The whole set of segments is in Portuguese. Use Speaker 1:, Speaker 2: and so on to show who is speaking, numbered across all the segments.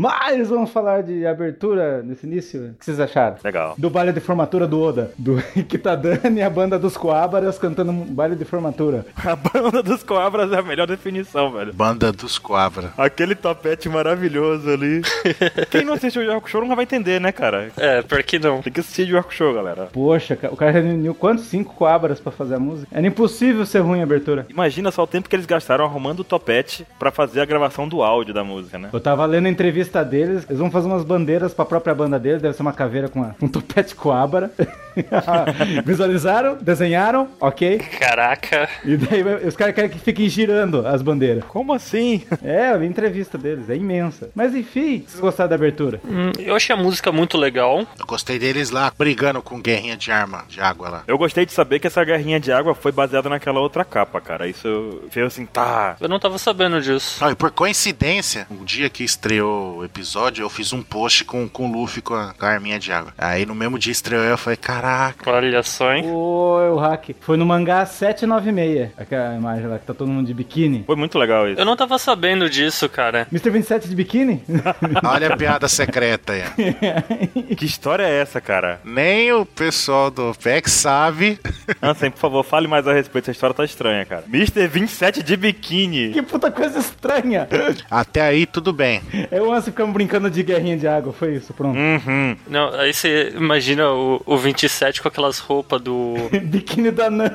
Speaker 1: Mas vamos falar de abertura nesse início. O que vocês acharam?
Speaker 2: Legal.
Speaker 1: Do baile de formatura do Oda. Do Kitadani e a banda dos Coabras cantando um baile de formatura.
Speaker 2: A banda dos cobras é a melhor definição, velho.
Speaker 3: Banda dos Coabra.
Speaker 2: Aquele topete maravilhoso ali. Quem não assistiu o Hakusho nunca vai entender, né, cara?
Speaker 4: É, pior que não.
Speaker 2: Tem que assistir o Hakusho, galera.
Speaker 1: Poxa, ca- o cara reuniu quantos? Cinco Coabras pra fazer a música? Era impossível ser ruim a abertura.
Speaker 2: Imagina só o tempo que eles gastaram arrumando o topete pra fazer a gravação do áudio da música, né?
Speaker 1: Eu tava lendo a entrevista deles, eles vão fazer umas bandeiras pra própria banda deles, deve ser uma caveira com uma- um topete coabra. Visualizaram, desenharam, ok.
Speaker 4: Caraca.
Speaker 1: E daí vai- os caras querem que fiquem girando as bandeiras.
Speaker 2: Como assim?
Speaker 1: É, a entrevista deles, é imensa. Mas enfim, vocês gostaram da abertura?
Speaker 4: Hum, Eu achei a música muito legal.
Speaker 3: Eu gostei deles lá brigando com guerrinha de arma, de água lá.
Speaker 2: Eu gostei de saber que essa guerrinha de água foi baseada naquela outra capa, cara. Isso veio assim, tá.
Speaker 4: Eu não tava sabendo disso.
Speaker 3: Não, e por coincidência, um dia que estreou o episódio, eu fiz um post com, com o Luffy com a, com a arminha de água. Aí no mesmo dia estreou eu falei, caraca.
Speaker 4: Olha só, hein?
Speaker 1: Ô, o hack. Foi no mangá 796, aquela imagem lá que tá todo mundo de biquíni.
Speaker 2: Foi muito legal isso.
Speaker 4: Eu não tava sabendo disso, cara.
Speaker 1: Mr. 27 de biquíni?
Speaker 3: Olha a piada secreta aí. ó.
Speaker 2: Que história é essa, cara?
Speaker 3: Nem o pessoal do OPEC sabe.
Speaker 2: Ansem, assim, por favor, fale mais a respeito. Essa história tá estranha, cara. Mr. 27 de biquíni.
Speaker 1: que puta coisa estranha.
Speaker 3: Até aí tudo bem.
Speaker 1: Eu e o Anson ficamos brincando de guerrinha de água, foi isso, pronto.
Speaker 2: Uhum.
Speaker 4: Não, aí você imagina o, o 27 com aquelas roupas do.
Speaker 1: biquíni da Nami.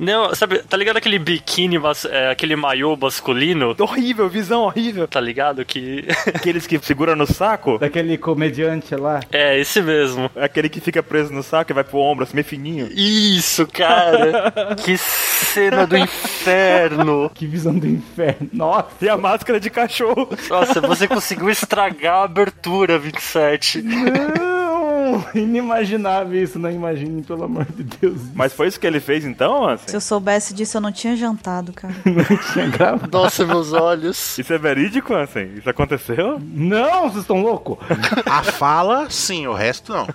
Speaker 4: Não, sabe, tá ligado aquele biquíni, mas, é, aquele maiô masculino?
Speaker 2: Horrível, visão horrível.
Speaker 4: Tá ligado? Que.
Speaker 2: Aqueles que segura no saco,
Speaker 1: Daquele comediante lá.
Speaker 4: é, esse mesmo.
Speaker 2: é aquele que fica preso no saco e vai pro ombro, assim, meio fininho.
Speaker 4: Isso, cara! que cena do inferno!
Speaker 1: Que visão do inferno. Nossa.
Speaker 2: E a máscara de cachorro.
Speaker 4: Nossa, você conseguiu estragar a abertura, 27.
Speaker 1: Não, inimaginável isso, não imagine, pelo amor de Deus.
Speaker 2: Mas foi isso que ele fez então,
Speaker 5: Se
Speaker 2: Ansem?
Speaker 5: eu soubesse disso, eu não tinha jantado, cara.
Speaker 1: Tinha gravado.
Speaker 4: Nossa, meus olhos.
Speaker 2: Isso é verídico, Ansem? Isso aconteceu?
Speaker 1: Não, vocês estão loucos?
Speaker 3: A fala, sim, o resto não.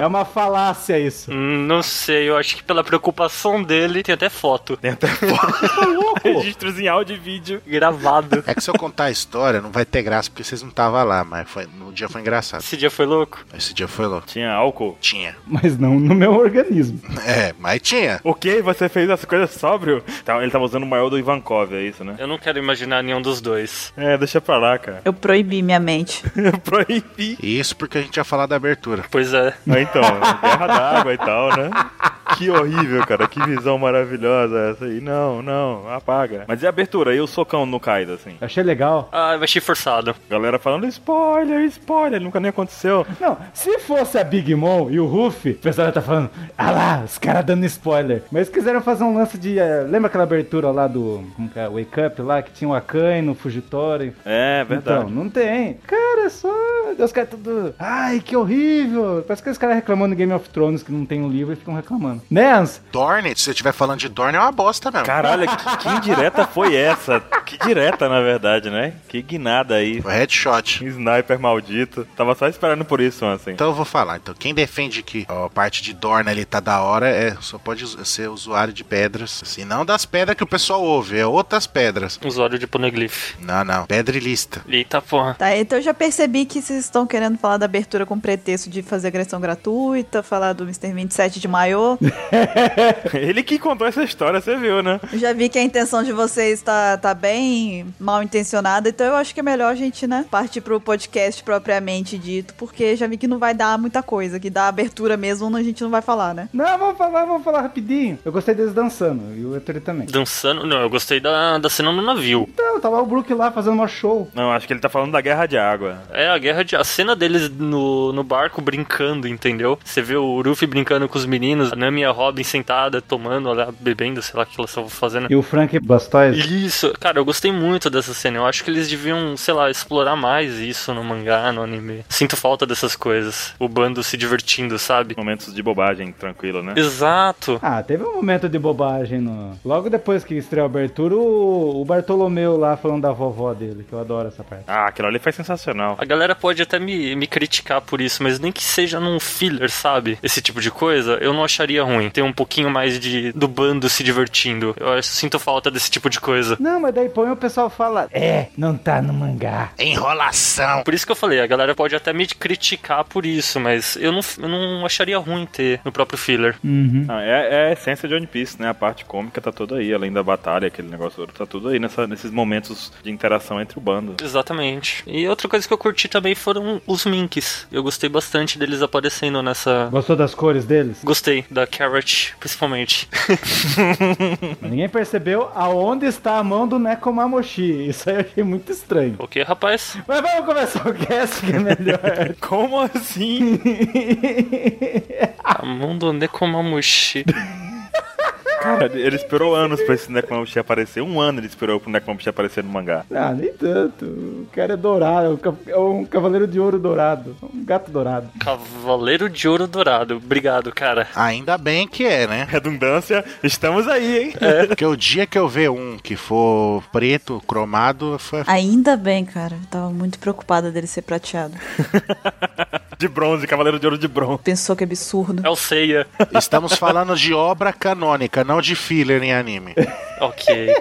Speaker 1: É uma falácia isso.
Speaker 4: Hum, Não sei, eu acho que pela preocupação dele, tem até foto
Speaker 2: Tem até registros em áudio e vídeo.
Speaker 4: gravado.
Speaker 3: É que se eu contar a história, não vai ter graça porque vocês não estavam lá, mas foi, no dia foi engraçado.
Speaker 4: Esse dia foi louco?
Speaker 3: Esse dia foi louco.
Speaker 2: Tinha álcool.
Speaker 3: Tinha.
Speaker 1: Mas não no meu organismo.
Speaker 3: É, mas tinha.
Speaker 2: O que? Você fez as coisas sóbrio? Tá, ele tava usando o maior do Ivankov, é isso, né?
Speaker 4: Eu não quero imaginar nenhum dos dois.
Speaker 2: É, deixa pra lá, cara.
Speaker 5: Eu proibi minha mente.
Speaker 2: Proibi.
Speaker 3: E isso porque a gente ia falar da abertura.
Speaker 4: Pois é.
Speaker 2: Ah, Então, guerra d'água e tal, né? Que horrível, cara. Que visão maravilhosa essa aí. Não, não, apaga. Mas e a abertura? E o socão no Kaido, assim?
Speaker 1: Achei legal.
Speaker 4: Ah, eu achei forçado.
Speaker 2: Galera falando spoiler, spoiler, nunca nem aconteceu.
Speaker 1: Não, se fosse a Big Mom e o Ruffy, o pessoal já tá falando, ah lá, os caras dando spoiler. Mas quiseram fazer um lance de. eh, lembra aquela abertura lá do. Como que é? Wake Up lá, que tinha o Akainu, o Fugitório.
Speaker 2: É,
Speaker 1: Então,
Speaker 2: verdade.
Speaker 1: não tem. Cara, é só. Os caras tudo. Ai, que horrível. Parece que os caras reclamando do Game of Thrones que não tem um livro e ficam reclamando. Né, Anson?
Speaker 3: Dorne, se eu estiver falando de Dorne, é uma bosta mesmo.
Speaker 2: Caralho, que, que indireta foi essa? Que direta, na verdade, né? Que guinada aí.
Speaker 3: Foi headshot.
Speaker 2: Um Sniper maldito. Tava só esperando por isso, assim.
Speaker 3: Então eu vou falar. Então, quem defende que ó, a parte de Dorna ali tá da hora é só pode us- ser usuário de pedras. Assim, não das pedras que o pessoal ouve, é outras pedras.
Speaker 4: Usuário de Poneglyph.
Speaker 3: Não, não. Pedrilista.
Speaker 4: Eita porra.
Speaker 5: Tá, então eu já percebi que vocês estão querendo falar da abertura com pretexto de fazer agressão gratuita, falar do Mr. 27 de maiô.
Speaker 2: Ele que contou essa história, você viu, né?
Speaker 5: Eu já vi que a intenção de vocês tá, tá bem mal intencionada, então eu acho que é melhor a gente, né, partir pro podcast propriamente dito, porque já vi que não vai dar muita coisa, que dá abertura mesmo, a gente não vai falar, né?
Speaker 1: Não, vamos falar, vamos falar rapidinho. Eu gostei deles dançando e o Ettore também.
Speaker 4: Dançando. Não, eu gostei da, da cena no navio.
Speaker 1: Então, tava o Brook lá fazendo uma show.
Speaker 2: Não, acho que ele tá falando da guerra de água.
Speaker 4: É a guerra de. A cena deles no, no barco brincando, entendeu? Você vê o Ruffy brincando com os meninos, a Nami e a Robin sentada, tomando, olha, bebendo, sei lá o que elas estavam fazendo.
Speaker 1: E o Frank Bastoise.
Speaker 4: Isso, cara, eu gostei muito dessa cena. Eu acho que eles deviam, sei lá, explorar mais isso no mangá, no anime. Sinto falta dessas coisas. O bando se divertindo, sabe?
Speaker 2: Momentos de bobagem, tranquilo, né?
Speaker 4: Exato.
Speaker 1: Ah, teve um momento de bobagem no. Logo depois que estreou a abertura, o, o Bartolomeu lá falando da vovó dele, que eu adoro essa parte.
Speaker 2: Ah, aquilo ali foi sensacional.
Speaker 4: A galera pode até me, me criticar por isso, mas nem que seja num filler, sabe? Esse tipo de coisa, eu não acharia ruim. Tem um pouquinho mais de do bando se divertindo. Eu acho- sinto falta desse tipo de coisa.
Speaker 1: Não, mas daí põe o pessoal fala, é, não tá no mangá.
Speaker 3: Enrolação.
Speaker 4: Por isso que eu falei, a galera pode até me criticar por isso, mas eu não, eu não acharia ruim ter no próprio filler.
Speaker 1: Uhum.
Speaker 2: Ah, é, é a essência de One Piece, né? A parte cômica tá toda aí, além da batalha, aquele negócio todo, tá tudo aí nessa- nesses momentos de interação entre o bando.
Speaker 4: Exatamente. E outra coisa que eu curti também foram os minks. Eu gostei bastante deles aparecendo nessa.
Speaker 1: Gostou das cores deles?
Speaker 4: Gostei da Carrot, principalmente.
Speaker 1: Mas ninguém percebeu aonde está a mão do Nekomamushi. Isso aí eu achei muito estranho.
Speaker 4: ok, rapaz?
Speaker 1: Mas vamos começar o cast que é melhor.
Speaker 2: Como assim?
Speaker 4: A mão do Nekomamushi.
Speaker 2: Cara, ele esperou anos pra esse Necromancer aparecer. Um ano ele esperou pro Necromancer aparecer no mangá.
Speaker 1: ah, nem tanto. O cara é dourado, é um ca- é um cavaleiro de ouro dourado. Um gato dourado.
Speaker 4: Cavaleiro de Ouro Dourado. Obrigado, cara.
Speaker 3: Ainda bem que é, né?
Speaker 2: Redundância, estamos aí, hein?
Speaker 3: Porque o dia que eu ver um que for preto, cromado, foi.
Speaker 5: Ainda bem, cara. Eu tava muito preocupada dele ser prateado.
Speaker 2: De bronze, Cavaleiro de Ouro de bronze.
Speaker 5: Pensou que absurdo.
Speaker 4: É o Seiya.
Speaker 3: Estamos falando de obra canônica, não de filler em anime.
Speaker 4: Ok.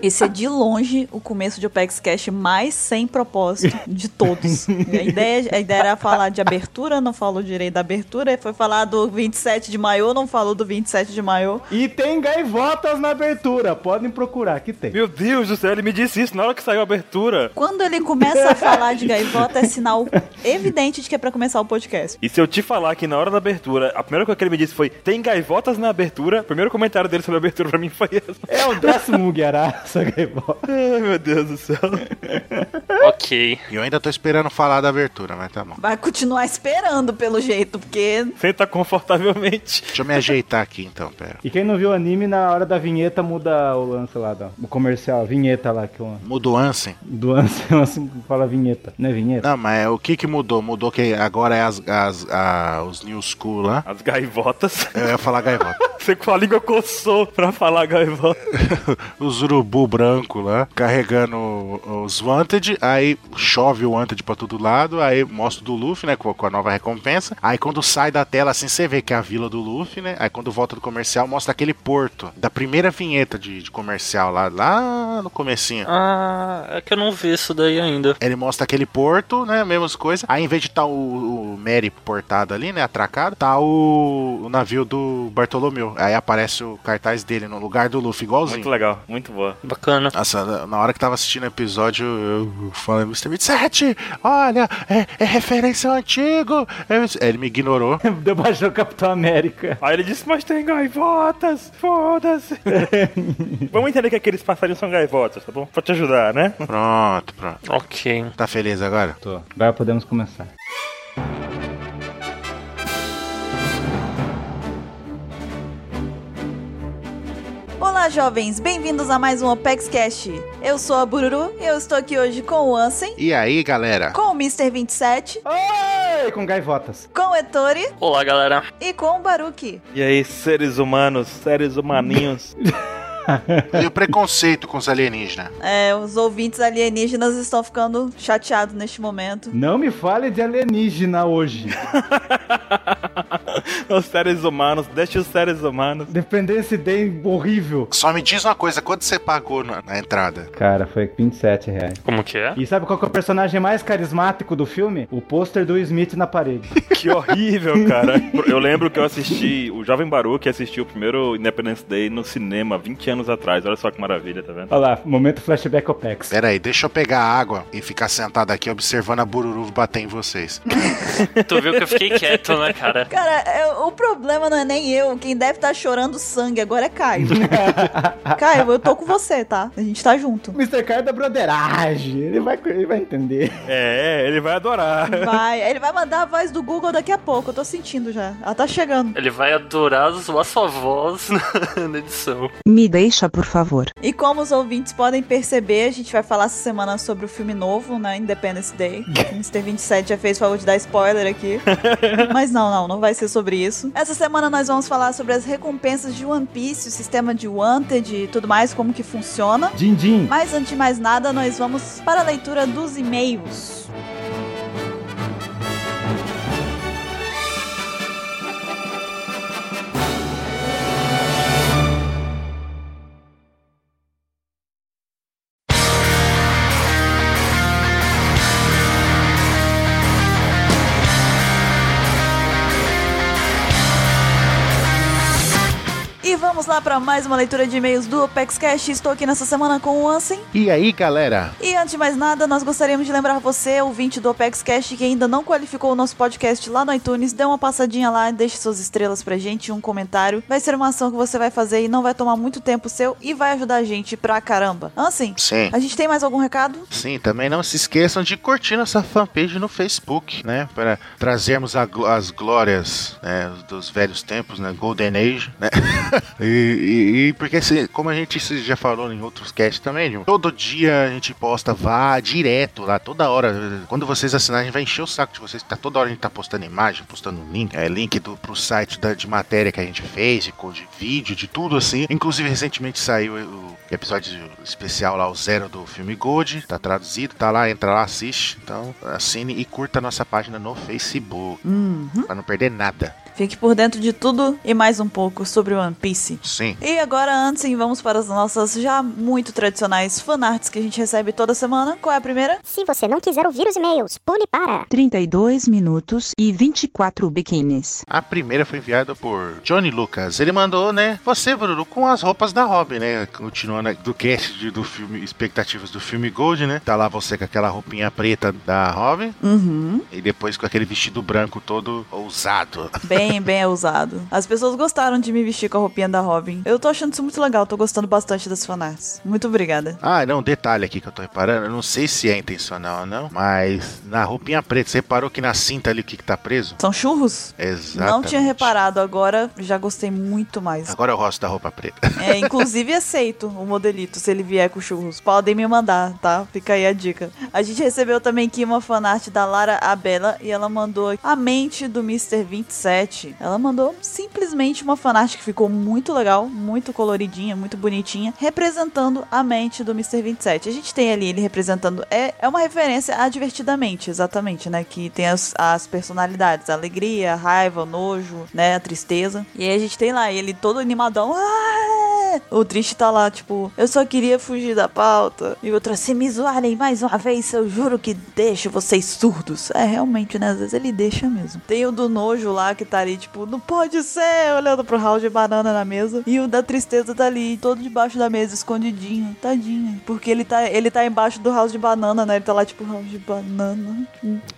Speaker 5: Esse é de longe o começo de Opex Cash mais sem propósito de todos. A ideia, a ideia era falar de abertura, não falou direito da abertura. Foi falar do 27 de maio, não falou do 27 de maio.
Speaker 1: E tem gaivotas na abertura. Podem procurar, que tem.
Speaker 2: Meu Deus do céu, ele me disse isso na hora que saiu a abertura.
Speaker 5: Quando ele começa a falar de gaivota, é sinal evidente de que é pra começar o podcast.
Speaker 2: E se eu te falar que na hora da abertura, a primeira coisa que ele me disse foi: tem gaivotas na abertura? O primeiro comentário dele sobre a abertura pra mim foi esse.
Speaker 1: É o décimo Mugiará, essa gaivota.
Speaker 2: Ai, meu Deus do céu.
Speaker 4: ok.
Speaker 3: E eu ainda tô esperando falar da abertura, mas tá bom.
Speaker 5: Vai continuar esperando, pelo jeito, porque
Speaker 2: Senta confortavelmente.
Speaker 3: Deixa eu me ajeitar aqui então, pera.
Speaker 1: E quem não viu o anime, na hora da vinheta muda o lance lá, da- o comercial, a vinheta lá que o
Speaker 3: Mudou Ansem?
Speaker 1: do lance assim, fala vinheta, não é vinheta?
Speaker 3: Não, mas o que que mudou? Mudou que agora é as, as- a- os New School lá.
Speaker 2: As gaivotas.
Speaker 3: Eu ia falar gaivota.
Speaker 2: Você com a língua coçou pra falar gaivota.
Speaker 3: os urubu branco lá, carregando o- os Wanted, aí chove o Wanted pra todo lado, aí mostra o do Luffy, né, com com a nova recompensa. Aí quando sai da tela assim, você vê que é a vila do Luffy, né? Aí quando volta do comercial, mostra aquele porto, da primeira vinheta de, de comercial lá, lá no comecinho.
Speaker 4: Ah, é que eu não vi isso daí ainda.
Speaker 3: Ele mostra aquele porto, né? Mesmas coisas. Aí, em vez de tá o, o Mary portado ali, né? Atracado, tá o, o navio do Bartolomeu. Aí aparece o cartaz dele no lugar do Luffy, igualzinho.
Speaker 2: Muito legal, muito boa.
Speaker 4: Bacana.
Speaker 3: Nossa, na hora que tava assistindo o episódio, eu falei, Mr. 27, olha, é, é referência ao antigo. É, Ele me ignorou.
Speaker 1: Debaixou o Capitão América.
Speaker 2: Aí ele disse, mas tem gaivotas, foda-se. Vamos entender que aqueles passarinhos são gaivotas, tá bom? Pra te ajudar, né?
Speaker 3: Pronto, pronto.
Speaker 4: Ok.
Speaker 3: Tá feliz agora?
Speaker 1: Tô. Agora podemos começar.
Speaker 5: Olá, jovens! Bem-vindos a mais um Opex Cash. Eu sou a Bururu e eu estou aqui hoje com o Ansem,
Speaker 3: E aí, galera?
Speaker 5: com o Mr. 27,
Speaker 1: Oi, com gaivotas.
Speaker 5: com o Ettore
Speaker 4: Olá, galera.
Speaker 5: e com o Baruki.
Speaker 2: E aí, seres humanos, seres humaninhos.
Speaker 3: E o preconceito com os alienígenas?
Speaker 5: É, os ouvintes alienígenas estão ficando chateados neste momento.
Speaker 1: Não me fale de alienígena hoje.
Speaker 2: os seres humanos, deixa os seres humanos.
Speaker 1: Dependência de horrível.
Speaker 3: Só me diz uma coisa, quanto você pagou na, na entrada?
Speaker 1: Cara, foi 27 reais.
Speaker 4: Como que é?
Speaker 1: E sabe qual que é o personagem mais carismático do filme? O pôster do Smith na parede.
Speaker 2: Que horrível, cara. Eu lembro que eu assisti o Jovem Baru, que assistiu o primeiro Independence Day no cinema 20 anos atrás. Olha só que maravilha, tá vendo?
Speaker 1: Olha lá, momento flashback OPEX.
Speaker 3: Pera aí, deixa eu pegar a água e ficar sentado aqui observando a bururu bater em vocês.
Speaker 4: Tu viu que eu fiquei quieto, né, cara?
Speaker 5: Cara, é- o problema não é nem eu. Quem deve estar chorando sangue agora é Caio. Caio, eu tô com você, tá? A gente tá junto.
Speaker 1: Mr. Card é da broderagem. Ele vai, ele vai entender.
Speaker 2: É, ele vai adorar.
Speaker 5: Vai, ele vai mandar a voz do Google daqui a pouco, eu tô sentindo já. Ela tá chegando.
Speaker 4: Ele vai adorar zoar sua voz na, na edição.
Speaker 6: Me deixa, por favor.
Speaker 5: E como os ouvintes podem perceber, a gente vai falar essa semana sobre o filme novo, né? Independence Day. O Mr. 27 já fez favor de dar spoiler aqui. Mas não, não, não vai ser sobre isso. Essa semana nós vamos falar sobre as recompensas de One Piece, o sistema de Wanted e tudo mais, como que funciona.
Speaker 1: Din Din.
Speaker 5: Mas antes de mais nada, nós vamos para a leitura dos e-mails. vamos lá para mais uma leitura de e-mails do Opex Cash. Estou aqui nessa semana com o Ansem.
Speaker 3: E aí, galera?
Speaker 5: E antes de mais nada, nós gostaríamos de lembrar você, ouvinte do Opex Cash, que ainda não qualificou o nosso podcast lá no iTunes, dê uma passadinha lá, deixe suas estrelas pra gente, um comentário. Vai ser uma ação que você vai fazer e não vai tomar muito tempo seu e vai ajudar a gente pra caramba. Ansem,
Speaker 3: Sim.
Speaker 5: a gente tem mais algum recado?
Speaker 3: Sim, também não se esqueçam de curtir nossa fanpage no Facebook, né? Para trazermos a glo- as glórias né, dos velhos tempos, né? Golden Age, né? e, e- e porque, se- como a gente se- já falou em outros casts também, Dilma, todo dia a gente posta, vá direto lá, toda hora. Quando vocês assinarem, a gente vai encher o saco de vocês. Tá, toda hora a gente tá postando imagem, postando link, é, link do, pro site da, de matéria que a gente fez, de, co- de vídeo, de tudo assim. Inclusive, recentemente saiu o episódio especial lá, o zero do filme Gold, tá traduzido, tá lá, entra lá, assiste. Então, assine e curta a nossa página no Facebook,
Speaker 5: Hum,
Speaker 3: pra não perder nada.
Speaker 5: fique por dentro de tudo e mais um pouco sobre One Piece.
Speaker 3: Sim.
Speaker 5: E agora, antes, sim, vamos para as nossas já muito tradicionais fanarts que a gente recebe toda semana. Qual é a primeira?
Speaker 6: Se você não quiser ouvir os e-mails, pule para.
Speaker 7: 32 minutos e 24 biquínis.
Speaker 3: A primeira foi enviada por Johnny Lucas. Ele mandou, né? Você, Bruno, com as roupas da Robin, né? Continuando do cast de- do filme, expectativas do filme Gold, né? Tá lá você com aquela roupinha preta da Robin
Speaker 5: Uhum.
Speaker 3: e depois com aquele vestido branco todo ousado.
Speaker 5: Bem, bem ousado. As pessoas gostaram de me vestir com a roupinha da Robin. Eu tô achando isso muito legal, tô gostando bastante das fanarts. Muito obrigada.
Speaker 3: Ah, não, um detalhe aqui que eu tô reparando. Eu não sei se é intencional ou não, mas na roupinha preta, você reparou que na cinta ali o que, que tá preso?
Speaker 5: São churros?
Speaker 3: Exatamente.
Speaker 5: Não tinha reparado, agora já gostei muito mais.
Speaker 3: Agora eu gosto da roupa preta.
Speaker 5: É, inclusive aceito o modelito se ele vier com churros. Podem me mandar, tá? Fica aí a dica. A gente recebeu também aqui uma fanart da Lara Abela e ela mandou a mente do Mr. 27. Ela mandou simplesmente uma fanart que ficou muito legal, muito coloridinha, muito bonitinha, representando a mente do Mr. 27. A gente tem ali ele representando. É, é uma referência a divertidamente, exatamente, né? Que tem as, as personalidades: a alegria, a raiva, o nojo, né? A tristeza. E aí a gente tem lá ele todo animadão. Ah! O triste tá lá, tipo, eu só queria fugir da pauta. E outra, se me zoarem mais uma vez, eu juro que deixo vocês surdos. É, realmente, né? Às vezes ele deixa mesmo. Tem o do nojo lá que tá ali, tipo, não pode ser, olhando pro Raul de banana na mesa. E o da tristeza tá ali, todo debaixo da mesa, escondidinho. Tadinho. Porque ele tá, ele tá embaixo do Raul de banana, né? Ele tá lá, tipo, Raul de banana.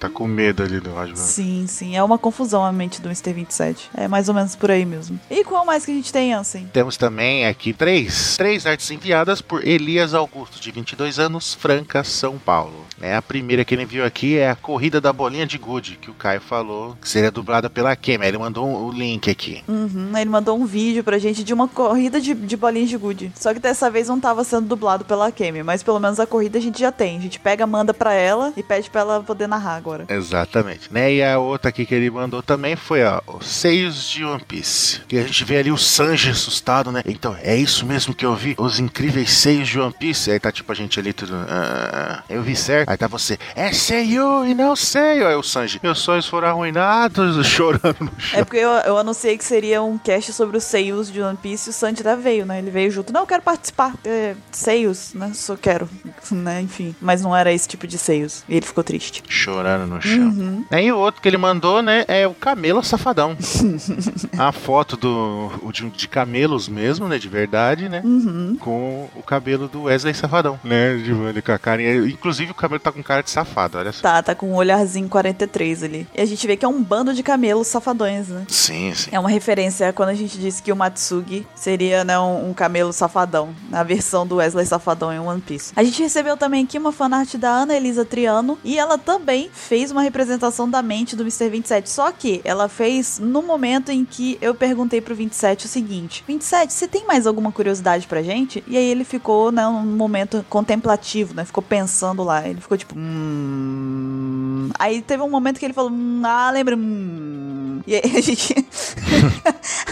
Speaker 3: Tá com medo ali do Roger.
Speaker 5: Sim, sim. É uma confusão a mente do Mr. 27. É mais ou menos por aí mesmo. E qual mais que a gente tem, Ansem?
Speaker 3: Temos também aqui três, três artes enviadas por Elias Augusto, de 22 anos, Franca, São Paulo. É, a primeira que ele enviou aqui é a Corrida da Bolinha de Good, que o Caio falou que seria dublada pela Kemi. Ele mandou um- o link aqui.
Speaker 5: Uhum, ele mandou um vídeo pra gente de uma corrida de, de bolinhas de gude. Só que dessa vez não tava sendo dublado pela Kemi, mas pelo menos a corrida a gente já tem. A gente pega, manda pra ela e pede pra ela poder narrar agora.
Speaker 3: Exatamente. Né? E a outra aqui que ele mandou também foi ó, os Seios de One Piece. Que a gente vê ali o Sanji assustado, né? Então, é isso mesmo que eu vi? Os incríveis Seios de One Piece. Aí tá tipo a gente ali tudo. "Ah, eu vi certo. Aí tá você. É Seiyu e não Seiyu. Aí o Sanji. Meus sonhos foram arruinados. Chorando no chão.
Speaker 5: É porque eu, eu anunciei que seria um cast sobre os Seios de One Piece e o Sanji até veio, né? Ele veio junto. Não, eu quero participar. É, Seios, né? Só quero. né? Enfim. Mas não era esse tipo de Seios. E ele ficou triste.
Speaker 3: Chorando no chão. Aí o outro que ele mandou, né, é o Camelo Safadão. a foto do, o de, de camelos mesmo, né, de verdade, né? Com o cabelo do Wesley Safadão, né? De, ele com a carinha. Inclusive o cabelo tá com cara de safado, olha só.
Speaker 5: Tá, tá com um olharzinho 43 ali. E a gente vê que é um bando de camelos safadões, né?
Speaker 3: Sim, sim.
Speaker 5: É uma referência a quando a gente disse que o Matsugi seria né, um, um camelo safadão, na versão do Wesley Safadão em One Piece. A gente recebeu também aqui uma fanart da Ana Elisa Triano e ela também fez uma representação da mente do Mr. 27. Só que ela fez no momento em que eu perguntei pro 27 o seguinte: 27, você tem mais alguma curiosidade pra gente? E aí ele ficou né, num momento contemplativo, né? Ficou pensando lá. Ele ficou tipo, hum. Aí teve um momento que ele falou, hum, ah, lembra, hum. E aí a gente.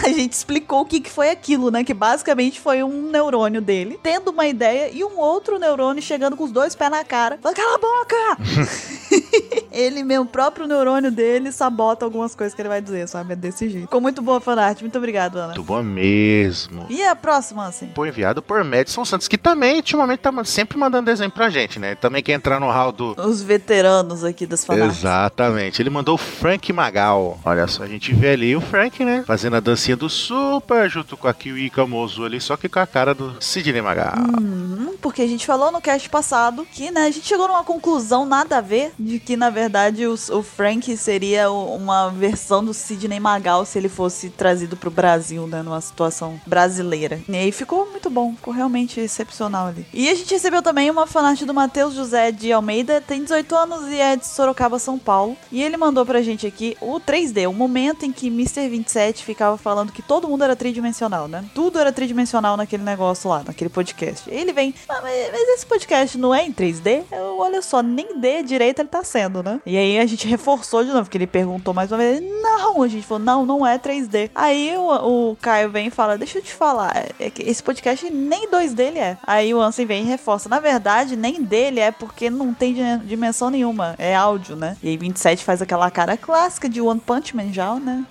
Speaker 5: a gente explicou o que, que foi aquilo, né? Que basicamente foi um neurônio dele tendo uma ideia e um outro neurônio chegando com os dois pés na cara. Falando, cala a boca! ele mesmo, o próprio neurônio dele, sabota algumas coisas que ele vai dizer, sabe? É desse jeito. Ficou muito boa a fanart. Muito obrigado, Ana.
Speaker 3: Muito bom mesmo.
Speaker 5: E a próxima, assim?
Speaker 3: Foi enviado por Madison Santos, que também ultimamente tá man- sempre mandando desenho pra gente, né? Ele também quer entrar no hall do.
Speaker 5: Os veteranos aqui das fanarts.
Speaker 3: Exatamente. Ele mandou o Frank Magal. Olha só, a gente vê ali o Frank, né? Fazendo a dancinha do Super junto com a Kiwi Camuso ali, só que com a cara do Sidney Magal.
Speaker 5: Uhum, porque a gente falou no cast passado que, né, a gente chegou numa conclusão nada a ver de que, na verdade, os- o, Frank seria o- uma versão do Sidney Magal se ele fosse trazido pro Brasil, né, numa situação brasileira. E aí ficou muito bom, ficou realmente excepcional ali. E a gente recebeu também uma fanart do Matheus José de Almeida, tem 18 anos e é de Sorocaba, São Paulo. E ele mandou pra gente aqui o 3D, o momento em que Mr. 27 ficava falando que todo mundo era tridimensional, né? Tudo era tridimensional naquele negócio lá, naquele podcast. Ele vem, "Ah, mas mas esse podcast não é em 3D? Eu, olha só, nem D direito ele tá sendo, né? E aí a gente reforçou de novo, porque ele perguntou mais uma vez, não, a gente falou, não, não é 3D. Aí o, o Caio vem e fala, deixa eu te falar, é que esse podcast nem 2D ele é. Aí o Ansem vem e reforça, na verdade, nem dele é porque não tem di- dimensão nenhuma, é áudio, né? E aí 27 faz aquela cara clássica de One Punch Man já, né?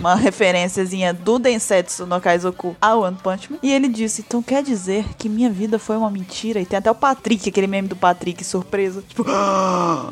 Speaker 5: Uma referenciazinha do Densetsu no Kaizoku ao One Punch Man. E ele disse, então quer dizer que minha vida foi uma mentira? E tem até o Patrick, aquele meme do Patrick surpreso, tipo,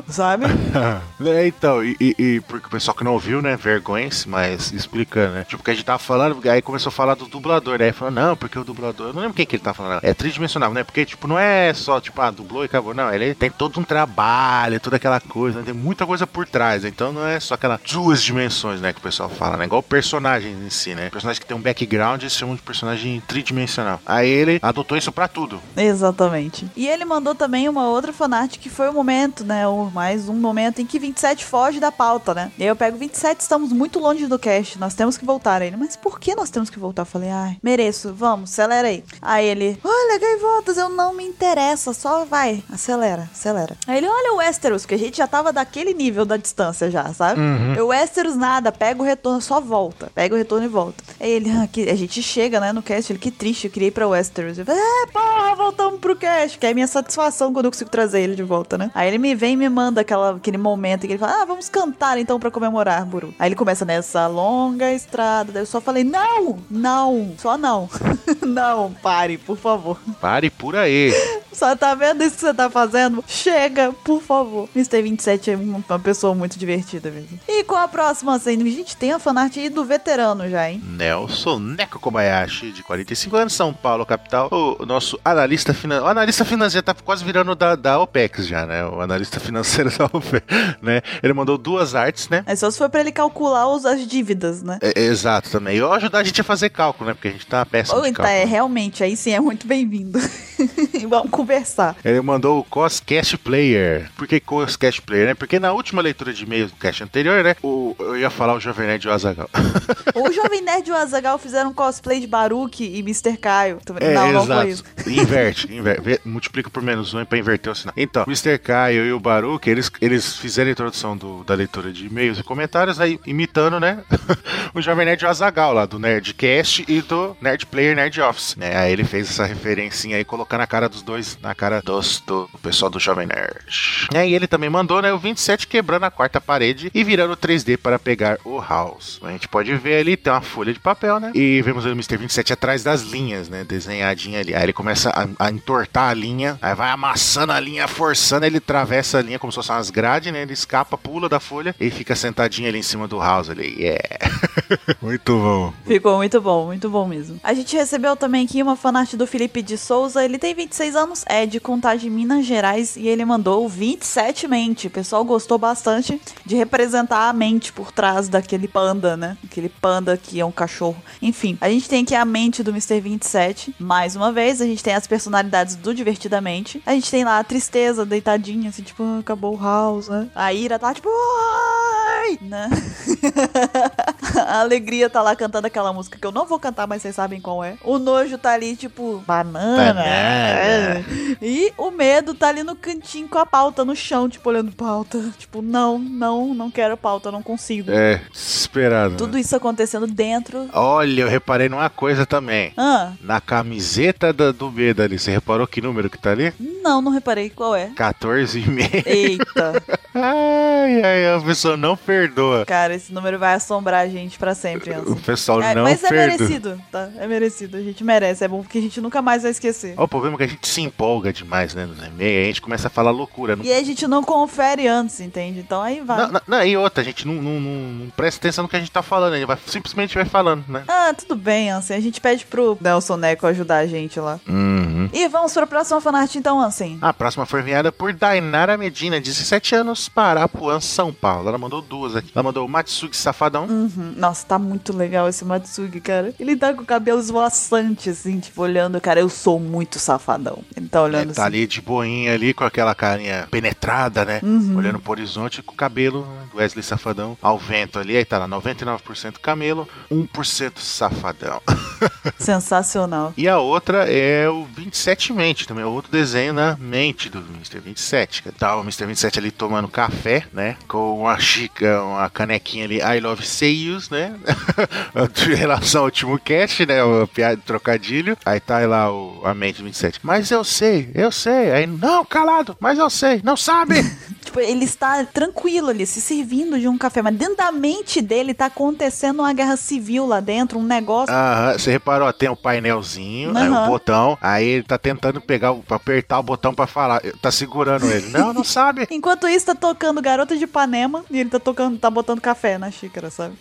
Speaker 5: sabe?
Speaker 3: É, então, e, e- e porque o pessoal que não ouviu, né, vergonhas, mas explicando, né? Tipo, que a gente tava falando, aí começou a falar do dublador, né? Aí falou, não, porque o dublador, eu não lembro quem que ele tá falando, é tridimensional, né? Porque, tipo, não é só, tipo, ah, dublou e acabou, não, ele tem todo um trabalho, toda aquela coisa, né? tem muita coisa por trás, então não é só aquela duas dimensões, né, que o pessoal fala, né? Igual personagens em si, né? Personagem que tem um background, eles chamam de personagem tridimensional. Aí ele adotou isso pra tudo.
Speaker 5: Exatamente. E ele mandou também uma outra fanart que foi o momento, né? Ou mais um momento em que 27 foge da pauta, né? E aí eu pego 27, estamos muito longe do cast, nós temos que voltar. Aí ele, mas por que nós temos que voltar? Eu falei, ai, mereço, vamos, acelera aí. Aí ele, olha, gaivotas, eu não me interessa, só vai, acelera, acelera. Aí ele, olha o Westeros, que a gente já tava daquele nível da distância já, sabe? Eu Westeros nada, pega o retorno, só volta. Pega o retorno e volta. Aí ele, ah, que, a gente chega, né, no cast, ele, que triste, eu queria ir pra Westeros. Eu falei, é, porra, voltamos pro cast, que é a minha satisfação quando eu consigo trazer ele de volta, né? Aí ele me vem e me manda aquela, aquele momento em que ele fala, ah, vamos cantar então pra comemorar, Buru. Aí ele começa nessa longa estrada, daí eu só falei, não, não, só não. não, pare, por favor.
Speaker 3: Pare por aí.
Speaker 5: Só tá vendo isso que você tá fazendo? Chega, por favor. Mr. 27 é uma pessoa muito divertida mesmo. E com a próxima cena, a gente tem a fanart aí do veterano já, hein?
Speaker 3: Nelson Neko Kobayashi, de 45 anos, São Paulo, capital. O nosso analista financeiro. O analista financeiro tá quase virando da, da OPEX já, né? O analista financeiro da OPEX, né? Ele mandou duas artes, né?
Speaker 5: É só se for pra ele calcular os- as dívidas, né?
Speaker 3: É, exato também. E eu ajudar a gente a fazer cálculo, né? Porque a gente tá péssimo
Speaker 5: Ou
Speaker 3: de
Speaker 5: então,
Speaker 3: cálculo.
Speaker 5: é, realmente, aí sim é muito bem-vindo. Vamos conversar.
Speaker 3: Ele mandou o Coscast Player. Por que Coscast Player, né? Porque na última leitura de e-mail do cast anterior, né? O, eu ia falar o Jovem Nerd e o Azaghal.
Speaker 5: O Jovem Nerd e o Azagal fizeram cosplay de Baruque e Mr. Caio. Tô-
Speaker 3: É,
Speaker 5: não, não
Speaker 3: exato.
Speaker 5: foi isso.
Speaker 3: Inverte, inverte. Vê- Multiplica por menos um aí pra inverter o sinal. Então, o Mr. Caio e o Baruch, eles, eles fizeram a introdução do- da leitura de e-mails e comentários, aí imitando, né? o Jovem Nerd Azagal lá, do Nerdcast e do Nerd Player Nerd Office. Né? Aí ele fez essa referencinha aí, colocando a cara dos dois, na cara dos, do, do pessoal do Jovem Nerd. E aí ele também mandou, né? O 27 quebrando a quarta parede e virando 3D para pegar o House. A gente pode ver ali, tem uma folha de papel, né? E vemos o Mr. 27 atrás das linhas, né? Desenhadinha ali. Aí ele começa a, a entortar a linha, aí vai amassando a linha, forçando, ele atravessa a linha como se fossem umas grades, né? Ele escapa, pula da folha e fica sentadinho ali em cima do House ali. Yeah! Muito bom.
Speaker 5: Ficou muito bom, muito bom mesmo. A gente recebeu também aqui uma fanart do Felipe de Souza. Ele tem 26 anos, é de Contagem, Minas Gerais, e ele mandou 27 mente. O pessoal gostou bastante de representar a mente por trás daquele panda, né? Aquele panda que é um cachorro. Enfim, a gente tem aqui a mente do Mr. 27, mais uma vez. A gente tem as personalidades do Divertidamente. A gente tem lá a tristeza deitadinha, assim, tipo, "Ah, acabou o house, né? A ira tá tipo, ai, né? A alegria tá lá cantando aquela música que eu não vou cantar, mas vocês sabem qual é. O nojo tá ali, tipo, banana.
Speaker 3: Banana.
Speaker 5: E o medo tá ali no cantinho com a pauta no chão, tipo, olhando pauta. Tipo, não, não, não quero pauta, não consigo.
Speaker 3: É, desesperado. né?
Speaker 5: Tudo isso acontecendo dentro.
Speaker 3: Olha, eu reparei numa coisa também.
Speaker 5: Ah,
Speaker 3: Na camiseta da- do medo ali, você reparou que número que tá ali?
Speaker 5: não, não reparei qual é.
Speaker 3: 14 e meio.
Speaker 5: Eita.
Speaker 3: Ai, ai, a pessoa não perdoa.
Speaker 5: Cara, esse número vai assombrar a gente pra sempre,
Speaker 3: O
Speaker 5: Anson.
Speaker 3: pessoal
Speaker 5: É,
Speaker 3: não
Speaker 5: mas é
Speaker 3: perdoa.
Speaker 5: merecido, tá? É merecido, a gente merece. É bom porque a gente nunca mais vai esquecer.
Speaker 3: Ó, O problema é que a gente se empolga demais, né, nos e-mails, a gente começa a falar loucura. Não,
Speaker 5: E aí a gente não confere antes, entende? Então aí vai.
Speaker 3: não, não, não, e outra, a gente não, não- não- não presta atenção no que a gente tá falando, a gente vai, simplesmente vai falando, né?
Speaker 5: Ah, tudo bem, Ansem. A gente pede pro Nelson Neco ajudar a gente lá.
Speaker 3: Uhum.
Speaker 5: E vamos pra próxima fanart então, Ansem.
Speaker 3: A próxima foi enviada por Dainara Medina, 17 anos, Parapuã, São Paulo. Ela mandou duas aqui. Ela mandou o Matsugi Safadão.
Speaker 5: Uhum. Nossa, tá muito legal esse Matsugi, cara. Ele tá com o cabelo esvoaçante, assim, tipo, olhando, cara, eu sou muito safadão. Ele tá
Speaker 3: Ele
Speaker 5: olhando
Speaker 3: tá
Speaker 5: assim.
Speaker 3: ali de boinha ali, com aquela carinha penetrada, né?
Speaker 5: Uhum.
Speaker 3: Olhando pro horizonte, com o cabelo do Wesley Safadão ao vento ali. Aí tá lá, 99% camelo, 1% safadão.
Speaker 5: Sensacional.
Speaker 3: E a outra é o 27 Mente, também é outro desenho na mente do Mr. 27. Que tá o Mr. 27 ali tomando café, né? Com uma xícara, uma canequinha ali, I love Seiyus, né? em relação ao último cast, né? O piada trocadilho. Aí tá lá o, a mente do 27. Mas eu sei, eu sei. Aí, não, calado, mas eu sei, não sabe.
Speaker 5: Tipo, ele está tranquilo ali, se servindo de um café, mas dentro da mente dele tá acontecendo uma guerra civil lá dentro, um negócio.
Speaker 3: Aham, você reparou, tem o painelzinho, aí o
Speaker 5: Aham.
Speaker 3: botão, aí ele tá tentando pegar, o- apertar o botão pra falar, tá segurando ele. Não, não sabe.
Speaker 5: Enquanto isso, tá tocando Garota de Ipanema e ele tá tocando, tá botando café na xícara, sabe?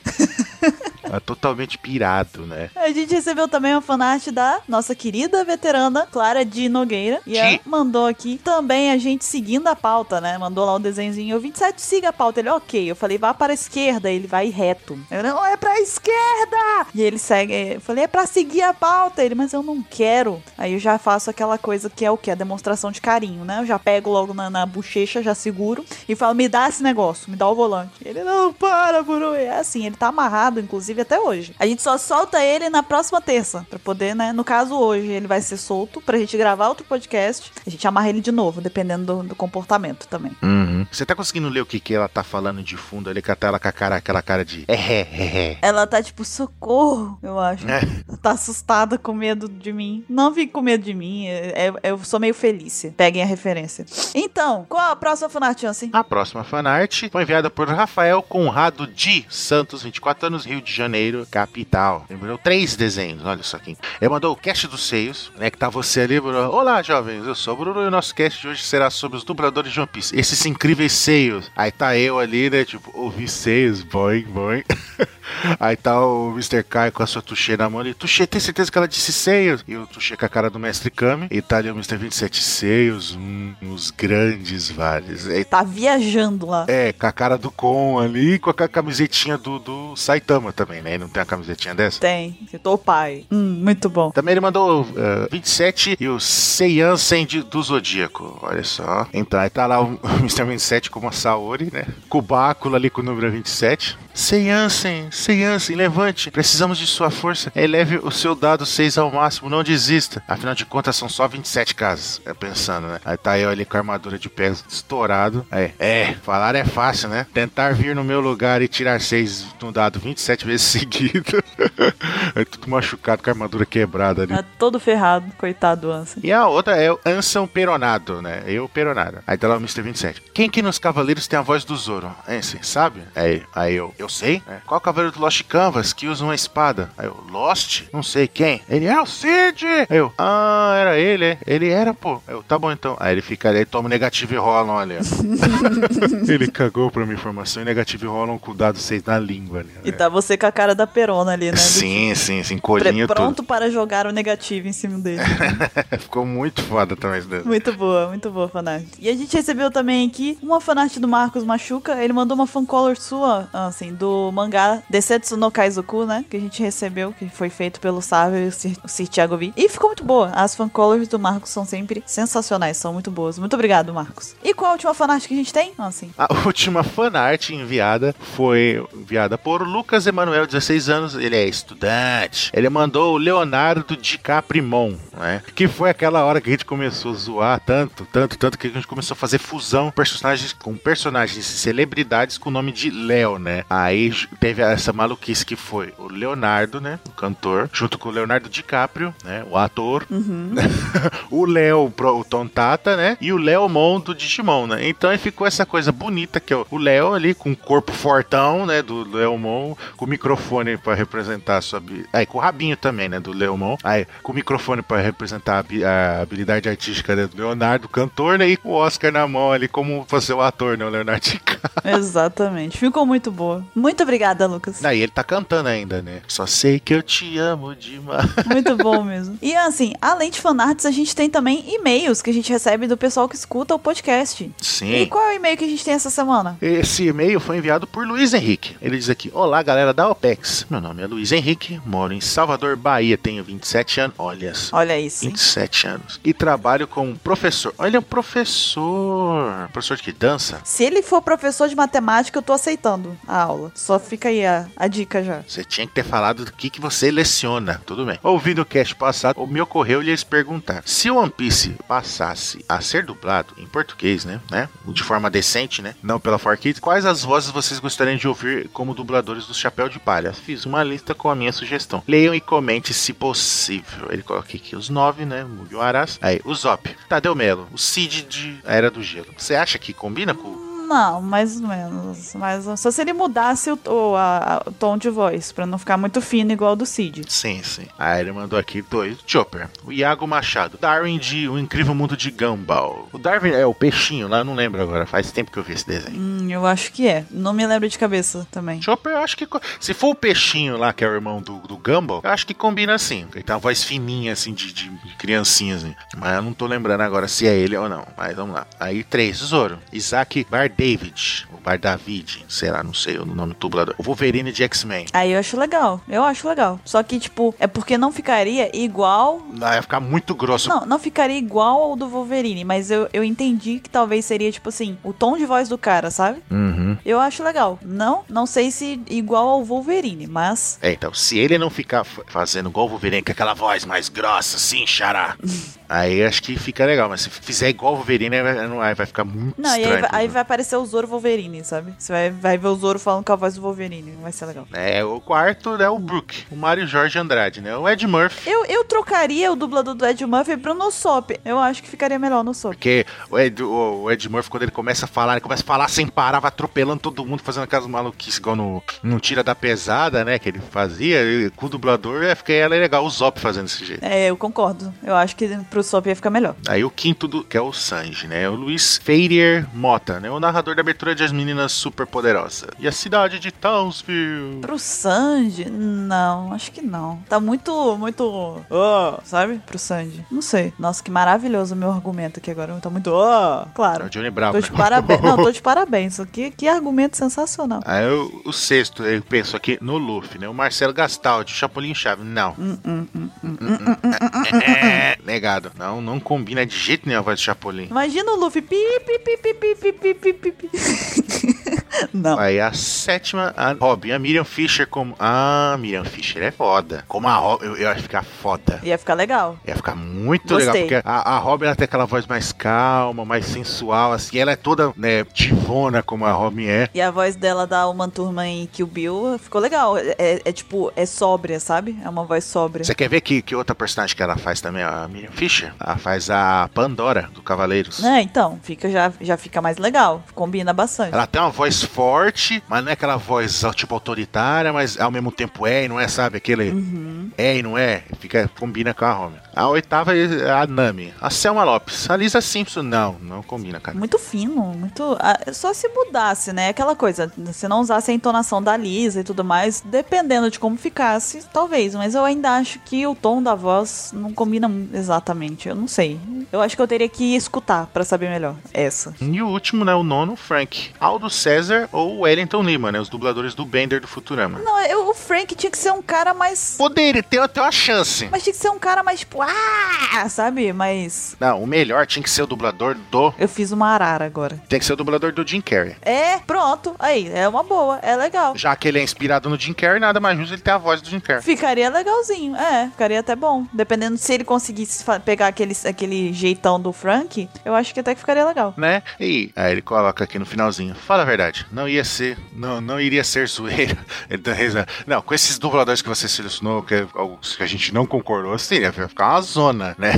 Speaker 3: É totalmente pirado, né?
Speaker 5: É, A gente recebeu também uma fanart da nossa querida veterana Clara de Nogueira. E ela
Speaker 3: Sim.
Speaker 5: mandou aqui também a gente seguindo a pauta, né? Mandou lá um desenhozinho. O 27 siga a pauta. Ele, ok. Eu falei, vá para a esquerda. Ele vai reto. Eu, não, é pra esquerda! E ele segue. Eu falei, é pra seguir a pauta. Ele, mas eu não quero. Aí eu já faço aquela coisa que é o quê? A demonstração de carinho, né? Eu já pego logo na, na bochecha, já seguro e falo, me dá esse negócio, me dá o volante. Ele, não, para, Bruno. É assim, ele tá amarrado, inclusive, até hoje. A gente só solta ele na próxima terça, pra poder, né? No caso, hoje, ele vai ser solto pra gente gravar outro podcast. A gente amarra ele de novo, dependendo do, do comportamento também.
Speaker 3: Você tá conseguindo ler o que, que ela tá falando de fundo ali, que ela tá ela com a cara, aquela cara de. É, é, é, é.
Speaker 5: Ela tá tipo, socorro, eu acho.
Speaker 3: É.
Speaker 5: Ela Tá assustada com medo de mim. Não fique com medo de mim, é- é- eu sou meio Felícia. Peguem a referência. Então, qual a próxima fanart, assim?
Speaker 3: A próxima fanart foi enviada por Rafael Conrado de Santos, 24 anos, Rio de Janeiro, capital. Lembrou três desenhos, olha só aqui. Ele mandou o cast dos seios, né? Que tá você ali, Bruno. Olá, jovens, eu sou o Bruno e o nosso cast de hoje será sobre os dubladores de One Piece. Esses incríveis seios. Aí tá eu ali, né? Tipo, ouvi seios, boing, boing. Aí tá o Mr. Kai com a sua Tuxê na mão ali. Tuxê, tem certeza que ela disse seios? E o Tuxê com a cara do Mestre Kami. E tá ali o Mr. 27 seios, hum, os grandes vales. É Aí
Speaker 5: Tá viajando lá.
Speaker 3: é, com a cara do Kon ali e com a camisetinha do, do Saitama também, né? Ele não tem uma camisetinha dessa?
Speaker 5: Tem, citou o pai. Hum, muito bom.
Speaker 3: Também ele mandou eh, 27 e o Seiyan Sendi do Zodíaco. Olha só. Então, aí tá lá o Mr. 27 com uma Saori, né? Com o báculo ali com o número 27. Seiyansen, Seiyansen, levante. Precisamos de sua força. Eleve o seu dado 6 ao máximo. Não desista. Afinal de contas, são só 27 casas. É pensando, né? Aí tá eu ali com a armadura de pés estourado. Aí, é, falar é fácil, né? Tentar vir no meu lugar e tirar 6 no dado 27 vezes seguido. é tudo machucado com a armadura quebrada ali.
Speaker 5: Tá todo ferrado, coitado do Ansem.
Speaker 3: E a outra é o Anson Peronado, né? Eu Peronado. Aí tá lá o Mr. 27. Quem que nos Cavaleiros tem a voz do Zoro? É Esse, sabe? Aí, aí eu, eu sei. É. Qual Cavaleiro do Lost Canvas que usa uma espada? Aí eu, Lost? Não sei quem. Ele é o Cid! Aí eu, ah, era ele, é? Ele era, pô. Aí eu, tá bom então. Aí ele fica ali, aí toma o negativo e rola, olha. ele cagou pra minha informação e negativo e rolam com o dado 6 na língua, né?
Speaker 5: E tá você com a cara da perona ali, né? Do
Speaker 3: Sim, sim, sim,
Speaker 5: tipo, pre-
Speaker 3: colinho tudo.
Speaker 5: pronto para jogar o negativo em cima dele.
Speaker 3: Ficou muito foda também isso daí.
Speaker 5: muito boa, muito boa fanart. E a gente recebeu também aqui uma fanart do Marcos Machuca. Ele mandou uma fancolor sua, assim, do mangá Desetsu no Kaizoku, né? Que a gente recebeu, que foi feito pelo Sávio e o Sir- o Sir Thiago Vi. E ficou muito boa. As fancolors do Marcos são sempre sensacionais, são muito boas. Muito obrigado, Marcos. E qual a última fanart que a gente tem? Assim,
Speaker 3: A última fanart enviada foi enviada por Lucas Emanuel, 16 anos, ele ele é estudante. Ele mandou o Leonardo DiCaprimon, né? Que foi aquela hora que a gente começou a zoar tanto, tanto, tanto, que a gente começou a fazer fusão personagens com personagens celebridades com o nome de Léo, né? Aí j- teve essa maluquice que foi o Leonardo, né? O cantor, junto com o Leonardo DiCaprio, né? O ator, o Léo, pro- o Tom Tata, né? E o Léo Mon do Digimon, né? Então aí ficou essa coisa bonita que é o- o Léo ali com o corpo fortão, né? Do Léo Mon, com o microfone pra representar a sua. habi- Aí com o rabinho também, né? Do Léo Mon. Aí com o microfone pra representar a habi- a habilidade artística né, do Leonardo, cantor, né? E com o Oscar na mão ali, como fazer o ator, né? O Leonardo DiCaprio.
Speaker 5: Exatamente. Ficou muito boa. Muito obrigada, Lucas.
Speaker 3: Aí ele tá cantando ainda, né? Só sei que eu te amo demais.
Speaker 5: Muito bom mesmo. E assim, além de fanarts, a gente tem também e-mails que a gente recebe do pessoal que escuta o podcast. E
Speaker 3: Sim.
Speaker 5: qual é o e-mail que a gente tem essa semana?
Speaker 3: Esse e-mail foi enviado por Luiz Henrique. Ele diz aqui: Olá, galera da OPEX. Meu nome é Luiz Henrique, moro em Salvador, Bahia, tenho 27 anos. Olha só.
Speaker 5: Olha isso. hein?
Speaker 3: 27 anos. E trabalho como professor. Olha, um professor. Professor de que dança?
Speaker 5: Se ele for professor de matemática, eu tô aceitando a aula. Só fica aí a, a dica já.
Speaker 3: Você tinha que ter falado do que, que você leciona. Tudo bem. Ouvindo o cast passado, me ocorreu lhes perguntar: se o One Piece passasse a ser dublado em português, né? né de forma decente, né? Não pela Forkid, quais as vozes vocês gostariam de ouvir como dubladores do Chapéu de Palha? Fiz uma lista com a minha sugestão. Leiam e comente se possível. Ele coloca aqui os nove, né? Mugiu Arás. Aí, o Zop, Tadeu Melo, o Cid de Era do Gelo. Você acha que combina com o
Speaker 5: Não, mais ou menos. Mais ou- Só se ele mudasse o, o, a- a- o tom de voz, pra não ficar muito fino igual o do Cid.
Speaker 3: Sim, sim. Aí ele mandou aqui dois. Chopper. O Iago Machado. Darwin de O Incrível Mundo de Gumball. O Darwin é o peixinho lá, não lembro agora. Faz tempo que eu vi esse desenho.
Speaker 5: Hum, eu acho que é. Não me lembro de cabeça também.
Speaker 3: Chopper, eu acho que. co- Se for o peixinho lá, que é o irmão do, do Gumball, eu acho que combina assim. Ele tem uma voz fininha, assim, de, de criancinha, assim. Mas eu não tô lembrando agora se é ele ou não. Mas vamos lá. Aí três, Zoro. Isaac Bar David. O Bar David, sei lá, não sei o nome do dublador. O Wolverine de X-Men.
Speaker 5: Aí eu acho legal. Eu acho legal. Só que, tipo, é porque não ficaria igual
Speaker 3: Lá Ia ficar muito grosso.
Speaker 5: Não, não ficaria igual ao do Wolverine, mas eu, eu entendi que talvez seria, tipo assim, o tom de voz do cara, sabe?
Speaker 3: Uhum.
Speaker 5: Eu acho legal. Não, não sei se igual ao Wolverine, mas.
Speaker 3: É, então, se ele não ficar fa- fazendo igual o Wolverine, com aquela voz mais grossa, assim, xará, aí eu acho que fica legal. Mas se fizer igual o Wolverine, aí vai, não- aí vai ficar muito
Speaker 5: Não, e aí,
Speaker 3: estranho. né?
Speaker 5: vai- aí vai aparecer o Zoro Wolverine, sabe? Você vai, vai ver o Zoro falando com a voz do Wolverine, vai ser legal.
Speaker 3: É, o quarto é o Brook, o Mário Jorge Andrade, né? O Ed Murphy.
Speaker 5: Eu, eu trocaria o dublador do Ed Murphy pro Nosop. Eu acho que ficaria melhor no Sop.
Speaker 3: Porque o Ed, o- o Ed Murphy, quando ele começa a falar, ele começa a falar sem parar, vai atropelando todo mundo, fazendo aquelas maluquices igual no, no Tira da Pesada, né? Que ele fazia, e com o dublador, é, fica ela é legal, o Zop fazendo desse jeito.
Speaker 5: É, eu concordo. Eu acho que pro Sop ia ficar melhor.
Speaker 3: Aí o quinto do, que é o Sanji, né? O Luiz Feirier Mota, né? O narrador da abertura de As Meninas Superpoderosas. E a cidade de Townsville.
Speaker 5: Pro Sanji? Não, acho que não. Tá muito, muito. ah, sabe? Pro Sanji. Não sei. Nossa, que maravilhoso o meu argumento aqui agora. Tá muito. ah,
Speaker 3: É o
Speaker 5: claro.
Speaker 3: Johnny
Speaker 5: Tô
Speaker 3: Bravo,
Speaker 5: de
Speaker 3: né?
Speaker 5: parabéns. Não, tô de parabéns. Isso aqui, que argumento sensacional.
Speaker 3: Aí o, o sexto, eu penso aqui no Luffy, né? O Marcelo Gastaldi, o Chapolin Chave. Não.
Speaker 5: Hum,
Speaker 3: Hum, É, negado. Não, não combina de jeito nenhum a voz do Chapolin.
Speaker 5: Imagina o Luffy. Pi, pi, pi, pi, pi, pi, pi, pi, pi, pi. Não.
Speaker 3: Aí a sétima, a Robin, a Miriam Fisher como... Ah, Miriam Fisher é foda. Como a Robin, eu, eu acho que fica foda.
Speaker 5: Ia ficar legal.
Speaker 3: Ia ficar muito
Speaker 5: Gostei.
Speaker 3: legal, porque a, a Robin ela tem aquela voz mais calma, mais sensual, assim, ela é toda, né, divona como a Robin é.
Speaker 5: E a voz dela da uma turma em Kill Bill ficou legal. É, é- é tipo, é sóbria, sabe? É uma voz sóbria.
Speaker 3: Você quer ver que, que outra personagem que ela faz também, a Miriam Fisher? Ela faz a Pandora, do Cavaleiros.
Speaker 5: É, então, fica, já, já fica mais legal. Combina bastante.
Speaker 3: Ela tem uma voz forte, mas não é aquela voz, ó, tipo, autoritária, mas ao mesmo tempo é e não é, sabe? Aquele
Speaker 5: Uhum.
Speaker 3: é e não é, fica, combina com a Robin. A oitava é a Nami, a Selma Lopes, a Lisa Simpson, não, não combina, cara.
Speaker 5: Muito fino, muito. ah, Só se mudasse, né? Aquela coisa, se não usasse a entonação da Lisa e tudo mais, dependendo de como ficasse, talvez. Mas eu ainda acho que o tom da voz não combina mu- exatamente. Eu não sei. Eu acho que eu teria que escutar pra saber melhor. Essa.
Speaker 3: E o último, né? O nono, Frank. Aldo César ou Wellington Lima, né? Os dubladores do Bender do Futurama.
Speaker 5: Não, é, eu, o Frank tinha que ser um cara mais.
Speaker 3: Poderia ter até uma chance.
Speaker 5: Mas tinha que ser um cara mais tipo. Ah! Sabe? Mas.
Speaker 3: Não, o melhor tinha que ser o dublador do.
Speaker 5: Eu fiz uma arara agora.
Speaker 3: Tem que ser o dublador do Jim Carrey.
Speaker 5: É, pronto. Aí, é uma boa. É legal.
Speaker 3: Já que ele é inspirado no Jim Carrey, nada mais justo ele ter a voz do Jim Carrey.
Speaker 5: Ficaria legalzinho, é, ficaria até bom. Dependendo se ele conseguisse fa- pegar aquele, aquele jeitão do Frank, eu acho que até que ficaria legal.
Speaker 3: né? E aí ele coloca aqui no finalzinho. Fala a verdade, não ia ser, não, não iria ser zoeira. Ele tá rezando. Não, com esses dubladores que você selecionou, que, é algo que a gente não concordou, assim, ia ficar uma zona, né?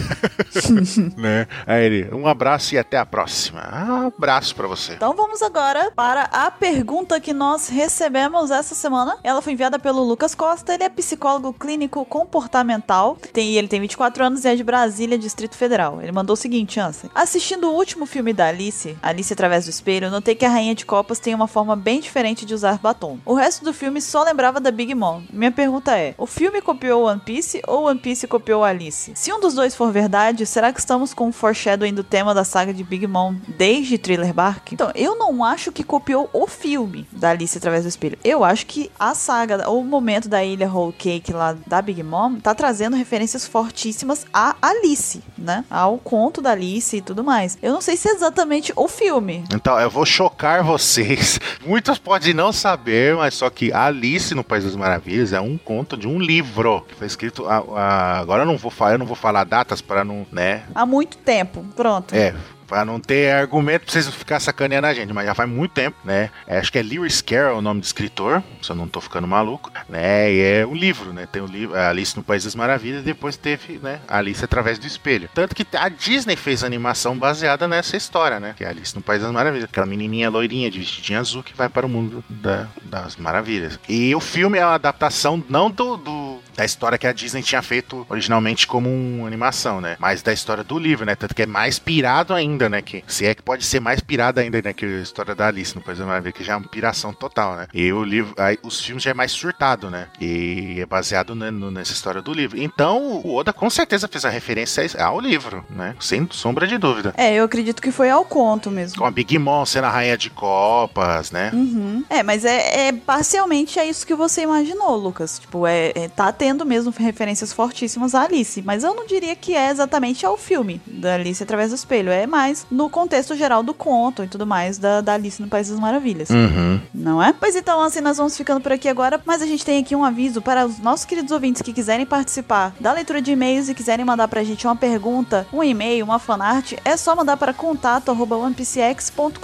Speaker 3: né? Aí ele, um abraço e até a próxima. Ah, um abraço pra você.
Speaker 5: Então vamos agora para a pergunta que nós recebemos essa semana. Ela foi enviada pelo Lucas Costa, ele é psicólogo clínico comportamental, tem, ele tem 24 anos e é de Brasília, Distrito Federal. Ele mandou o seguinte, Ansem. Assistindo o último filme da Alice, Alice através do espelho, notei que a Rainha de Copas tem uma forma bem diferente de usar batom. O resto do filme só lembrava da Big Mom. Minha pergunta é, o filme copiou One Piece ou One Piece copiou Alice? Se um dos dois for verdade, será que estamos com um foreshadowing do tema da saga de Big Mom desde Thriller Bark? Então, eu não acho que copiou o filme da Alice através do espelho. Eu acho que a saga, o momento da ilha Whole Cake lá da Big Mom, tá trazendo referências fortíssimas a Alice, né? Ao conto da Alice e tudo mais. Eu não sei se é exatamente o filme.
Speaker 3: Então, eu vou chocar vocês. Muitos podem não saber, mas só que Alice no País das Maravilhas é um conto de um livro que foi escrito. a- a- agora eu não vou falar, eu não vou falar datas para não, né?
Speaker 5: Há muito tempo. Pronto.
Speaker 3: É, pra não ter argumento pra vocês não ficarem sacaneando a gente, mas já faz muito tempo, né? É, acho que é Lewis Carroll o nome do escritor, se eu não tô ficando maluco, né? E é um livro, né? Tem o livro é Alice no País das Maravilhas, e depois teve, né? Alice através do espelho. Tanto que a Disney fez animação baseada nessa história, né? Que é Alice no País das Maravilhas, aquela menininha loirinha de vestidinho azul que vai para o mundo da- das maravilhas. E o filme é uma adaptação não do- do da história que a Disney tinha feito originalmente como uma animação, né? Mas da história do livro, né? Tanto que é mais pirado ainda, né? Que, se é que pode ser mais pirado ainda, né? Que a história da Alice no País da Maravilha, que já é uma piração total, né? E o livro, aí, os filmes já é mais surtado, né? E é baseado né, no- nessa história do livro. Então, o Oda com certeza fez a referência ao livro, né? Sem sombra de dúvida.
Speaker 5: É, eu acredito que foi ao conto mesmo.
Speaker 3: Com a Big Mom sendo a rainha de copas, né?
Speaker 5: Uhum. É, mas é, é parcialmente é isso que você imaginou, Lucas. Tipo, é, é- tá tendo mesmo referências fortíssimas à Alice, mas eu não diria que é exatamente ao filme da Alice através do espelho. É mais no contexto geral do conto e tudo mais da, da Alice no País das Maravilhas.
Speaker 3: Uhum.
Speaker 5: Não é? Pois então, assim, nós vamos ficando por aqui agora, mas a gente tem aqui um aviso para os nossos queridos ouvintes que quiserem participar da leitura de e-mails e quiserem mandar pra gente uma pergunta, um e-mail, uma fanart, é só mandar para contato.onepcx.com.br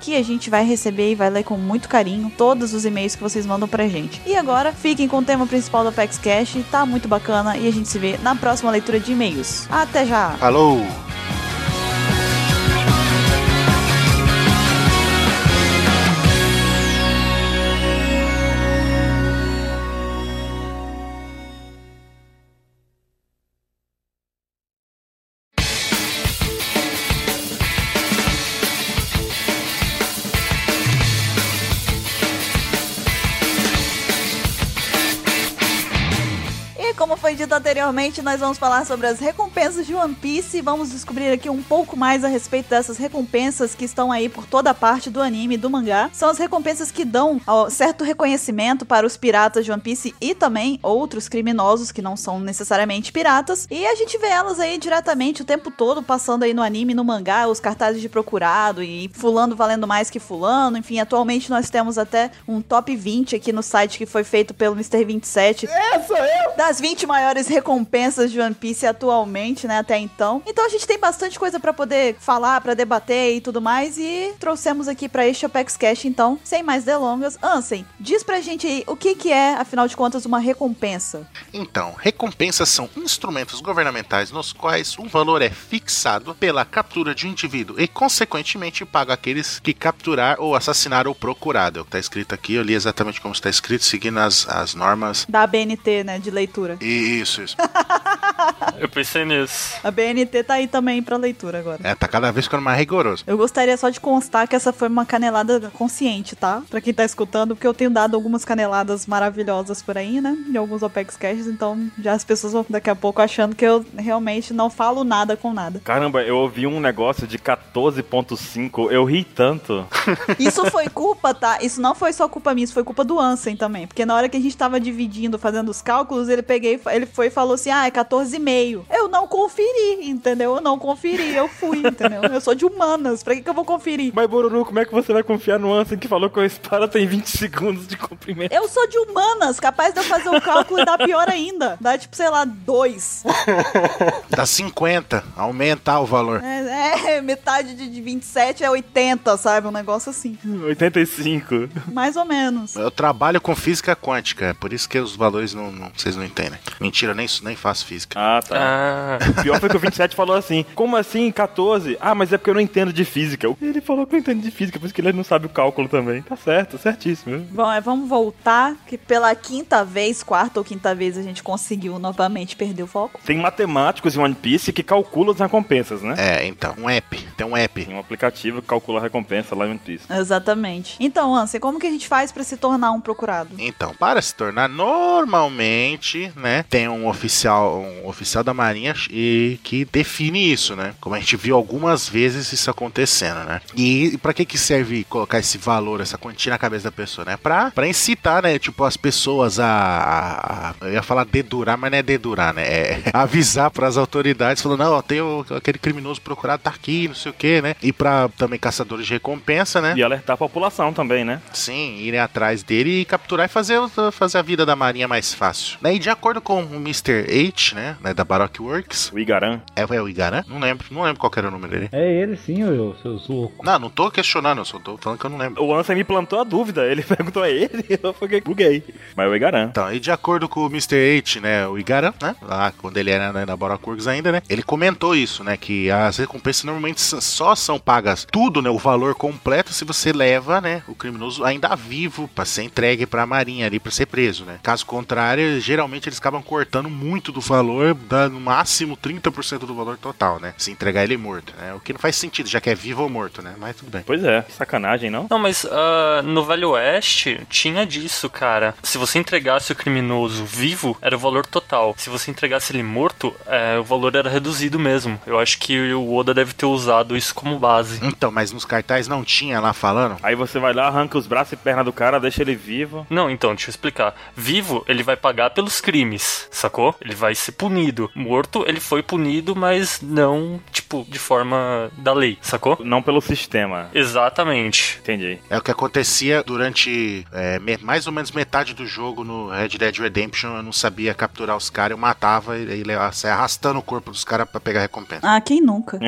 Speaker 5: que a gente vai receber e vai ler com muito carinho todos os e-mails que vocês mandam pra gente. E agora, fiquem com o tema principal do Apex Cash, tá muito bacana e a gente se vê na próxima leitura de e-mails. Até já!
Speaker 3: Falou!
Speaker 5: E como foi dito anteriormente, nós vamos falar sobre as recompensas de One Piece e vamos descobrir aqui um pouco mais a respeito dessas recompensas que estão aí por toda a parte do anime e do mangá. São as recompensas que dão ó, certo reconhecimento para os piratas de One Piece e também outros criminosos que não são necessariamente piratas. E a gente vê elas aí diretamente o tempo todo passando aí no anime, no mangá, os cartazes de procurado e fulano valendo mais que fulano. Enfim, atualmente nós temos até um top 20 aqui no site que foi feito pelo Mr. 27 das 20 maiores recompensas de One Piece atualmente, né, até então. Então a gente tem bastante coisa pra poder falar, pra debater e tudo mais e trouxemos aqui pra este Apex Cash, então, sem mais delongas, Ansem, diz pra gente aí o que que é, afinal de contas, uma recompensa.
Speaker 3: Então, recompensas são instrumentos governamentais nos quais um valor é fixado pela captura de um indivíduo e, consequentemente, paga aqueles que capturar ou assassinar o procurado. É o que está escrito aqui, eu li exatamente como está escrito, seguindo as, as normas.
Speaker 5: Da BNT, né, de leitura.
Speaker 3: Isso, isso.
Speaker 4: Eu pensei nisso.
Speaker 5: A BNT tá aí também pra leitura agora.
Speaker 3: É, tá cada vez ficando mais rigoroso.
Speaker 5: Eu gostaria só de constar que essa foi uma canelada consciente, tá? Pra quem tá escutando, porque eu tenho dado algumas caneladas maravilhosas por aí, né? Em alguns OPEX Caches, então já as pessoas vão daqui a pouco achando que eu realmente não falo nada com nada.
Speaker 2: Caramba, eu ouvi um negócio de 14.5, eu ri tanto.
Speaker 5: Isso foi culpa, tá? Isso não foi só culpa minha, isso foi culpa do Ansem também. Porque na hora que a gente tava dividindo, fazendo os cálculos, ele peguei, ele foi e falou assim: ah, é 14,5. Eu não conferi, entendeu? Eu não conferi, eu fui, entendeu? Eu sou de humanas, pra que, que eu vou conferir?
Speaker 2: Mas, Boruru, como é que você vai confiar no Ansem que falou que a espada tem 20 segundos de comprimento?
Speaker 5: Eu sou de humanas, capaz de eu fazer o cálculo e dar pior ainda. Dá tipo, sei lá, dois.
Speaker 3: Dá 50, aumentar o valor.
Speaker 5: É, é, metade de de 27 é 80, sabe? Um negócio assim.
Speaker 2: 85.
Speaker 5: Mais ou menos.
Speaker 3: Eu trabalho com física quântica, é por isso que os valores não, não- vocês não entendem. Mentira, eu nem, nem faço física.
Speaker 2: Ah, tá.
Speaker 4: Ah,
Speaker 2: Pior foi que o 27 falou assim: Como assim 14? Ah, mas é porque eu não entendo de física. Ele falou que não entende de física, por isso que ele não sabe o cálculo também. Tá certo, certíssimo.
Speaker 5: Bom, é, vamos voltar, que pela quinta vez, quarta ou quinta vez, a gente conseguiu novamente perder o foco.
Speaker 2: Tem matemáticos em One Piece que calculam as recompensas, né?
Speaker 3: É, então, um app. Tem um app.
Speaker 2: Tem um aplicativo que calcula a recompensa lá em One Piece.
Speaker 5: Exatamente. Então, Ansem, como que a gente faz pra se tornar um procurado?
Speaker 3: Então, para se tornar normalmente, né, tem um oficial, um oficial da Marinha e que define isso, né? Como a gente viu algumas vezes isso acontecendo, né? E para que que serve colocar esse valor, essa quantia na cabeça da pessoa, né? Para para incitar, né, tipo as pessoas a, a- a- eu ia falar dedurar, mas não é dedurar, né? É avisar para as autoridades falando, não, ó, tem o- aquele criminoso procurado tá aqui, não sei o quê, né? E para também caçadores de recompensa, né?
Speaker 2: E alertar a população também, né?
Speaker 3: Sim, irem atrás dele e capturar e fazer, o- fazer a vida da marinha mais fácil. Né, E de acordo com o Mr. H, né, né, da Baroque Works,
Speaker 2: O Igaran.
Speaker 3: é, é o Igaran? Não lembro, não lembro qual que era o número dele.
Speaker 1: É ele sim, eu, seu louco.
Speaker 3: Não, não tô questionando, eu só tô falando que eu não lembro.
Speaker 2: O Ansem me plantou a dúvida. Ele perguntou a ele eu fiquei buguei. Mas é o Igaran.
Speaker 3: Então, e de acordo com o Mr. H, né, o Igaran, né, lá quando ele era né, na Baroque Works ainda, né, ele comentou isso, né, que as recompensas normalmente s- só são pagas tudo, né, o valor completo se você leva, né, o criminoso ainda vivo pra ser entregue pra marinha ali pra ser preso, né. Caso contrário, geralmente eles acabam cortando muito do valor, dá no máximo 30% do valor total, né, se entregar ele morto, né, o que não faz sentido, já que é vivo ou morto, né, mas tudo bem.
Speaker 2: Pois é, que sacanagem, não?
Speaker 4: não, mas ah, no Velho Oeste tinha disso, cara. Se você entregasse o criminoso vivo, era o valor total. Se você entregasse ele morto, é, o valor era reduzido mesmo. Eu acho que o Oda deve ter usado isso como base.
Speaker 3: Então, mas nos cartazes não tinha lá falando?
Speaker 2: Aí você vai lá, arranca os braços e pernas do cara, deixa ele vivo.
Speaker 4: Não, então, deixa eu explicar. Vivo, ele vai pagar pelos crimes, sacou? Ele vai ser punido. Morto, ele foi punido, mas não, tipo, de forma da lei, sacou?
Speaker 2: Não pelo sistema.
Speaker 4: Exatamente.
Speaker 2: Entendi.
Speaker 3: É o que acontecia durante é, me- mais ou menos metade do jogo no Red Dead Redemption. Eu não sabia capturar os caras, eu matava e, e leva- saia arrastando o corpo dos caras pra pegar recompensa.
Speaker 5: Ah, quem nunca?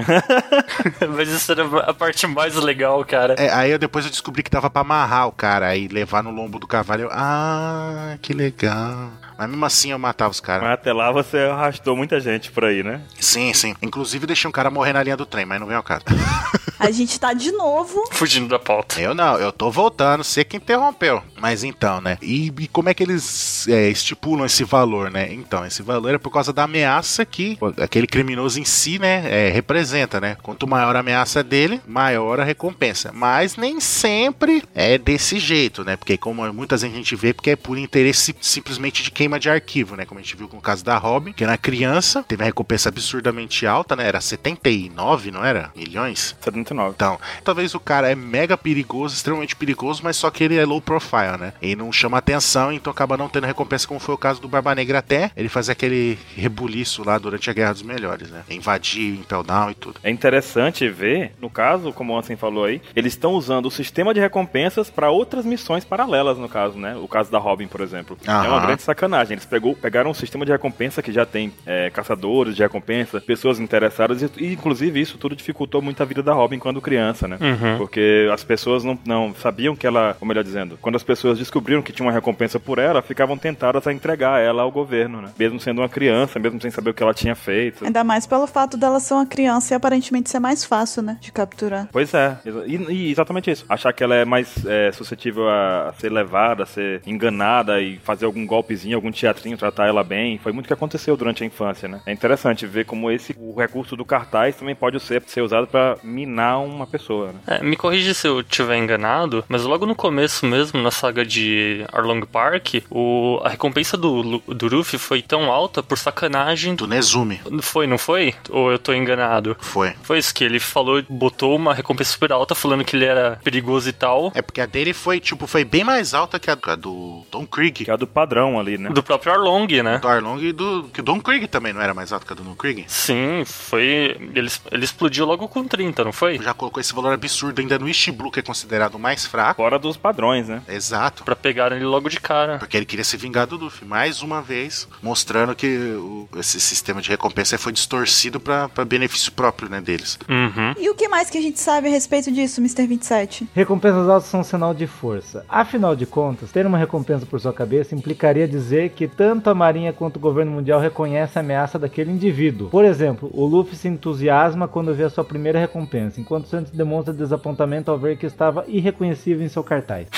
Speaker 4: mas isso era a parte mais legal, cara.
Speaker 3: É, aí eu, depois eu descobri que dava pra amarrar o cara aí levar no lombo do cavalo. Eu, ah, que legal. Mas mesmo assim eu matava os caras.
Speaker 2: Mas até lá você arrastou muita gente por aí, né?
Speaker 3: Sim, sim. Inclusive deixei um cara morrer na linha do trem, mas não vem ao caso.
Speaker 5: A gente tá de novo.
Speaker 4: Fugindo da pauta.
Speaker 3: Eu não, eu tô voltando, você que interrompeu. Mas então, né? E, e como é que eles é, estipulam esse valor, né? Então, esse valor é por causa da ameaça que o- aquele criminoso em si, né, é, representa, né? Quanto maior a ameaça dele, maior a recompensa. Mas nem sempre é desse jeito, né? Porque como muitas vezes a gente vê, porque é por interesse simplesmente de queima de arquivo, né? Como a gente viu com o caso da Robin, que na criança teve a recompensa absurdamente alta, né? Era 79, não era? Milhões?
Speaker 2: 79.
Speaker 3: Então, talvez o cara é mega perigoso, extremamente perigoso, mas só que ele é low profile, né? Ele não chama atenção, então acaba não tendo recompensa, como foi o caso do Barba Negra até ele fazer aquele rebuliço lá durante a Guerra dos Melhores, né? Invadir Impel Down e tudo.
Speaker 2: É interessante ver, no caso, como o Ansem falou aí, eles estão usando o sistema de recompensas para outras missões paralelas, no caso, né? O caso da Robin, por exemplo. É uma
Speaker 3: Aham.
Speaker 2: grande sacanagem. Eles pegou- pegaram um sistema de recompensa que já tem é, caçadores de recompensa, pessoas interessadas, e, e, inclusive isso tudo dificultou muito a vida da Robin, Disney quando criança, né?
Speaker 4: Uhum.
Speaker 2: Porque as pessoas não, não sabiam que ela, ou melhor dizendo, quando as pessoas descobriram que tinha uma recompensa por ela, ficavam tentadas a entregar ela ao governo, né? Mesmo sendo uma criança, mesmo sem saber o que ela tinha feito.
Speaker 5: Ainda mais pelo fato dela ser uma criança e aparentemente ser mais fácil, né? De capturar.
Speaker 2: Pois é, exa- e, e exatamente isso. Achar que ela é mais é, suscetível a ser levada, a ser enganada e fazer algum golpezinho, algum teatrinho, tratar ela bem. Foi muito o que aconteceu durante a infância, né? É interessante ver como esse o recurso do cartaz também pode ser, ser usado pra minar uma pessoa, né?
Speaker 4: É, me corrija se eu tiver enganado, mas logo no começo mesmo, na saga de Arlong Park, o, a recompensa do, Lu- do Luffy foi tão alta por sacanagem.
Speaker 3: Do Nezumi.
Speaker 4: Foi, não foi? Ou eu tô enganado?
Speaker 3: Foi.
Speaker 4: Foi isso que ele falou, botou uma recompensa super alta falando que ele era perigoso e tal,
Speaker 3: É porque a dele foi, tipo, foi bem mais alta que a, a do Don Krieg.
Speaker 2: Que é o do padrão ali, né?
Speaker 4: do próprio Arlong, né?
Speaker 3: Do Arlong e do. Que o Don Krieg também não era mais alto que a do Don Krieg.
Speaker 4: Sim, foi. Ele, ele explodiu logo com 30, não foi?
Speaker 3: Já colocou esse valor absurdo ainda no Ishiblu, que é considerado o mais fraco.
Speaker 2: Fora dos padrões, né?
Speaker 3: Exato.
Speaker 4: Pra pegar ele logo de cara.
Speaker 3: Porque ele queria se vingar do Luffy, mais uma vez, mostrando que o- esse sistema de recompensa foi distorcido pra pra benefício próprio né, deles.
Speaker 4: Uhum.
Speaker 5: E o que mais que a gente sabe a respeito disso, Mr. 27?
Speaker 1: Recompensas altas são um sinal de força. Afinal de contas, ter uma recompensa por sua cabeça implicaria dizer que tanto a Marinha quanto o governo mundial reconhecem a ameaça daquele indivíduo. Por exemplo, o Luffy se entusiasma quando vê a sua primeira recompensa, enquanto Santos demonstra desapontamento ao ver que estava irreconhecível em seu cartaz.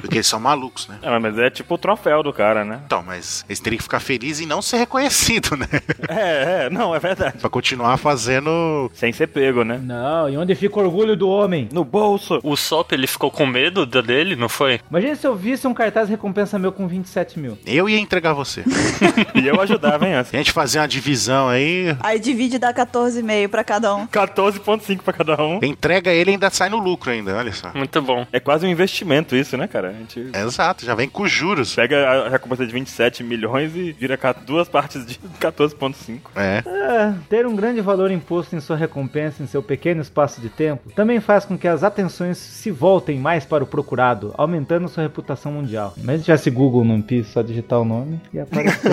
Speaker 3: Porque eles são malucos, né?
Speaker 2: É, mas é tipo o troféu do cara, né?
Speaker 3: Então, mas eles teriam que ficar felizes em não ser reconhecido, né?
Speaker 2: É, é, não, é verdade.
Speaker 3: pra continuar fazendo.
Speaker 2: Sem ser pego, né?
Speaker 1: Não, e onde fica o orgulho do homem?
Speaker 2: No bolso.
Speaker 4: O Sop, ele ficou com medo da- dele, não foi?
Speaker 1: Imagina se eu visse um cartaz recompensa meu com 27 mil.
Speaker 3: Eu ia entregar você.
Speaker 2: E eu ajudava, hein, assim. Anson?
Speaker 3: Se a gente fazer uma divisão aí,
Speaker 5: Aí divide e dá 14,5 pra cada um.
Speaker 2: 14,5 pra cada um.
Speaker 3: entrega ele e ainda sai no lucro ainda, olha só.
Speaker 4: Muito bom.
Speaker 2: É quase um investimento isso, né, cara? A gente
Speaker 3: Exato, já vem com juros.
Speaker 2: pega a recompensa de 27 milhões e vira ca- duas partes de 14,5.
Speaker 3: É.
Speaker 1: É, ter um grande valor imposto em sua recompensa em seu pequeno espaço de tempo também faz com que as atenções se voltem mais para o procurado, aumentando sua reputação mundial. Mas se tivesse Google no One Piece, só digitar o nome e apareceu.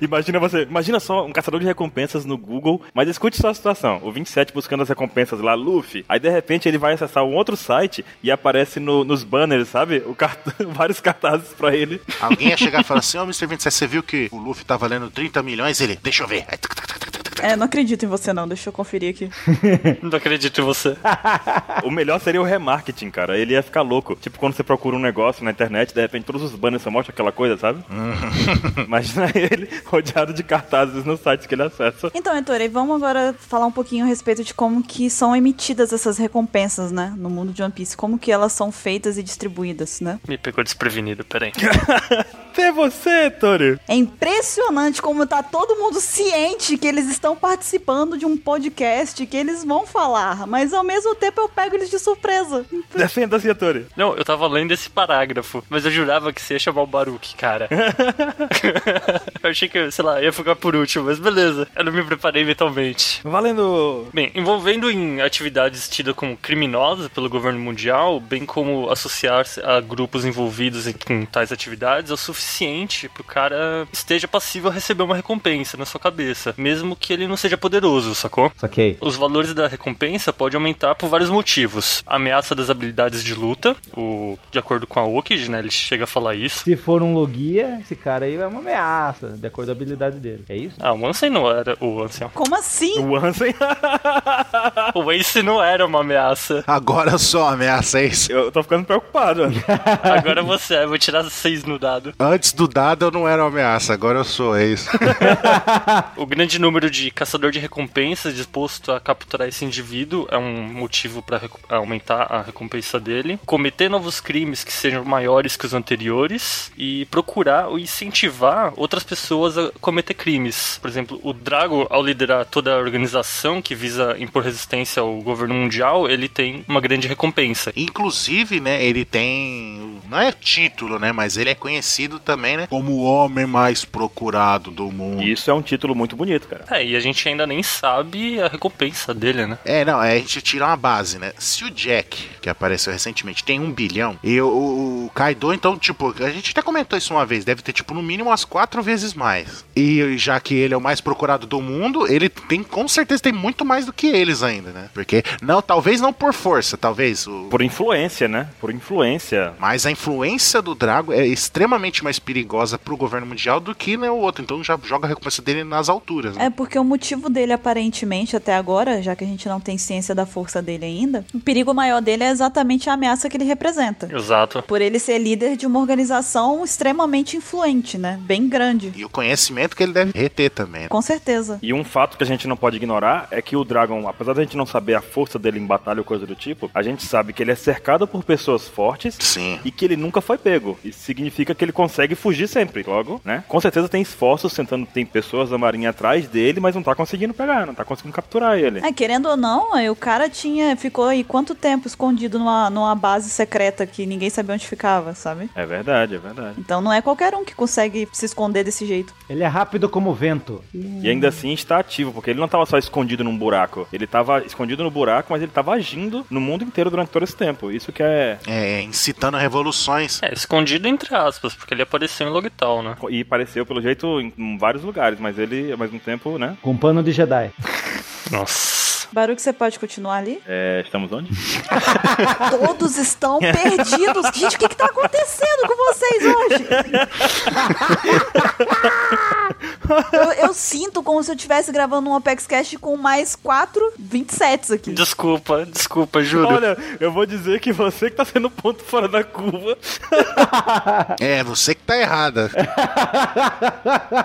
Speaker 2: Imagina você, imagina só um caçador de recompensas no Google, mas escute só a situação. O 27 buscando as recompensas lá, Luffy. Aí de repente ele vai acessar um outro site e aparece no- nos banners, sabe? O cart... vários cartazes pra ele.
Speaker 3: Alguém ia chegar e falar assim: Ô, Mr. 27, você viu que o Luffy tá valendo 30 milhões? Ele, deixa eu ver. Aí, tuc, tuc, tuc, tuc, tuc, tuc.
Speaker 5: É, não acredito em você não, deixa eu conferir aqui.
Speaker 4: Não acredito em você.
Speaker 2: O melhor seria o remarketing, cara. Ele ia ficar louco. Tipo quando você procura um negócio na internet, de repente todos os banners só mostram aquela coisa, sabe? Imagina ele rodeado de cartazes nos sites que ele acessa.
Speaker 5: Então, Heitorei, vamos agora falar um pouquinho a respeito de como que são emitidas essas recompensas, né? No mundo de One Piece. Como que elas são feitas e distribuídas, né?
Speaker 4: Me pegou desprevenido, peraí.
Speaker 2: Até você, Tori!
Speaker 5: É impressionante como tá todo mundo ciente que eles estão participando de um podcast que eles vão falar, mas ao mesmo tempo eu pego eles de surpresa.
Speaker 2: Defenda-se, Tori!
Speaker 4: Não, eu tava lendo esse parágrafo, mas eu jurava que você ia chamar o Baruque, cara. eu achei que, sei lá, ia ficar por último, mas beleza. Eu não me preparei mentalmente.
Speaker 2: Valendo!
Speaker 4: Bem, envolvendo em atividades tidas como criminosas pelo governo mundial, bem como associar-se a grupos envolvidos em, em tais atividades, é o suficiente para o cara esteja passível a receber uma recompensa na sua cabeça, mesmo que ele não seja poderoso, sacou?
Speaker 1: Saquei.
Speaker 4: Os valores da recompensa podem aumentar por vários motivos. A ameaça das habilidades de luta, o, de acordo com a Okid, né? Ele chega a falar isso.
Speaker 1: Se for um Logia, esse cara aí é uma ameaça, de acordo com a habilidade dele. É isso?
Speaker 4: Ah, o Ansem não era. O Ansem.
Speaker 5: Como assim?
Speaker 2: O Ansem.
Speaker 4: O Ace não era uma ameaça.
Speaker 3: Agora só ameaça é isso.
Speaker 2: Eu tô ficando preocupado. né?
Speaker 4: Agora você é, vou tirar seis no dado.
Speaker 3: Antes do dado eu não era uma ameaça, agora eu sou, é isso.
Speaker 4: O grande número de caçador de recompensas disposto a capturar esse indivíduo é um motivo para aumentar a recompensa dele. Cometer novos crimes que sejam maiores que os anteriores e procurar ou incentivar outras pessoas a cometer crimes. Por exemplo, o Drago, ao liderar toda a organização que visa impor resistência ao governo mundial, ele tem uma grande recompensa.
Speaker 3: Inclusive, né, ele tem. Não é título, né? Mas ele é conhecido também, né? Como o homem mais procurado do mundo.
Speaker 2: Isso é um título muito bonito, cara.
Speaker 4: É, e E a gente ainda nem sabe a recompensa dele, né?
Speaker 3: É, não, é, a gente tira uma base, né? Se o Jack, que apareceu recentemente, tem um bilhão, e o, o Kaido, então, tipo, a gente até comentou isso uma vez, deve ter, tipo, no mínimo umas quatro vezes mais. E já que ele é o mais procurado do mundo, ele tem, com certeza, tem muito mais do que eles ainda, né? Porque, não, talvez não por força, talvez o...
Speaker 2: Por influência, né? Por influência.
Speaker 3: Mas a influência do Drago é extremamente mais perigosa pro governo mundial do que né, o outro. Então já joga a recompensa dele nas alturas. Né?
Speaker 5: É porque o motivo dele, aparentemente, até agora, já que a gente não tem ciência da força dele ainda, o perigo maior dele é exatamente a ameaça que ele representa.
Speaker 4: Exato.
Speaker 5: Por ele ser líder de uma organização extremamente influente, né? Bem grande.
Speaker 3: E o conhecimento que ele deve reter também. né?
Speaker 5: Com certeza.
Speaker 2: E um fato que a gente não pode ignorar é que o Dragon, apesar da gente não saber a força dele em batalha ou coisa do tipo, a gente sabe que ele é cercado por pessoas fortes
Speaker 3: Sim.
Speaker 2: e que ele nunca foi pego. Isso significa que ele consegue fugir sempre, logo, né? Com certeza tem esforços tentando, tem pessoas da marinha atrás dele, mas não tá conseguindo pegar, não tá conseguindo capturar ele.
Speaker 5: É, querendo ou não, aí o cara tinha. Ficou aí quanto tempo escondido numa, numa base secreta que ninguém sabia onde ficava, sabe?
Speaker 2: É verdade, é verdade.
Speaker 5: Então não é qualquer um que consegue se esconder desse jeito.
Speaker 1: Ele é rápido como o vento.
Speaker 2: E ainda assim está ativo, porque ele não tava só escondido num buraco. Ele tava escondido no buraco, mas ele tava agindo no mundo inteiro durante todo esse tempo. Isso que é.
Speaker 3: É, incitando revoluções.
Speaker 4: É, escondido entre aspas, porque ele apareceu em Logital, né?
Speaker 2: E pareceu, pelo jeito, em- em vários lugares, mas ele, ao mesmo tempo, né?
Speaker 1: Com pano de Jedi.
Speaker 4: Nossa.
Speaker 5: Baruque, você pode continuar ali?
Speaker 2: É, estamos onde?
Speaker 5: Todos estão perdidos. Gente, o que, que tá acontecendo com vocês hoje? Eu, eu sinto como se eu estivesse gravando um Apex Cash com mais quatro 27 aqui.
Speaker 4: Desculpa, desculpa, juro.
Speaker 2: Olha, eu vou dizer que você que tá sendo ponto fora da curva.
Speaker 3: É, você que tá errada.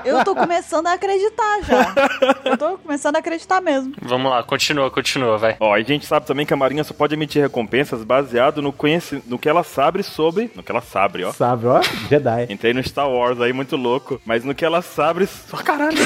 Speaker 5: Eu tô começando a acreditar já. Eu tô começando a acreditar mesmo.
Speaker 4: Vamos lá, continua, continua, vai.
Speaker 2: Ó, e a gente sabe também que a Marinha só pode emitir recompensas baseado no, conheci... no que ela sabe sobre. No que ela sabe, ó.
Speaker 1: Sabe, ó? Jedi.
Speaker 2: Entrei no Star Wars aí, muito louco. Mas no que ela sabe. Só caralho!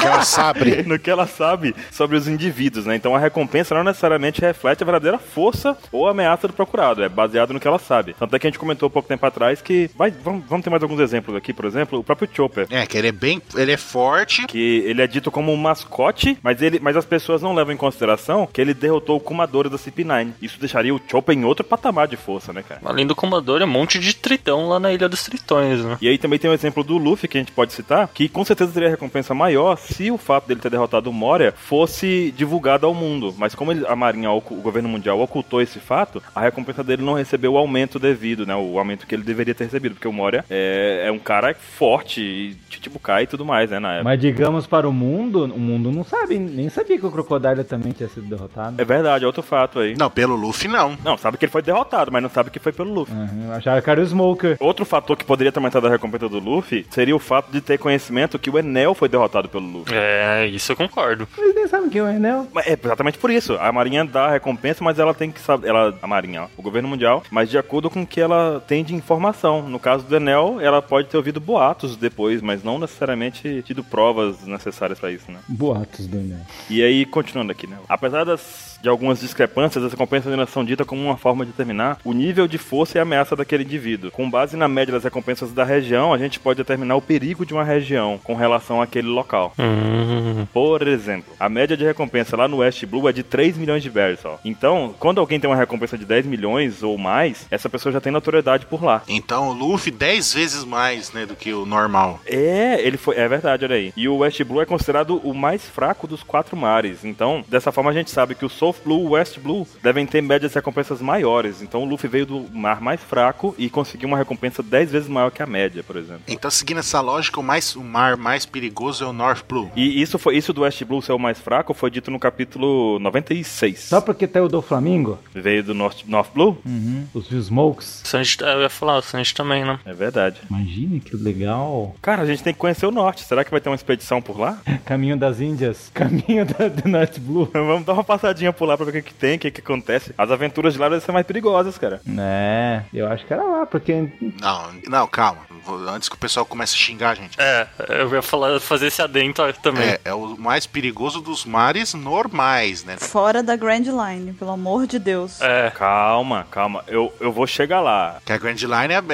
Speaker 3: Que ela sabe.
Speaker 2: no que ela sabe sobre os indivíduos, né? Então a recompensa não necessariamente reflete a verdadeira força ou ameaça do procurado, é baseado no que ela sabe. Tanto é que a gente comentou pouco tempo atrás que. Vai, vamos, vamos ter mais alguns exemplos aqui, por exemplo, o próprio Chopper.
Speaker 3: É, que ele é bem. Ele é forte.
Speaker 2: Que ele é dito como um mascote, mas, ele, mas as pessoas não levam em consideração que ele derrotou o Kumadora da CP9. Isso deixaria o Chopper em outro patamar de força, né, cara?
Speaker 4: Além do comandor, é um monte de tritão lá na Ilha dos Tritões, né?
Speaker 2: E aí também tem o exemplo do Luffy que a gente pode citar, que com certeza teria recompensa maior se o fato dele ter derrotado o Moria fosse divulgado ao mundo. Mas como ele- a Marinha, ocu- o governo mundial ocultou esse fato, a recompensa dele não recebeu o aumento devido, né? O aumento que ele deveria ter recebido, porque o Moria é, é um cara forte, e Chichibukai e tudo mais, né, na época.
Speaker 1: Mas digamos para o mundo, o mundo não sabe, nem sabia que o Crocodile também tinha sido derrotado.
Speaker 2: É verdade, é outro fato aí.
Speaker 3: Não, pelo Luffy não.
Speaker 2: Não, sabe que ele foi derrotado, mas não sabe que foi pelo Luffy.
Speaker 1: Uhum, acharam que era o Smoker.
Speaker 2: Outro fator que poderia ter aumentado a recompensa do Luffy seria o fato de ter conhecimento que o Enel foi derrotado pelo Luffy.
Speaker 4: É, isso eu concordo.
Speaker 1: Eles nem sabem quem é o Enel.
Speaker 2: Mas É exatamente por isso. A Marinha dá a recompensa, mas ela tem que saber. Ela, a Marinha, ó, o governo mundial, mas de acordo com o que ela tem de informação. No caso do Enel, ela pode ter ouvido boatos depois, mas não necessariamente tido provas necessárias pra isso, né?
Speaker 1: Boatos do Enel.
Speaker 2: E aí, continuando aqui, né? Apesar das, de algumas discrepâncias, as recompensas ainda são ditas como uma forma de determinar o nível de força e ameaça daquele indivíduo. Com base na média das recompensas da região, a gente pode determinar o perigo de uma região com relação àquele local.
Speaker 4: Hum.
Speaker 2: Por exemplo, a média de recompensa lá no West Blue é de 3 milhões de berries, ó. Então, quando alguém tem uma recompensa de 10 milhões ou mais, essa pessoa já tem notoriedade por lá.
Speaker 3: Então o Luffy 10 vezes mais, né, do que o normal.
Speaker 2: É, ele foi. É verdade, olha aí. E o West Blue é considerado o mais fraco dos quatro mares. Então, dessa forma, a gente sabe que o South Blue e o West Blue devem ter médias de recompensas maiores. Então, o Luffy veio do mar mais fraco e conseguiu uma recompensa 10 vezes maior que a média, por exemplo.
Speaker 3: Então, seguindo essa lógica, o, mais, o mar mais perigoso é o North Blue.
Speaker 2: E isso foi isso do West Blue ser o mais fraco foi dito no capítulo 96.
Speaker 1: Só porque tem o do Flamingo,
Speaker 2: Veio do North, North Blue?
Speaker 1: Hum. os Smokes.
Speaker 4: Sanji, é, eu ia falar, o Sanji também, né?
Speaker 2: É verdade.
Speaker 1: Imagine que legal.
Speaker 2: Cara, a gente tem que conhecer o norte. Será que vai ter uma expedição por lá?
Speaker 1: Caminho das Índias. Caminho da, do North Blue.
Speaker 2: Vamos dar uma passadinha pular pra ver o que, que tem, o que, que acontece. As aventuras de lá devem ser mais perigosas, cara.
Speaker 1: É, eu acho que era lá, porque.
Speaker 3: Não, não, calma. Vou- Antes que o pessoal comece a xingar a gente.
Speaker 4: É, eu ia falar, fazer esse adento também.
Speaker 3: É, é o mais perigoso dos mares normais, né?
Speaker 5: Fora da Grand Line, pelo amor de Deus.
Speaker 4: É.
Speaker 2: Calma, calma. Eu, eu vou chegar lá.
Speaker 3: Que a Grand Line é, é-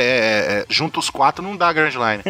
Speaker 3: é- junto os quatro não dá a Grand Line.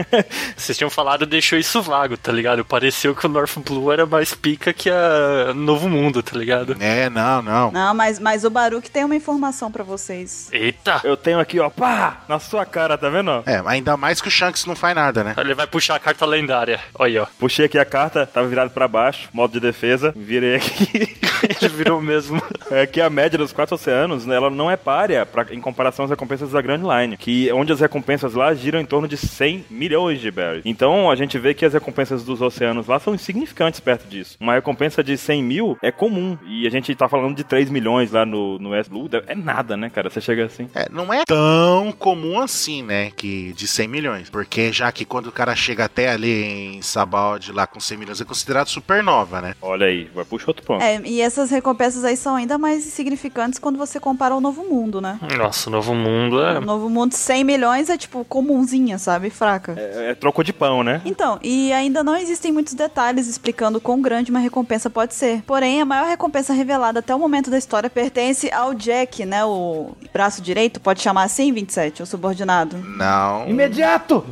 Speaker 4: Vocês tinham falado deixou isso vago, tá ligado? Pareceu que o North Blue era mais pica que a Novo Mundo, tá ligado?
Speaker 3: é, não, não.
Speaker 5: Não, mas, mas o Baruque tem uma informação pra vocês.
Speaker 4: Eita!
Speaker 2: Eu tenho aqui, ó, pá, na sua cara, tá vendo?
Speaker 3: É, ainda mais que o Shanks não faz nada, né?
Speaker 4: Ele vai puxar a carta lendária. Olha aí, ó.
Speaker 2: Puxei aqui a carta, tava virado pra baixo, modo de defesa, virei aqui.
Speaker 4: Ele virou mesmo.
Speaker 2: É que a média dos quatro oceanos, né, ela não é párea pra, em comparação às recompensas da Grand Line, que onde as recompensas lá giram em torno de 100 milhões de berries. Então a gente vê que as recompensas dos oceanos lá são insignificantes perto disso. Uma recompensa de 100 mil é comum, e a gente tá falando de 3 milhões lá no, no West Blue, é nada, né, cara? Você chega assim.
Speaker 3: É, não é tão comum assim, né? Que de 100 milhões. Porque já que quando o cara chega até ali em Sabalde lá com 100 milhões, é considerado supernova, né?
Speaker 2: Olha aí, vai puxar outro ponto.
Speaker 5: É, e essas recompensas aí são ainda mais insignificantes quando você compara ao Novo Mundo, né?
Speaker 4: Nossa, o Novo Mundo é.
Speaker 5: O Novo Mundo, 100 milhões é tipo comunzinha, sabe? Fraca.
Speaker 2: É, é troco de pão, né?
Speaker 5: Então, e ainda não existem muitos detalhes explicando quão grande uma recompensa pode ser. Porém, a maior recompensa revelada até o momento da história pertence ao Jack, né? O braço direito, pode chamar assim, 27, o subordinado.
Speaker 3: Não.
Speaker 1: Imediato!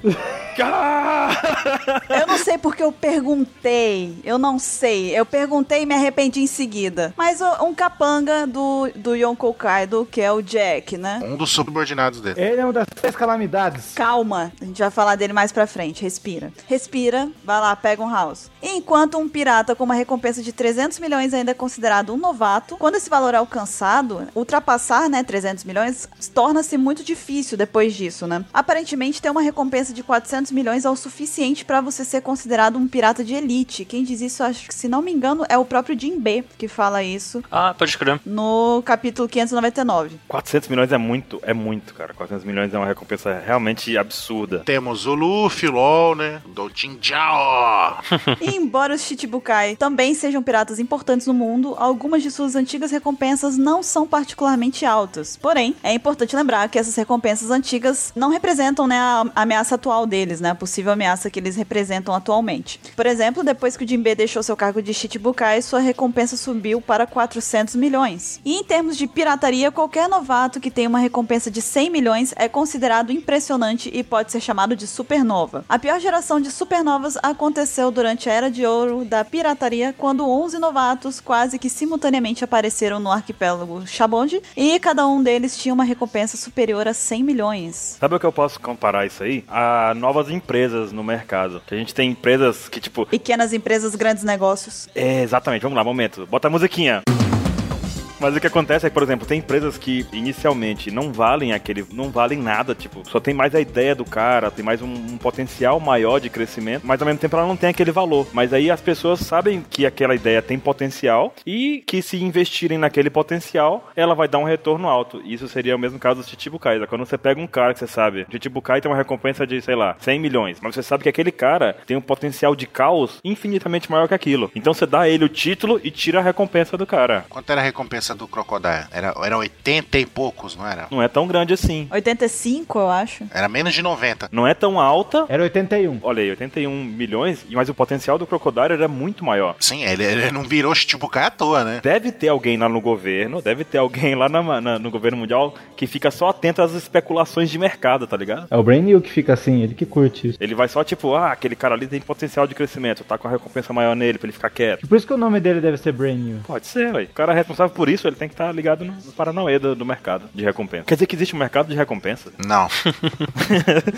Speaker 5: Eu não sei porque eu perguntei. Eu não sei. Eu perguntei e me arrependi em seguida. Mas o- um capanga do, do Yonkou Kaido, que é o Jack, né?
Speaker 3: Um dos subordinados dele.
Speaker 1: Ele é uma das três calamidades.
Speaker 5: Calma, a gente vai falar dele mais pra frente. Respira. Respira, vai lá, pega um house. Enquanto um pirata com uma recompensa de 300 milhões ainda é considerado um novato, quando esse valor é alcançado, ultrapassar, né, 300 milhões, torna-se muito difícil depois disso, né? Aparentemente, ter uma recompensa de 400 milhões é o suficiente pra você ser considerado um pirata de elite. Quem diz isso, acho que, se não me engano, é o próprio Jim B que fala isso
Speaker 4: Ah, pode crer.
Speaker 5: no capítulo 599.
Speaker 2: 400 milhões é muito, é muito, cara. 400 milhões é uma recompensa realmente absurda.
Speaker 3: Temos o Luffy, o LOL, né? Do Jinjao.
Speaker 5: E embora os Chichibukai também sejam piratas importantes no mundo, algumas de suas antigas recompensas não são particularmente altas. Porém, é importante lembrar que essas recompensas antigas não representam né, a a ameaça atual deles, né, a possível ameaça que eles representam atualmente. Por exemplo, depois que o Jinbe deixou seu cargo de Chichibukai, sua recompensa subiu para 400 milhões. E em termos de pirataria, qualquer novato que tenha uma recompensa de 100 milhões é considerado impressionante e pode ser chamado de supernova. A pior geração de supernovas aconteceu durante a Era de Ouro da pirataria, quando 11 novatos quase que simultaneamente apareceram no arquipélago Shabonde e cada um deles tinha uma recompensa superior a 100 milhões.
Speaker 2: Sabe o que eu posso comparar isso aí? A novas empresas no mercado. Que a gente tem empresas que, tipo...
Speaker 5: Pequenas empresas, grandes negócios.
Speaker 2: É, exatamente. Vamos lá, momento. Bota a musiquinha. Mas o que acontece é que, por exemplo, tem empresas que inicialmente não valem aquele. não valem nada, tipo, só tem mais a ideia do cara, tem mais um, um potencial maior de crescimento, mas ao mesmo tempo ela não tem aquele valor. Mas aí as pessoas sabem que aquela ideia tem potencial e que se investirem naquele potencial, ela vai dar um retorno alto. Isso seria o mesmo caso dos Chichibukai. Quando você pega um cara que você sabe, Chichibukai tem uma recompensa de, sei lá, 100 milhões, mas você sabe que aquele cara tem um potencial de caos infinitamente maior que aquilo. Então você dá a ele o título e tira a recompensa do cara.
Speaker 3: Quanto era a recompensa do Crocodile? Era, era 80 e poucos, não era?
Speaker 2: Não é tão grande assim.
Speaker 5: 85, eu acho.
Speaker 3: Era menos de 90.
Speaker 2: Não é tão alta.
Speaker 1: Era 81.
Speaker 2: Olha aí, 81 milhões, mas o potencial do Crocodile era muito maior.
Speaker 3: Sim, ele, ele não virou Chichibukai à toa, né?
Speaker 2: Deve ter alguém lá no governo, deve ter alguém lá na- na- no governo mundial que fica só atento às especulações de mercado, tá ligado?
Speaker 1: É o Brain New que fica assim, ele que curte isso.
Speaker 2: Ele vai só tipo, ah, aquele cara ali tem potencial de crescimento, tá com a recompensa maior nele pra ele ficar quieto.
Speaker 1: Por isso que o nome dele deve ser Brain New.
Speaker 2: Pode ser, velho. O cara é responsável por isso, ele tem que estar ligado no no Paranauê do, do mercado de recompensa. Quer dizer que existe um mercado de recompensa?
Speaker 3: Não.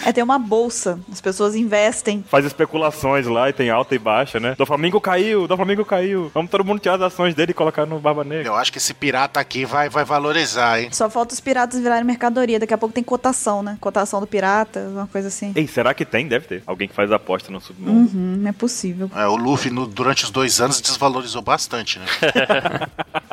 Speaker 5: É, tem uma bolsa. As pessoas investem.
Speaker 2: Faz especulações lá e tem alta e baixa, né? Do Flamengo caiu, do Flamengo caiu. Vamos todo mundo tirar as ações dele e colocar no Barba Negra.
Speaker 3: Eu acho que esse pirata aqui vai, vai valorizar, hein?
Speaker 5: Só falta os piratas virarem mercadoria. Daqui a pouco tem cotação, né? Cotação do pirata, uma coisa assim.
Speaker 2: Ei, será que tem? Deve ter. Alguém que faz aposta no submundo.
Speaker 5: Uhum, não é possível.
Speaker 3: É, o Luffy, no- durante os dois anos, desvalorizou bastante, né?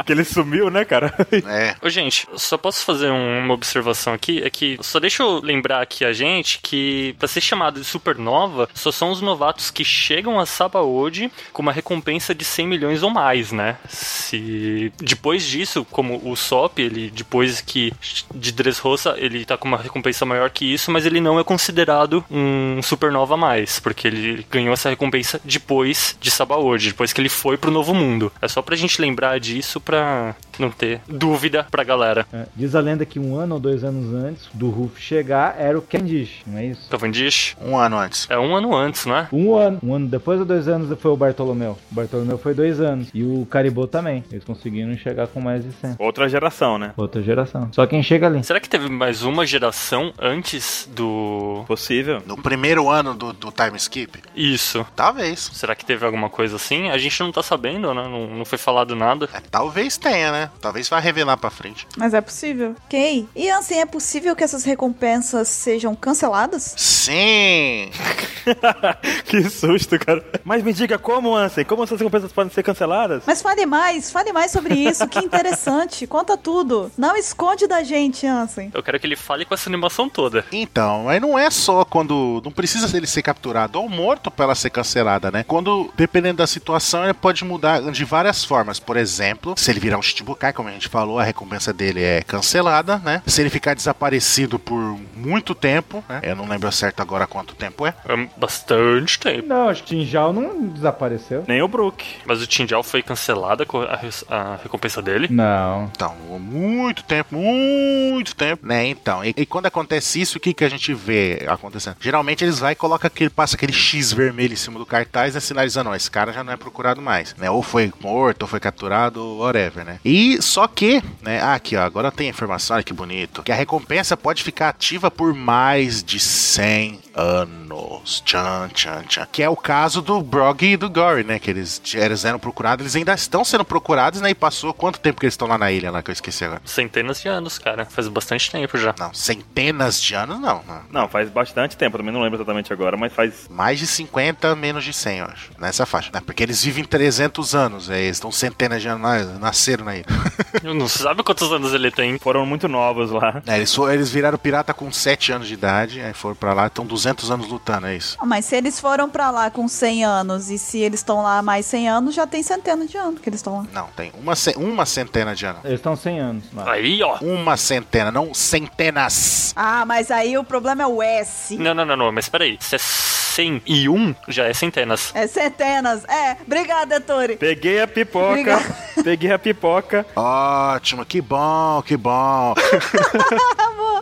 Speaker 2: que ele sumiu sumiu, né, cara?
Speaker 3: É.
Speaker 4: Ô, gente, só posso fazer um- uma observação aqui? É que só deixa eu lembrar aqui a gente que, pra ser chamado de supernova, só são os novatos que chegam a Sabaody com uma recompensa de 100 milhões ou mais, né? Se depois disso, como o SOP, ele depois que de Dressrosa, ele tá com uma recompensa maior que isso, mas ele não é considerado um supernova a mais, porque ele ganhou essa recompensa depois de Sabaody, depois que ele foi pro Novo Mundo. É só pra gente lembrar disso pra não ter dúvida pra galera.
Speaker 1: É, Diz a lenda que um ano ou dois anos antes do Ruff chegar era o Candish, não é isso?
Speaker 4: Tavandish
Speaker 3: Um ano antes.
Speaker 4: é um ano antes, não é?
Speaker 1: Um ano. Um ano depois ou dois anos foi o Bartolomeu. O Bartolomeu foi dois anos. E o Caribou também. Eles conseguiram chegar com mais de 100.
Speaker 2: Outra geração, né?
Speaker 1: Outra geração. Só quem chega ali.
Speaker 4: Será que teve mais uma geração antes do.
Speaker 2: Possível.
Speaker 3: No primeiro ano do, do time skip?
Speaker 4: Isso.
Speaker 3: Talvez.
Speaker 4: Será que teve alguma coisa assim? A gente não tá sabendo, né? Não, não foi falado nada.
Speaker 3: É, talvez tenha, né? Talvez vá revelar pra frente.
Speaker 5: Mas é possível. Ok. E assim, é possível que essas recompensas sejam canceladas?
Speaker 3: Sim!
Speaker 2: que susto, cara. Mas me diga como, Ansem, como essas recompensas podem ser canceladas?
Speaker 5: Mas fale mais, fale mais sobre isso, que interessante. Conta tudo. Não esconde da gente, Ansem.
Speaker 4: Eu quero que ele fale com essa animação toda.
Speaker 3: Então, aí não é só quando. Não precisa dele ser capturado ou morto pra ela ser cancelada, né? Quando, dependendo da situação, ele pode mudar de várias formas. Por exemplo, se ele virar um Shichibukai, como a gente falou, a recompensa dele é cancelada, né? Se ele ficar desaparecido por muito tempo, né? Eu não lembro certo agora quanto tempo é.
Speaker 4: É bastante tempo.
Speaker 1: Não, acho que Tinjal não desapareceu.
Speaker 2: Nem o Brook.
Speaker 4: Mas o Tinjal foi cancelada co- a, res- a recompensa dele.
Speaker 1: Não.
Speaker 3: Então, muito tempo, muito tempo, né? Então, e, e quando acontece isso, o que, que a gente vê acontecendo? Geralmente eles vai e coloca aquele, passa aquele X vermelho em cima do cartaz, né? Sinalizando, ó, esse cara já não é procurado mais, né? Ou foi morto, ou foi capturado, ou whatever, né? E só que, né? Ah, aqui, ó, agora tem a informação, olha que bonito. Que a recompensa pode ficar ativa por mais de 100 anos. Tchan, tchan, tchan. Que é o caso do Brog e do Gory, né? Que eles, eles eram procurados, eles ainda estão sendo procurados, né? E passou quanto tempo que eles estão lá na ilha, lá que eu esqueci agora.
Speaker 4: Centenas de anos, cara. Faz bastante tempo já.
Speaker 3: Não, centenas de anos não. não.
Speaker 2: Não, faz bastante tempo, também não lembro exatamente agora, mas faz.
Speaker 3: Mais de 50, menos de 100, eu acho. Nessa faixa, né? Porque eles vivem 300 anos, é, eles estão centenas de anos, na- nasceram na ilha.
Speaker 4: Não se sabe quantos anos ele tem.
Speaker 2: Foram muito novos lá.
Speaker 3: É, eles, foram- eles viraram pirata com 7 anos de idade, aí foram pra lá, estão 200 anos lutando, é isso.
Speaker 5: Ah, Mas se eles foram pra lá com 100 anos e se eles estão lá há mais 100 anos, já tem centena de anos que eles estão lá.
Speaker 3: Não, tem uma, ce- uma centena de anos.
Speaker 1: Eles estão 100 anos. Lá.
Speaker 4: Aí, ó.
Speaker 3: Uma centena, não centenas.
Speaker 5: Ah, mas aí o problema é o S.
Speaker 4: Não, não, não, não. Mas peraí. Se é 100 e 1, já é centenas.
Speaker 5: É centenas. É, obrigada, Tori.
Speaker 2: Peguei a pipoca.
Speaker 5: Obrigada.
Speaker 2: Peguei a pipoca.
Speaker 3: Ótimo, que bom, que bom.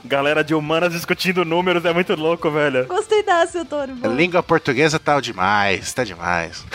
Speaker 2: Galera de humanas discutindo números é muito louco, velho.
Speaker 5: Gostei dessa, Tori.
Speaker 3: A
Speaker 5: Boa.
Speaker 3: língua portuguesa tá demais, tá demais.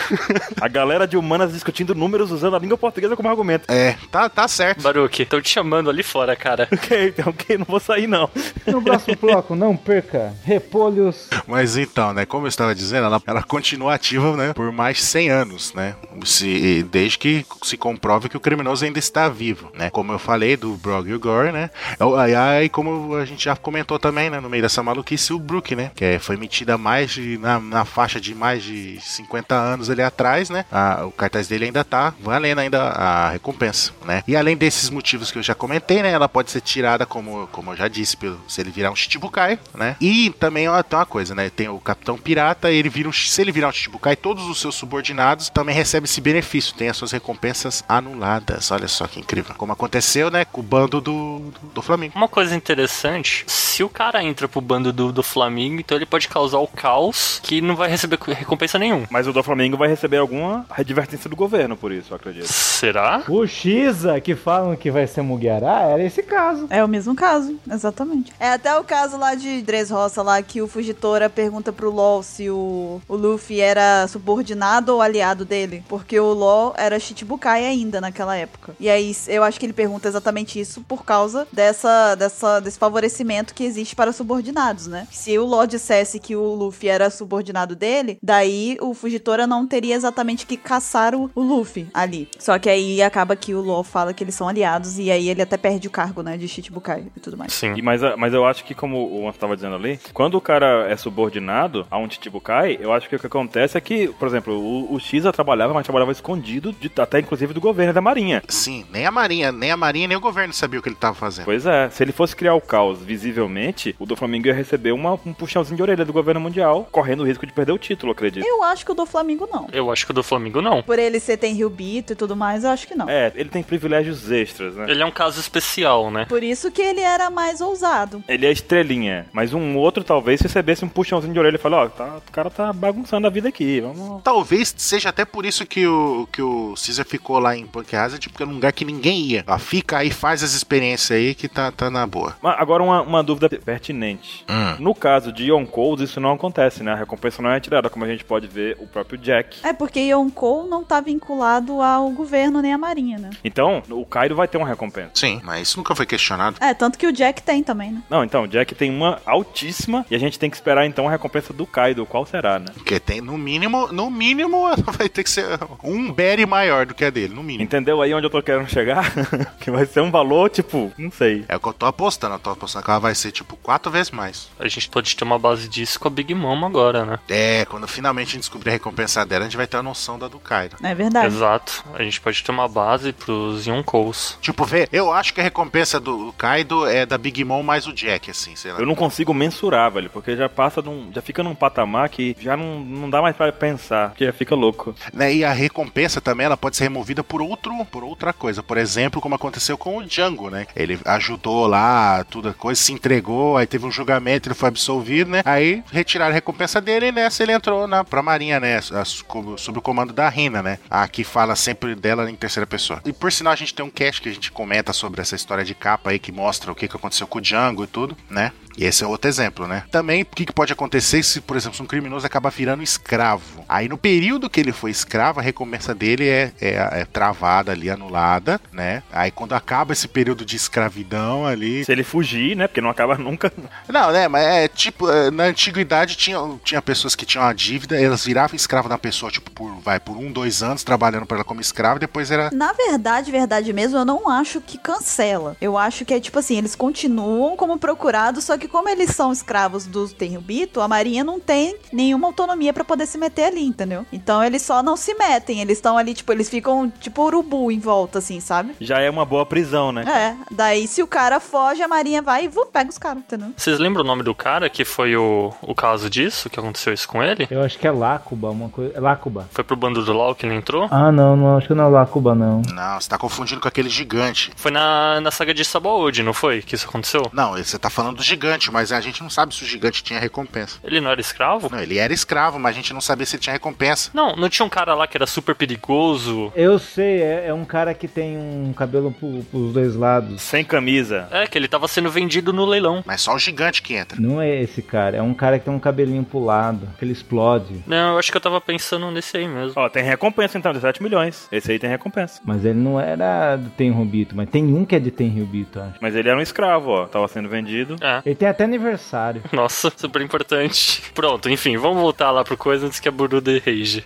Speaker 2: A galera de humanas discutindo números usando a língua portuguesa como argumento.
Speaker 3: É, tá, tá certo.
Speaker 4: Baruque, tô te chamando ali fora, cara.
Speaker 2: Ok, então, ok, não vou sair não.
Speaker 1: No próximo bloco, não perca. Repolhos.
Speaker 3: Mas então, né, como eu estava dizendo, ela, ela continua ativa, né, por mais de 100 anos, né, se, desde que se comprove que o criminoso ainda está vivo, né, como eu falei do Brog e o Gore, né, Eu- aí, aí como a gente já comentou também, né, no meio dessa maluquice, o Brook, né, que é- foi metida mais de, na, na faixa de mais de 50 anos ali atrás, né, a- o cartaz dele ainda tá valendo ainda a recompensa, né, e além desses motivos que eu já comentei, né, ela pode ser tirada, como, como eu já disse, pelo, se ele virar um Shichibukai, né, e também ó, tem uma coisa, né, tem o Capitão Pirata, ele vira um, se ele virar um Shichibukai, todos os seus subordinados também recebem esse benefício, tem as suas recompensas anuladas, olha só que incrível, como aconteceu, né, com o bando do, do, do Flamengo.
Speaker 4: Uma coisa interessante, se o cara entra pro bando do, do Flamengo, então ele pode causar o caos que não vai receber co- recompensa nenhum.
Speaker 2: Mas o do Flamengo vai receber alguma advertência do governo por isso, eu acredito.
Speaker 4: Será?
Speaker 1: O Shiza, que falam que vai ser Mugiará, era esse caso.
Speaker 5: É o mesmo caso, exatamente. É até o caso lá de Dressrosa, lá que o Fugitora pergunta pro LOL se o, o Luffy era subordinado ou aliado dele. Porque o LOL era Shichibukai ainda naquela época. E aí eu acho que ele pergunta exatamente isso por causa dessa, dessa, desse desfavorecimento que existe para subordinados, né? Se o Law dissesse que o Luffy era subordinado dele, daí o Fugitora não teria exatamente que caçar o, o Luffy ali. Só que aí acaba que o Law fala que eles são aliados e aí ele até perde o cargo, né, de Shichibukai e tudo mais.
Speaker 4: Sim.
Speaker 2: E, mas, a- mas eu acho que, como o Anson tava dizendo ali, quando o cara é subordinado a um Chichibukai, eu acho que o que acontece é que, por exemplo, o, o Shiza trabalhava, mas trabalhava escondido, de- até inclusive do governo e da marinha.
Speaker 3: Sim, nem a Marinha, nem a Marinha, nem o governo sabia o que ele tava fazendo.
Speaker 2: Pois é, se ele fosse criar o caos visivelmente, o do Flamengo ia receber uma- um puxãozinho de orelha do governo mundial, correndo o risco de perder o título, eu acredito.
Speaker 5: Eu acho que o do Flamengo não.
Speaker 4: Eu acho que o do Flamengo não.
Speaker 5: Por ele ser tem Rio Bito e tudo mais, eu acho que não.
Speaker 2: É, ele tem privilégios extras, né?
Speaker 4: Ele é um caso especial, né?
Speaker 5: Por isso que ele era mais ousado.
Speaker 2: Ele é estrelinha, mas um outro talvez recebesse um puxãozinho de orelha e falasse, ó, tá- o cara tá bagunçando a vida aqui, vamos...
Speaker 3: Talvez seja até por isso que o, que o Caesar ficou lá em Punk Hazard, porque é um lugar que ninguém ia. Ó, fica aí, faz as experiências aí que tá, tá na boa.
Speaker 2: Mas Agora uma, uma dúvida pertinente.
Speaker 3: Hum.
Speaker 2: No caso de Yonkous, isso não acontece, né? A recompensa não é retirada, como a gente pode ver o próprio Jack.
Speaker 5: É porque Yonkou não tá vinculado ao governo nem à marinha, né?
Speaker 2: Então, o Kaido vai ter uma recompensa.
Speaker 3: Sim, mas isso nunca foi questionado.
Speaker 5: É, tanto que o Jack tem também, né?
Speaker 2: Não, então, o Jack tem uma altíssima e a gente tem que esperar então a recompensa do Kaido. Qual será, né?
Speaker 3: Porque tem, no mínimo, no mínimo, vai ter que ser um berry maior do que a dele, no mínimo.
Speaker 2: Entendeu aí onde eu tô querendo chegar? que vai ser um valor, tipo, não sei.
Speaker 3: É o que eu tô apostando, eu tô apostando que ela vai ser tipo quatro vezes mais.
Speaker 4: A gente pode ter uma base disso com a Big Mom agora, né?
Speaker 3: É, quando finalmente a gente descobrir a recompensa dela, a gente vai ter a noção da do Kaido.
Speaker 5: É verdade.
Speaker 4: Exato. A gente pode ter uma base pros Yonkous.
Speaker 3: Tipo, vê, eu acho que a recompensa do Kaido é da Big Mom mais o Jack, assim, sei lá.
Speaker 2: Eu não consigo mensurar, velho, porque já passa de um. Já fica num patamar que já não, não dá mais pra pensar, que já fica louco.
Speaker 3: Né, E a recompensa também ela pode ser removida por outro, por outra coisa. Por exemplo, como aconteceu com o Django, né? Ele ajudou lá, tudo a coisa, se entregou, aí teve um julgamento, ele foi absolvido, né? Aí retiraram a recompensa dele e nessa ele entrou na, pra Marinha, né? As- como- Sob o comando da Rina, né? A que fala sempre dela em terceira pessoa. E por sinal, a gente tem um cast que a gente comenta sobre essa história de capa aí que mostra o que, que aconteceu com o Django e tudo, né? E esse é outro exemplo, né? Também, o que, que pode acontecer se, por exemplo, se um criminoso acaba virando escravo? Aí, no período que ele foi escravo, a recompensa dele é, é- é travada ali, anulada, né? Aí, quando acaba esse período de escravidão ali.
Speaker 2: Se ele fugir, né? Porque não acaba nunca.
Speaker 3: Não, né? Mas é tipo, é, na antiguidade tinha, tinha pessoas que tinham a dívida, elas viravam escravo da pessoa, tipo, por, vai, por um, dois anos trabalhando pra ela como escrava, e depois era.
Speaker 5: Na verdade, verdade mesmo, eu não acho que cancela. Eu acho que é tipo assim, eles continuam como procurados, só que como eles são escravos do Tenryubito, a Marinha não tem nenhuma autonomia pra poder se meter ali, entendeu? Então eles só não se metem, eles estão ali, tipo, eles ficam tipo urubu em volta, assim, sabe?
Speaker 2: Já é uma boa prisão, né?
Speaker 5: É, daí se o cara foge, a Marinha vai e vu, pega os caras, entendeu?
Speaker 4: Vocês lembram o nome do cara que foi o, o caso disso, que aconteceu isso com ele?
Speaker 1: Eu acho que é Lácuba, uma coisa. É Lácuba.
Speaker 4: Foi pro bando do Law que ele entrou?
Speaker 1: Ah, não, não, acho que não é Lácuba, não.
Speaker 3: Não, você tá confundindo com aquele gigante.
Speaker 4: Foi na, na saga de Sabaody, não foi? Que isso aconteceu?
Speaker 3: Não, você tá falando do gigante, mas a gente não sabe se o gigante tinha recompensa.
Speaker 4: Ele não era escravo?
Speaker 3: Não, ele era escravo, mas a gente não sabia se ele tinha recompensa.
Speaker 4: Não, não tinha um cara lá que era super perigoso?
Speaker 1: Eu sei, é, é um cara que tem um cabelo pro, pros dois lados.
Speaker 2: Sem camisa.
Speaker 4: É, que ele tava sendo vendido no leilão.
Speaker 3: Mas só o gigante que entra.
Speaker 1: Não é esse cara, é um cara que tem um cabelinho pro lado, que ele explode.
Speaker 4: Não, eu acho que eu tava pensando nesse aí mesmo.
Speaker 2: Ó, tem recompensa então, 17 milhões. Esse aí tem recompensa.
Speaker 1: Mas ele não era do Tenryubito, mas tem um que é de Tenryubito, acho.
Speaker 2: Mas ele era um escravo, ó. Tava sendo vendido.
Speaker 4: É.
Speaker 1: Ele tem até aniversário.
Speaker 4: Nossa, super importante. Pronto, enfim, vamos voltar lá pro coisa antes que a Buruda rage.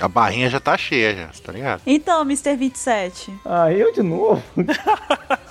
Speaker 3: A barrinha já tá cheia, já, tá ligado?
Speaker 5: Então, Mr. 27,
Speaker 1: Ah, eu de novo?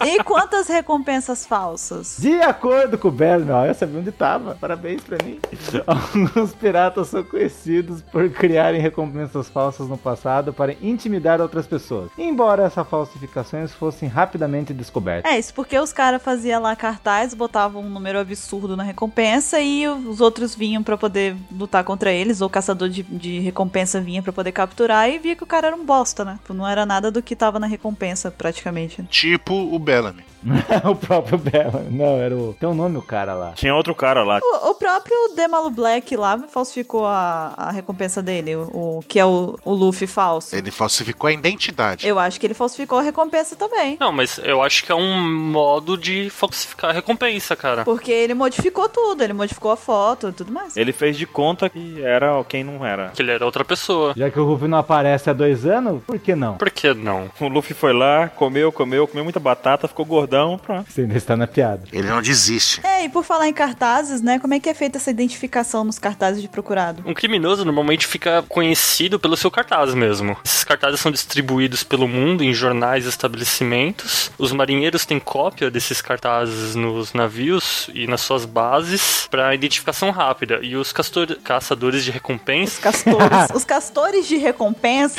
Speaker 5: e quantas recompensas falsas?
Speaker 1: De acordo com o Belmel, eu sabia onde tava. Parabéns pra mim. Alguns piratas são conhecidos por criarem recompensas falsas no passado para intimidar outras pessoas. Embora essas falsificações fossem rapidamente descobertas.
Speaker 5: É, isso porque os caras faziam lá cartaz, botavam um número absurdo na recompensa e os outros vinham pra poder lutar contra eles, ou o caçador de, de recompensa vinha pra poder capturar e via que o cara era um bosta, né? Tipo, Não era nada do que tava na recompensa, praticamente. né?
Speaker 3: Tipo o Bellamy.
Speaker 1: o próprio Belmel. Não, era o. Tem o nome o cara lá.
Speaker 2: Tinha outro cara lá.
Speaker 5: O, o próprio Demalu Black lá falsificou a, a recompensa dele, o, o que é o, o Luffy falso.
Speaker 3: Ele falsificou a identidade.
Speaker 5: Eu acho que ele falsificou a recompensa também.
Speaker 4: Não, mas eu acho que é um modo de falsificar a recompensa, cara.
Speaker 5: Porque ele modificou tudo, ele modificou a foto e tudo mais.
Speaker 2: Ele fez de conta que era quem não era.
Speaker 4: Que ele era outra pessoa.
Speaker 1: Já que o Ruffy não aparece há dois anos, por que não?
Speaker 4: Por que não?
Speaker 2: O Luffy foi lá, comeu, comeu, comeu muita batata, ficou Então, pronto.
Speaker 1: Você ainda está na piada.
Speaker 3: Ele não desiste.
Speaker 5: É, e por falar em cartazes, né? Como é que é feita essa identificação nos cartazes de procurado?
Speaker 4: Um criminoso normalmente fica conhecido pelo seu cartaz mesmo. Esses cartazes são distribuídos pelo mundo em jornais e estabelecimentos. Os marinheiros têm cópia desses cartazes nos navios e nas suas bases para identificação rápida. E os castor- caçadores de
Speaker 5: Os
Speaker 4: recompensa
Speaker 5: castores. Os castores de recompensa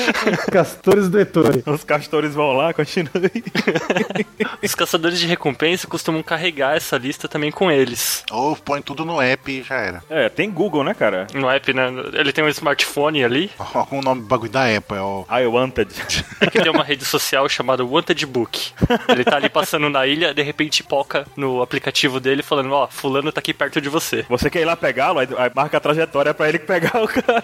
Speaker 1: Castores do Ettore.
Speaker 2: Os castores vão lá, continua aí.
Speaker 4: Os caçadores de recompensa costumam carregar essa lista também com eles.
Speaker 3: Ou põe tudo no app e já era.
Speaker 2: É, tem Google, né, cara?
Speaker 4: No app, né? Ele tem um smartphone ali,
Speaker 3: Algum nome do bagulho da Apple. É o...
Speaker 2: I wanted.
Speaker 4: que tem uma rede social chamada Wanted Book. Ele tá ali passando na ilha, de repente poca no aplicativo dele falando, ó, fulano tá aqui perto de você.
Speaker 2: Você quer ir lá pegá-lo? Aí, aí marca a trajetória pra ele pegar o cara.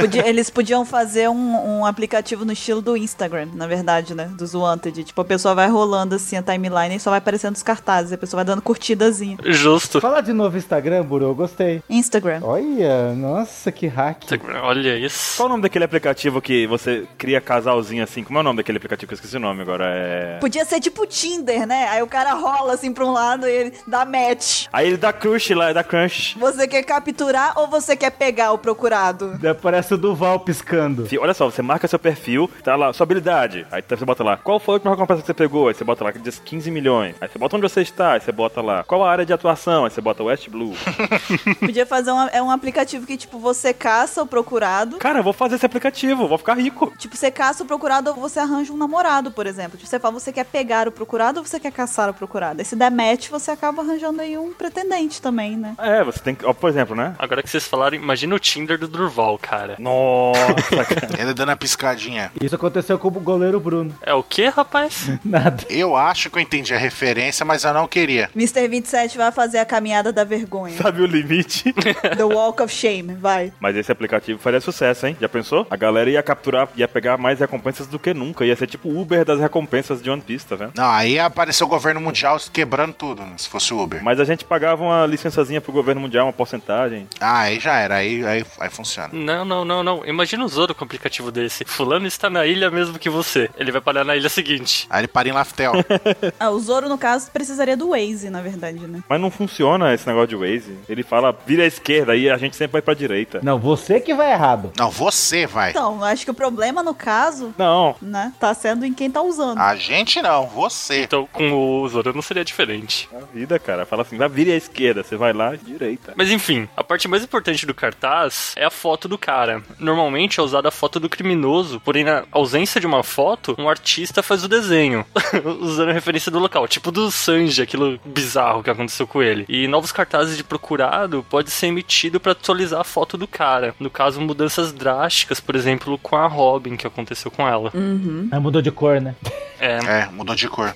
Speaker 5: Podia- eles podiam fazer um, um aplicativo no estilo do Instagram, na verdade, né? Dos Wanted. Tipo, a pessoa vai rolando assim a timeline e só vai aparecendo os cartazes. A pessoa vai dando curtidazinha.
Speaker 4: Justo.
Speaker 1: Fala de novo Instagram, Buru, eu gostei.
Speaker 5: Instagram.
Speaker 1: Olha, nossa, que hack.
Speaker 4: Olha isso.
Speaker 2: Qual o nome daquele aplicativo que você cria casalzinho assim? Como é o nome daquele aplicativo que eu esqueci o nome agora? É.
Speaker 5: Podia ser tipo Tinder, né? Aí o cara rola assim pra um lado e ele dá match.
Speaker 2: Aí ele dá crush lá, dá crunch.
Speaker 5: Você quer capturar ou você quer pegar o procurado?
Speaker 1: Daí Parece o Duval piscando.
Speaker 2: Fi- Olha só, você marca seu perfil, tá lá, sua habilidade. Aí tá- você bota lá, qual foi a última recompensa que você pegou? Aí você bota lá, que diz 15 milhões. Aí você bota onde você está, aí você bota lá, qual a área de atuação? Aí você bota West Blue.
Speaker 5: Podia fazer um, é um aplicativo que, tipo, você caça o procurado.
Speaker 2: Cara, eu vou fazer esse aplicativo, vou ficar rico.
Speaker 5: Tipo, você caça o procurado ou você arranja um namorado, por exemplo. Tipo, você fala, você quer pegar o procurado ou você quer caçar o procurado? Aí se der match, você acaba arranjando aí um pretendente também, né?
Speaker 2: É, você tem que, ó, por exemplo, né?
Speaker 4: Agora que vocês falaram, imagina o Tinder do Durval, cara.
Speaker 2: Nossa, cara.
Speaker 3: Ele dando a piscadinha.
Speaker 1: Isso aconteceu com o goleiro Bruno.
Speaker 4: É o que, rapaz?
Speaker 1: Nada.
Speaker 3: Eu acho que eu entendi a referência, mas eu não queria.
Speaker 5: Mr. 27 vai fazer a caminhada da vergonha.
Speaker 2: sabe o limite.
Speaker 5: The Walk of Shame, vai.
Speaker 2: Mas esse aplicativo faria sucesso, hein? Já pensou? A galera ia capturar, ia pegar mais recompensas do que nunca. Ia ser tipo o Uber das recompensas de One Piece, tá vendo?
Speaker 3: Não, aí apareceu o governo mundial quebrando tudo, né, se fosse o Uber.
Speaker 2: Mas a gente pagava uma licençazinha pro governo mundial, uma porcentagem.
Speaker 3: Ah, aí já era, aí, aí, aí funciona.
Speaker 4: Não, não, não, não. Imagina o Zoro com um aplicativo desse. Fulano está na ilha mesmo que você. Ele vai parar na ilha seguinte.
Speaker 3: Aí ele para em Laftel.
Speaker 5: Ah, o Zoro, no caso, precisaria do Waze, na verdade, né?
Speaker 2: Mas não funciona esse negócio de Waze. Ele fala, vira à esquerda e a gente sempre vai pra direita.
Speaker 1: Não, você que vai errado.
Speaker 3: não, você vai.
Speaker 5: Então, acho que o problema, no caso,
Speaker 2: Não.
Speaker 5: né, tá sendo em quem tá usando.
Speaker 3: A gente não, você.
Speaker 4: Então, com o Zoro não seria diferente.
Speaker 2: A vida, cara. Fala assim, vai vira à esquerda. Você vai lá, direita.
Speaker 4: Mas enfim, a parte mais importante do cartaz é a foto do cara. Normalmente é usada a foto do criminoso, porém na ausência de uma foto, um artista faz o desenho, usando a referência do local, tipo do Sanji, aquilo bizarro que aconteceu com ele. E novos cartazes de procurado pode ser emitido para atualizar a foto do cara. No caso, mudanças drásticas, por exemplo, com a Robin que aconteceu com ela.
Speaker 1: Ah, mudou de cor, né?
Speaker 4: É,
Speaker 3: É, mudou de cor.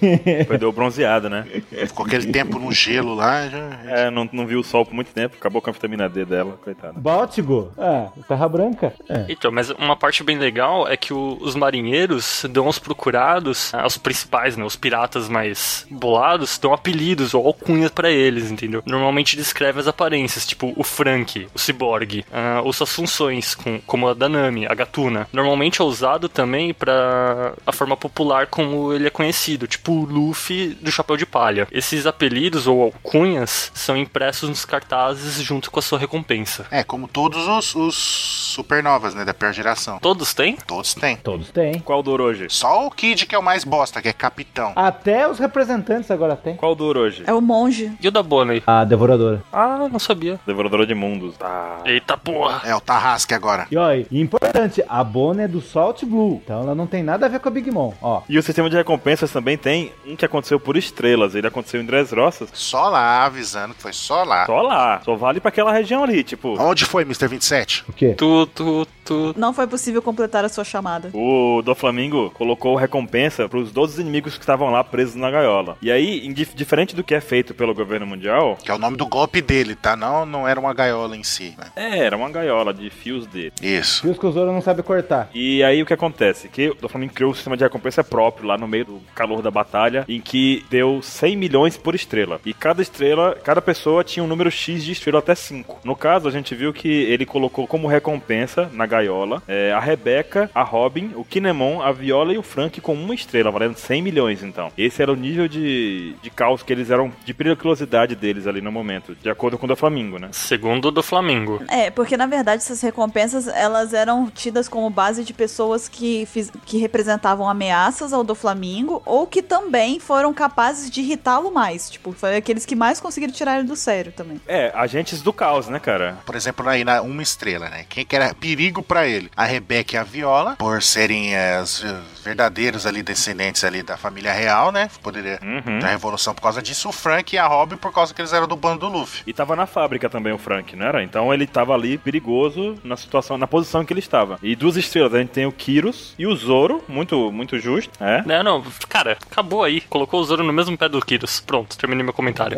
Speaker 2: Perdeu o bronzeado, né?
Speaker 3: Ficou aquele tempo no gelo lá. Já...
Speaker 2: É, não, não viu o sol por muito tempo. Acabou com a vitamina D dela, coitada.
Speaker 1: Báltigo. Ah, terra branca. É.
Speaker 4: Então, mas uma parte bem legal é que o- os marinheiros dão aos procurados, ah, aos principais, né, os piratas mais bolados, dão apelidos ou alcunhas pra eles, entendeu? Normalmente descrevem as aparências, tipo o Frank, o Cyborg, ah, ou suas funções, com- como a da Nami, a Gatuna. Normalmente é usado também pra a forma popular como ele é conhecido, tipo o Luffy do Chapéu de Palha. Esses apelidos ou alcunhas são impressos nos cartazes junto com a sua recompensa.
Speaker 3: É, como todos os, os supernovas, né, da pior geração.
Speaker 4: Todos têm?
Speaker 3: Todos têm.
Speaker 1: Todos têm.
Speaker 2: Qual dor hoje?
Speaker 3: Só o Kid que é o mais bosta, que é capitão.
Speaker 1: Até os representantes agora têm.
Speaker 2: Qual dor hoje?
Speaker 5: É o monge.
Speaker 4: E o da Bonnie?
Speaker 1: A devoradora.
Speaker 4: Ah, não sabia.
Speaker 2: Devoradora de mundos. Ah.
Speaker 4: Eita porra!
Speaker 3: É o Tarrasque agora.
Speaker 1: E olha, e importante, a Bona é do Salt Blue. Então ela não tem nada a ver com a Big Mom. Ó,
Speaker 2: E o sistema de recompensas também tem um que aconteceu por estrelas. Ele aconteceu em Dressrosa.
Speaker 3: Só lá, avisando que foi só lá.
Speaker 2: Só lá. Só vale pra aquela região ali, tipo...
Speaker 3: Onde foi, Mr. 27?
Speaker 1: o quê?
Speaker 4: Tu, tu, tu.
Speaker 5: Não foi possível completar a sua chamada.
Speaker 2: O do Flamengo colocou recompensa para os 12 inimigos que estavam lá presos na gaiola. E aí, em dif- diferente do que é feito pelo governo mundial,
Speaker 3: Que é o nome do golpe dele, tá? Não, não era uma gaiola em si, né?
Speaker 2: é, era uma gaiola de fios de.
Speaker 3: Isso.
Speaker 1: E os que o Zoro não sabe cortar.
Speaker 2: E aí o que acontece? Que o Flamengo criou um sistema de recompensa próprio lá no meio do calor da batalha, em que deu 100 milhões por estrela. E cada estrela, cada pessoa tinha um número X de estrela até 5. No caso, a gente viu que ele colocou como recompensa na gaiola é, a Rebeca, a Robin, o Kinemon, a Viola e o Frank com uma estrela, valendo 100 milhões então. Esse era o nível de, de caos que eles eram, de periculosidade deles ali no momento, de acordo com o da Flamingo, né?
Speaker 4: Segundo do Flamengo.
Speaker 5: É, porque na verdade essas recompensas elas eram tidas como base de pessoas que, fiz- que representavam ameaças ao do Flamingo ou que também foram capazes de irritá-lo mais. Tipo, foi aqueles que mais conseguiram tirar ele do sério também.
Speaker 2: É, agentes do caos, né, cara?
Speaker 3: Por exemplo, aí na uma estrela, né? Quem que era perigo pra ele? A Rebeca e a Viola, por serem eh, as eh, verdadeiros ali descendentes ali da família real, né? Poderia
Speaker 2: Uhum.
Speaker 3: ter a revolução por causa disso. O Frank e a Robin por causa que eles eram do bando do Luffy.
Speaker 2: E tava na fábrica também o Frank, não era? Então ele tava ali perigoso na situação, na posição que ele estava. E duas estrelas, a gente tem o Kyrus e o Zoro, muito muito justo, é.
Speaker 4: Não, não, cara, acabou aí. Colocou o Zoro no mesmo pé do Kyrus. Pronto, terminei meu comentário.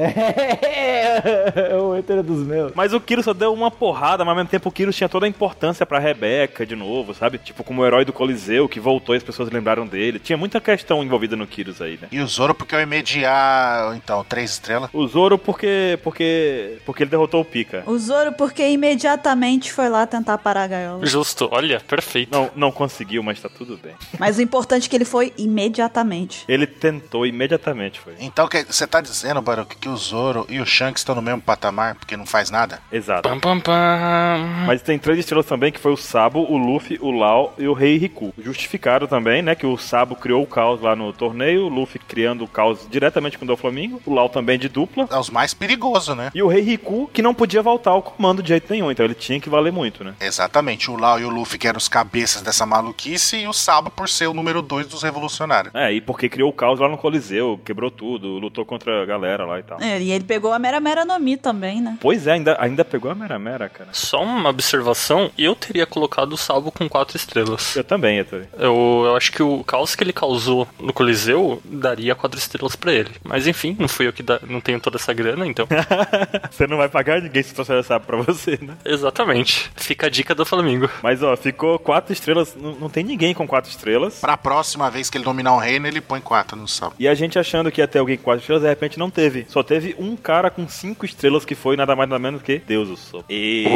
Speaker 1: É o hétero dos meus.
Speaker 2: Mas o Kyrus só deu uma porrada, mas ao mesmo tempo o Kyrus tinha toda a importância pra Rebeca de novo, sabe? Tipo, como o herói do Coliseu que voltou e as pessoas lembraram dele. Tinha muita questão envolvida no Kyrus aí, né?
Speaker 3: E o Zoro porque eu ia mediar, então, três estrelas.
Speaker 2: O Zoro porque porque porque ele derrotou o Pika.
Speaker 5: O Zoro, porque imediatamente foi lá tentar parar a gaiola.
Speaker 4: Justo, olha, perfeito.
Speaker 2: Não, não conseguiu, mas tá tudo bem.
Speaker 5: Mas o importante é que ele foi imediatamente.
Speaker 2: Ele tentou imediatamente, foi.
Speaker 3: Então, que- você tá dizendo, Baruque, que o Zoro e o Shanks estão no mesmo patamar porque não faz nada?
Speaker 2: Exato.
Speaker 4: Pam, pam, pam.
Speaker 2: Mas tem três estrelas também, que foi o Sabo, o Luffy, o Lau e o Rei Riku. Justificaram também, né, que o Sabo criou o caos lá no torneio, o Luffy criando o caos diretamente com o Doflamingo, o Lau também de dupla.
Speaker 3: É os mais perigosos, né?
Speaker 2: E o Rei Riku, que não podia voltar ao comando de jeito nenhum, então ele tinha que valer muito, né?
Speaker 3: Exatamente, o Lau e o Luffy que eram os cabeças dessa maluquice e o Sabo por ser o número dois dos revolucionários.
Speaker 2: É, e porque criou o caos lá no Coliseu, quebrou tudo, lutou contra a galera lá e tal.
Speaker 5: É, e ele pegou a Mera Mera no Mi também, né?
Speaker 2: Pois é, ainda, ainda pegou a Mera Mera, cara.
Speaker 4: Só uma observação, eu teria colocado o Salvo com quatro estrelas.
Speaker 2: Eu também, Ettore.
Speaker 4: Eu, eu acho que o caos que ele causou no Coliseu daria quatro estrelas pra ele. Mas enfim, não fui eu que da- não tenho toda essa grana, então.
Speaker 2: você não vai pagar ninguém se trouxer essa pra você, né?
Speaker 4: Exatamente. Fica a dica do Flamengo.
Speaker 2: Mas ó, ficou quatro estrelas, não, não tem ninguém com quatro estrelas.
Speaker 3: Pra próxima vez que ele dominar um reino, ele põe quatro no Sabo.
Speaker 2: E a gente achando que ia ter alguém com quatro estrelas, de repente não teve. Só teve um cara com cinco estrelas que foi nada mais nada menos que Deus o Sol. Eita!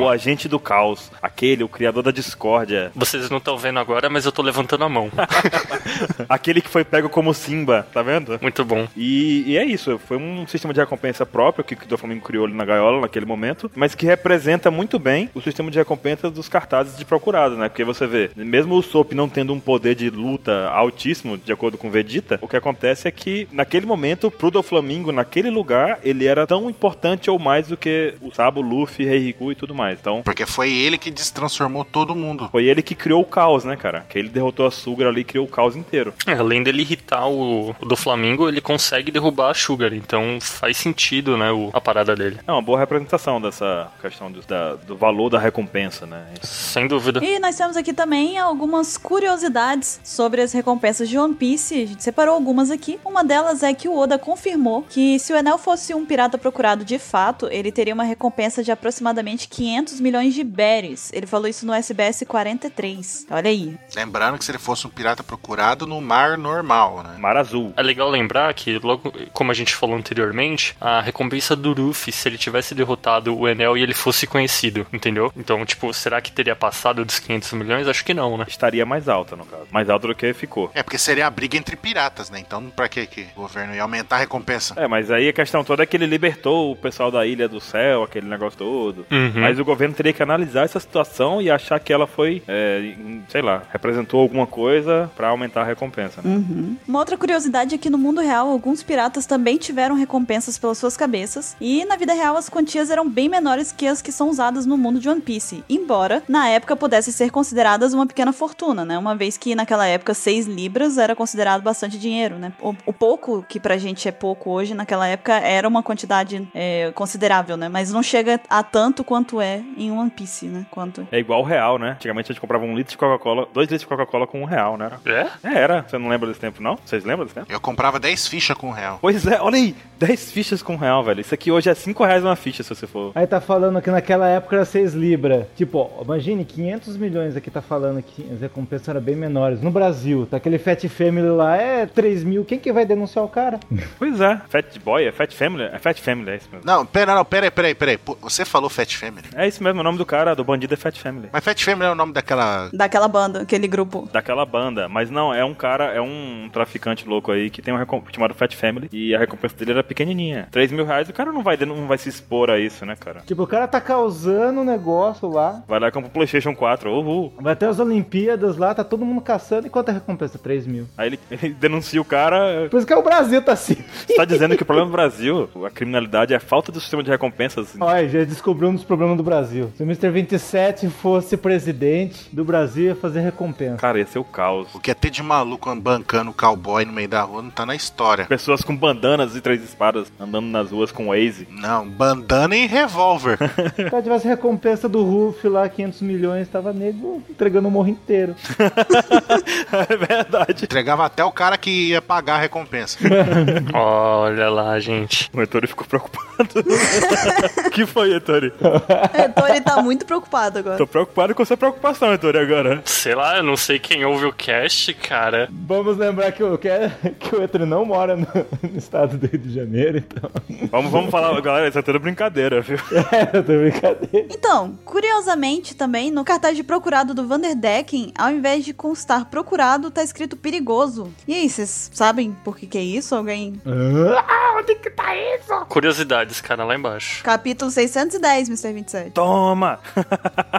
Speaker 2: O agente do caos. Aquele, o criador da discórdia.
Speaker 4: Vocês não estão vendo agora, mas eu tô levantando a mão.
Speaker 2: aquele que foi pego como Simba, tá vendo?
Speaker 4: Muito bom.
Speaker 2: E, e é isso, foi um sistema de recompensa próprio que, que o Flamengo criou ali na gaiola naquele momento, mas que representa muito bem o sistema de recompensa dos cartazes de procurado, né? Porque você vê, mesmo o Sop não tendo um poder de luta altíssimo, de acordo com Vegeta, o que acontece é que naquele momento, pro do Flamengo, naquele lugar, ele era tão importante ou mais do que o Sabo, Luffy, Rei Riku e tudo mais. Então.
Speaker 3: Porque foi ele que destransformou todo mundo.
Speaker 2: Foi ele que criou o caos, né, cara? Que ele derrotou a Sugra ali e criou o caos inteiro.
Speaker 4: É, além dele irritar o, o do Flamengo, ele consegue derrubar a Sugar, então faz sentido, né, o- a parada dele.
Speaker 2: É uma boa representação dessa questão do, da- do valor da recompensa, né?
Speaker 4: Sem dúvida.
Speaker 5: E nós temos aqui também algumas curiosidades sobre as recompensas de One Piece. A gente separou algumas aqui. Uma delas é que o Oda confirmou que se o Enel fosse um pirata procurado de fato, ele teria uma recompensa de aproximadamente 500 milhões de berries. Ele falou isso no SBS 43. Olha aí.
Speaker 3: Lembrando que se ele fosse um pirata procurado no mar normal, né?
Speaker 2: Mar Azul.
Speaker 4: É legal lembrar que, logo como a gente falou anteriormente, a recompensa do Luffy, se ele tivesse derrotado o Enel e ele fosse conhecido, entendeu? Então, tipo, será que teria passado dos 500 milhões? Acho que não, né?
Speaker 2: estaria mais alta, no caso. Mais alta do que ficou.
Speaker 3: É, porque seria a briga entre piratas, né? Então, pra que que o governo ia aumentar a recompensa?
Speaker 2: É, mas aí a questão toda é que ele libertou o pessoal da Ilha do Céu, aquele negócio todo.
Speaker 4: Uhum.
Speaker 2: Mas o governo teria que analisar essa situação e achar que ela foi, é, em- sei lá, representou alguma coisa pra aumentar a recompensa. né?
Speaker 5: Uma outra curiosidade é que no mundo real, alguns piratas também tiveram recompensas pelas suas cabeças, e na vida real as quantias eram bem menores que as que são usadas no mundo de One Piece, embora na época pudessem ser consideradas uma pequena fortuna, né? Uma vez que naquela época 6 libras era considerado bastante dinheiro, né? O, o pouco que pra gente é pouco hoje, naquela época era uma quantidade é, considerável, né? Mas não chega a tanto quanto é em One Piece, né? Quanto
Speaker 2: É igual o real, né? Antigamente a gente comprava um litro de Coca-Cola, dois litros de Coca-Cola com um real, né?
Speaker 4: É?
Speaker 2: É, era. Você não lembra desse tempo, não? Vocês lembram desse tempo?
Speaker 3: Eu comprava 10 fichas com um real.
Speaker 2: Pois é, olha aí, 10 fichas com um real, velho. Isso aqui hoje é 5 reais uma ficha, se você for.
Speaker 1: Aí tá falando que naquela época era 6 libra. Tipo, ó, imagine 500 milhões aqui tá falando que as recompensas eram bem menores. No Brasil, minutos. Aquele Fat Family lá é 3 mil. Quem que vai denunciar o cara?
Speaker 2: Pois é. Fat Boy, é Fat Family? É Fat Family, é isso mesmo.
Speaker 3: Não, pera, não, pera aí, pera aí, pera aí. Pô, Você falou Fat Family.
Speaker 2: É isso mesmo, o nome do cara, do bandido é Fat Family.
Speaker 3: Mas Fat Family é o nome daquela.
Speaker 5: Daquela banda, aquele grupo.
Speaker 2: Daquela banda. Mas não, é um cara, é um traficante louco aí que tem um recom- chamado Fat Family e a recompensa dele era pequenininha. 3 mil reais, o cara não vai, não vai se expor a isso, né, cara?
Speaker 1: Tipo, o cara tá causando um negócio lá.
Speaker 2: Vai lá e compra o PlayStation 4, uhul.
Speaker 1: Vai até as Olimpíadas lá, tá todo mundo caçando. E quanto é a recompensa? 3 mil. É
Speaker 2: Aí ele, ele denuncia o cara.
Speaker 1: Por isso que o Brasil tá assim.
Speaker 2: Você tá dizendo que o problema do Brasil, a criminalidade, é a falta do sistema de recompensas.
Speaker 1: Olha, já descobriu um dos problemas do Brasil. Se o Mr. 27 fosse presidente do Brasil, ia fazer recompensa.
Speaker 2: Cara, ia ser o caos.
Speaker 3: O que é ter de maluco bancando cowboy no meio da rua não tá na história.
Speaker 2: Pessoas com bandanas e três espadas andando nas ruas com Waze.
Speaker 3: Não, bandana e revólver.
Speaker 1: Se o cara tivesse recompensa do Ruf lá, 500 milhões, tava nego entregando o morro inteiro.
Speaker 2: é verdade.
Speaker 3: Entregava até o cara que ia pagar a recompensa.
Speaker 4: Olha lá, gente.
Speaker 2: O Ettore ficou preocupado. que foi, Ettore?
Speaker 5: Então ele tá muito preocupado agora.
Speaker 2: Tô preocupado com sua preocupação, Ettore, agora.
Speaker 4: Sei lá, eu não sei quem ouve o cast, cara.
Speaker 1: Vamos lembrar que o, que é- que o Etro não mora no, no estado do Rio de Janeiro, então.
Speaker 2: Vamos, vamos falar, galera, isso é tudo brincadeira, viu?
Speaker 1: É, eu tô brincadeira.
Speaker 5: Então, curiosamente também, no cartaz de procurado do Vanderdecken, ao invés de constar procurado, tá escrito perigoso. E aí, vocês sabem por que que é isso? Alguém...
Speaker 4: Curiosidades, cara, lá embaixo.
Speaker 5: Capítulo 610, Mr. 27.
Speaker 2: Toma!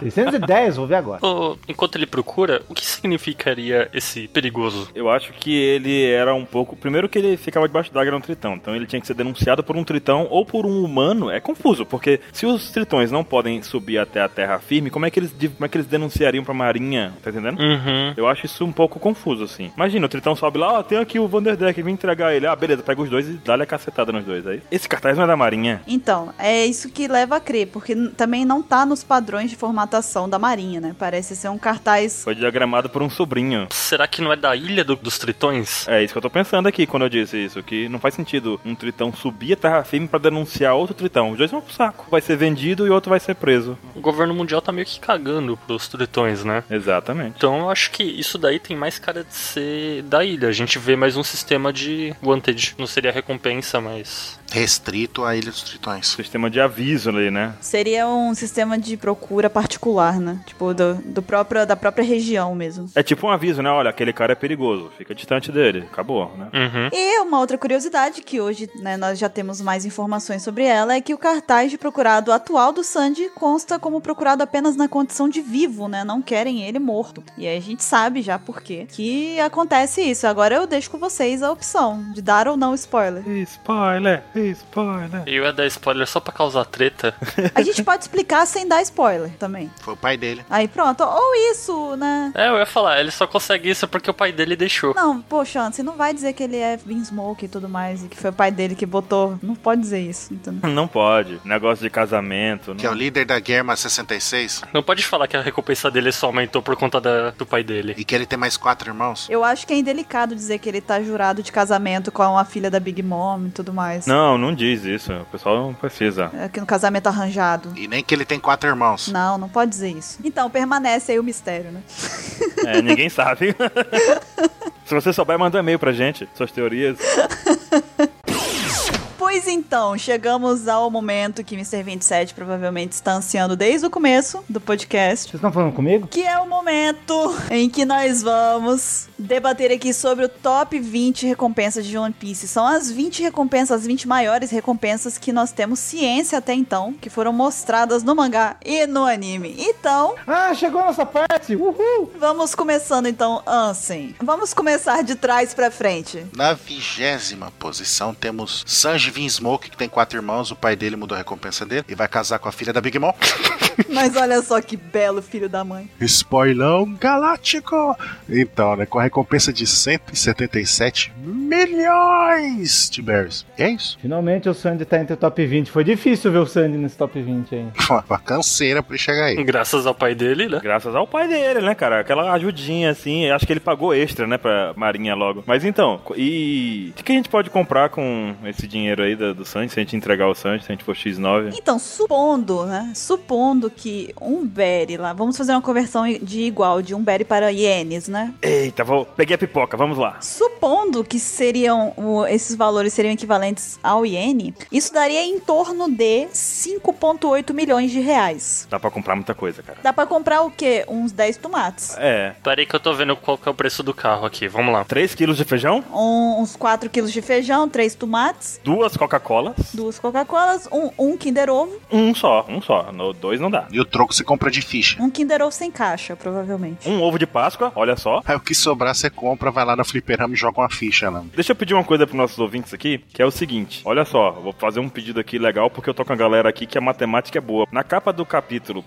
Speaker 1: 610, vou ver agora.
Speaker 4: Ô, enquanto ele procura, o que significaria esse perigoso?
Speaker 2: Eu acho que ele era um pouco. Primeiro que ele ficava debaixo d'água era um tritão. Então ele tinha que ser denunciado por um tritão ou por um humano. É confuso, porque se os tritões não podem subir até a terra firme, como é que eles, como é que eles denunciariam pra marinha? Tá entendendo?
Speaker 4: Uhum.
Speaker 2: Eu acho isso um pouco confuso, assim. Imagina, o Tritão sobe lá, ó, tem aqui o Vanderdeck, vem entregar ele. Ah, beleza, pega os dois e dá-lhe a cacetada nos dois. Aí, esse cartaz não é da Marinha.
Speaker 5: Então, é isso que leva a crer, porque n- também não tá nos padrões de formatação da Marinha, né? Parece ser um cartaz.
Speaker 2: Foi diagramado por um sobrinho.
Speaker 4: Será que não é da ilha do- dos tritões?
Speaker 2: É isso que eu tô pensando aqui quando eu disse isso, que não faz sentido um tritão subir a terra firme pra denunciar outro tritão. Os dois vão pro saco. Um Vai ser vendido e o outro vai ser preso.
Speaker 4: O governo mundial tá meio que cagando pros tritões, né?
Speaker 2: Exatamente.
Speaker 4: Então eu acho que isso daí tem mais cara de ser da ilha. A gente vê mais um sistema de wanted. Não seria recompensa, mas.
Speaker 3: Restrito à Ilha dos Tritões.
Speaker 2: Sistema de aviso ali, né?
Speaker 5: Seria um sistema de procura particular, né? Tipo, do, do próprio, da própria região mesmo.
Speaker 2: É tipo um aviso, né? Olha, aquele cara é perigoso, fica distante dele. Acabou, né?
Speaker 4: Uhum.
Speaker 5: E uma outra curiosidade, que hoje né, nós já temos mais informações sobre ela, é que o cartaz de procurado atual do Sandy consta como procurado apenas na condição de vivo, né? Não querem ele morto. E aí a gente sabe já por quê que acontece isso. Agora eu deixo com vocês a opção de dar ou não spoiler.
Speaker 2: Spoiler, spoiler.
Speaker 4: Eu ia dar spoiler só pra causar treta.
Speaker 5: A gente pode explicar sem dar spoiler também.
Speaker 3: Foi o pai dele.
Speaker 5: Aí pronto, ou isso, né?
Speaker 4: É, eu ia falar, ele só consegue isso porque o pai dele deixou.
Speaker 5: Não, poxa, você não vai dizer que ele é Smoke e tudo mais, e que foi o pai dele que botou. Não pode dizer isso, entendeu?
Speaker 2: Não pode. Negócio de casamento. Não...
Speaker 3: Que é o líder da Guerra 66.
Speaker 4: Não pode falar que a recompensa dele só aumentou por conta da- do pai dele.
Speaker 3: E que ele tem mais quatro irmãos.
Speaker 5: Eu acho que é indelicado dizer que ele tá jurado de casamento com a filha da Big Mom e tudo mais.
Speaker 2: Não, não diz isso. O pessoal não precisa.
Speaker 5: É que no casamento arranjado.
Speaker 3: E nem que ele tem quatro irmãos.
Speaker 5: Não, não pode dizer isso. Então, permanece aí o mistério, né?
Speaker 2: É, ninguém sabe. Se você souber, manda um e-mail pra gente. Suas teorias.
Speaker 5: Pois então, chegamos ao momento que Mr. 27 provavelmente está ansiando desde o começo do podcast.
Speaker 1: Vocês estão falando comigo?
Speaker 5: que é o momento em que nós vamos debater aqui sobre o top 20 recompensas de One Piece. São as 20 recompensas, as 20 maiores recompensas que nós temos ciência até então, que foram mostradas no mangá e no anime. Então,
Speaker 1: Ah, chegou a nossa parte! Uhul!
Speaker 5: vamos começando então, Ansem. Vamos começar de trás pra frente.
Speaker 3: Na vigésima posição temos Sanji Vinsmoke, que tem quatro irmãos. O pai dele mudou a recompensa dele e vai casar com a filha da Big Mom.
Speaker 5: Mas olha só que belo filho da mãe.
Speaker 3: Spoilão galáctico! Então, né, com a recompensa de 177 milhões de berries. É isso.
Speaker 1: Finalmente o Sandy tá entre o top 20. Foi difícil ver o Sandy nesse top 20 ainda.
Speaker 3: Uma canseira pra ele chegar aí.
Speaker 4: Graças ao pai dele, né?
Speaker 2: Graças ao pai dele, né, cara? Aquela ajudinha, assim. Acho que ele pagou extra, né, pra Marinha logo. Mas então, e. O que que a gente pode comprar com esse dinheiro aí do, do Sanji? Se a gente entregar o Sanji, se a gente for X9?
Speaker 5: Então, supondo, né? Supondo falando que um bere lá, vamos fazer uma conversão de igual, de um bere para ienes, né?
Speaker 2: Eita, vou... peguei a pipoca, vamos lá.
Speaker 5: Supondo que seriam o- esses valores seriam equivalentes ao iene, isso daria em torno de 5,8 milhões de reais.
Speaker 2: Dá pra comprar muita coisa, cara.
Speaker 5: Dá pra comprar o quê? Uns 10 tomates.
Speaker 2: É.
Speaker 4: Peraí que eu tô vendo qual que é o preço do carro aqui, vamos lá.
Speaker 2: 3 quilos de feijão,
Speaker 5: Um- uns 4 quilos de feijão, 3 tomates,
Speaker 2: duas Coca-Colas,
Speaker 5: duas Coca-Colas, um, um Kinder Ovo.
Speaker 2: um só, um só. No dois não dá.
Speaker 3: E o troco você compra de ficha.
Speaker 5: Um Kinder Ovo sem caixa, provavelmente.
Speaker 2: Um ovo de Páscoa, olha só.
Speaker 3: Aí o que sobrar você compra, vai lá no fliperama e joga uma ficha né? lá.
Speaker 2: Deixa eu pedir uma coisa pros nossos ouvintes aqui, que é o seguinte. Olha só, vou fazer um pedido aqui legal, porque eu tô com a galera aqui que a matemática é boa. Na capa do capítulo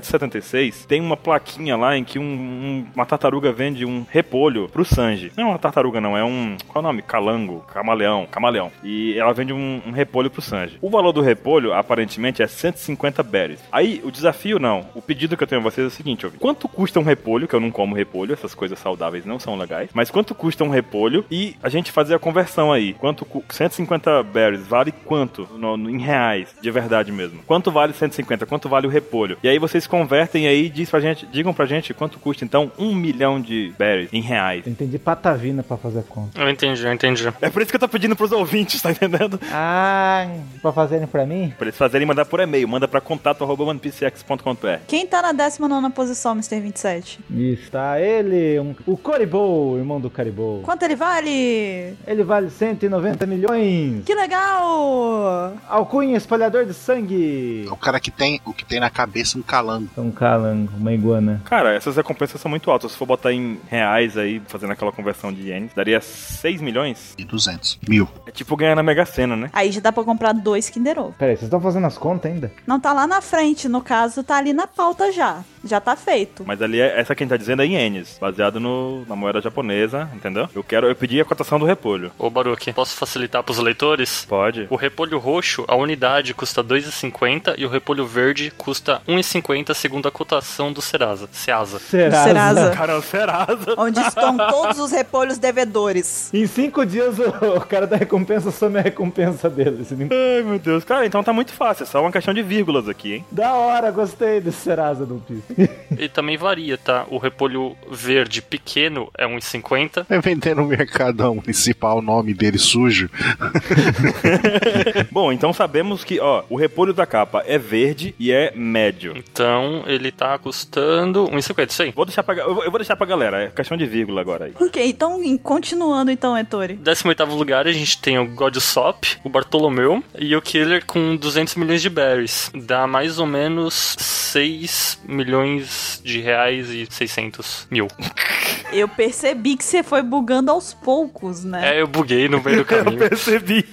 Speaker 2: 476, tem uma plaquinha lá em que um- um- uma tartaruga vende um repolho pro Sanji. Não é uma tartaruga, não. É um... Qual é o nome? Calango. Camaleão. Camaleão. E ela vende um, um repolho pro Sanji. O valor do repolho, aparentemente, é 150 berries. Aí, o desafio não. O pedido que eu tenho a vocês é o seguinte, ouvintes. Quanto custa um repolho, que eu não como repolho, essas coisas saudáveis não são legais, mas quanto custa um repolho e a gente fazer a conversão aí. Quanto cu- 150 berries vale quanto no- no- em reais, de verdade mesmo? Quanto vale 150? Quanto vale o repolho? E aí vocês convertem aí e diz pra gente, digam pra gente quanto custa então um milhão de berries em reais.
Speaker 1: Eu entendi patavina pra fazer a conta.
Speaker 4: Eu entendi, eu entendi.
Speaker 2: É por isso que eu tô pedindo pros ouvintes, tá entendendo?
Speaker 1: Ah, pra fazerem pra mim?
Speaker 2: Pra eles fazerem e mandar por e-mail. Manda pra contato arroba onepcx.com.br.
Speaker 5: Quem tá na 19 posição, Mr. 27?
Speaker 1: Está ele, um- o Coribou, irmão do Caribou.
Speaker 5: Quanto ele vale?
Speaker 1: Ele vale 190 milhões.
Speaker 5: Que legal!
Speaker 1: Alcunha, espalhador de sangue.
Speaker 3: É o cara que tem o que tem na cabeça um calango.
Speaker 1: Um calango, uma iguana.
Speaker 2: Cara, essas recompensas são muito altas. Se for botar em reais aí, fazendo aquela conversão de ienes, daria 6 milhões?
Speaker 3: E 200 mil.
Speaker 2: É tipo ganhar na Mega Sena, né?
Speaker 5: Aí já dá pra comprar dois Kinder Ovo.
Speaker 1: Peraí, vocês estão fazendo as contas ainda?
Speaker 5: Não tá lá na frente, no caso, tá ali na pauta já. Já tá feito.
Speaker 2: Mas ali, é- essa quem tá dizendo é ienes, baseado no, na moeda japonesa, entendeu? Eu quero, eu pedi a cotação do repolho.
Speaker 4: Ô Baruque, posso facilitar pros leitores?
Speaker 2: Pode?
Speaker 4: O repolho roxo, a unidade custa 2,50 e o repolho verde custa 1,50 segundo a cotação do Serasa. Seasa.
Speaker 1: Serasa.
Speaker 5: Serasa.
Speaker 2: Cara, Serasa.
Speaker 5: Onde estão todos os repolhos devedores.
Speaker 1: Em cinco dias o, o cara da recompensa some a recompensa dele. assim, Esse nin-
Speaker 2: Ai, meu Deus. Cara, então tá muito fácil. É só uma questão de vírgulas aqui, hein?
Speaker 1: Da hora, gostei desse Serasa do Piso.
Speaker 4: E também varia, tá? O repolho verde pequeno é 1,50.
Speaker 3: É vender no mercadão municipal o nome dele sujo.
Speaker 2: Bom, então sabemos que, ó, o repolho da capa é verde e é médio.
Speaker 4: Então ele tá custando 1,50, isso aí.
Speaker 2: Vou deixar pra, ga- eu vou- eu vou deixar pra galera. É questão de vírgula agora aí.
Speaker 5: Ok, então, em- continuando então, Ettore.
Speaker 4: 18 lugar a gente tem o Godsop, o Bartolomeu e o Killer com 200 milhões de berries. Dá mais ou menos 6 milhões de reais e 600 mil.
Speaker 5: Eu percebi que você foi bugando aos poucos, né?
Speaker 4: É, eu buguei no meio do
Speaker 2: Eu
Speaker 4: caminho.
Speaker 2: percebi.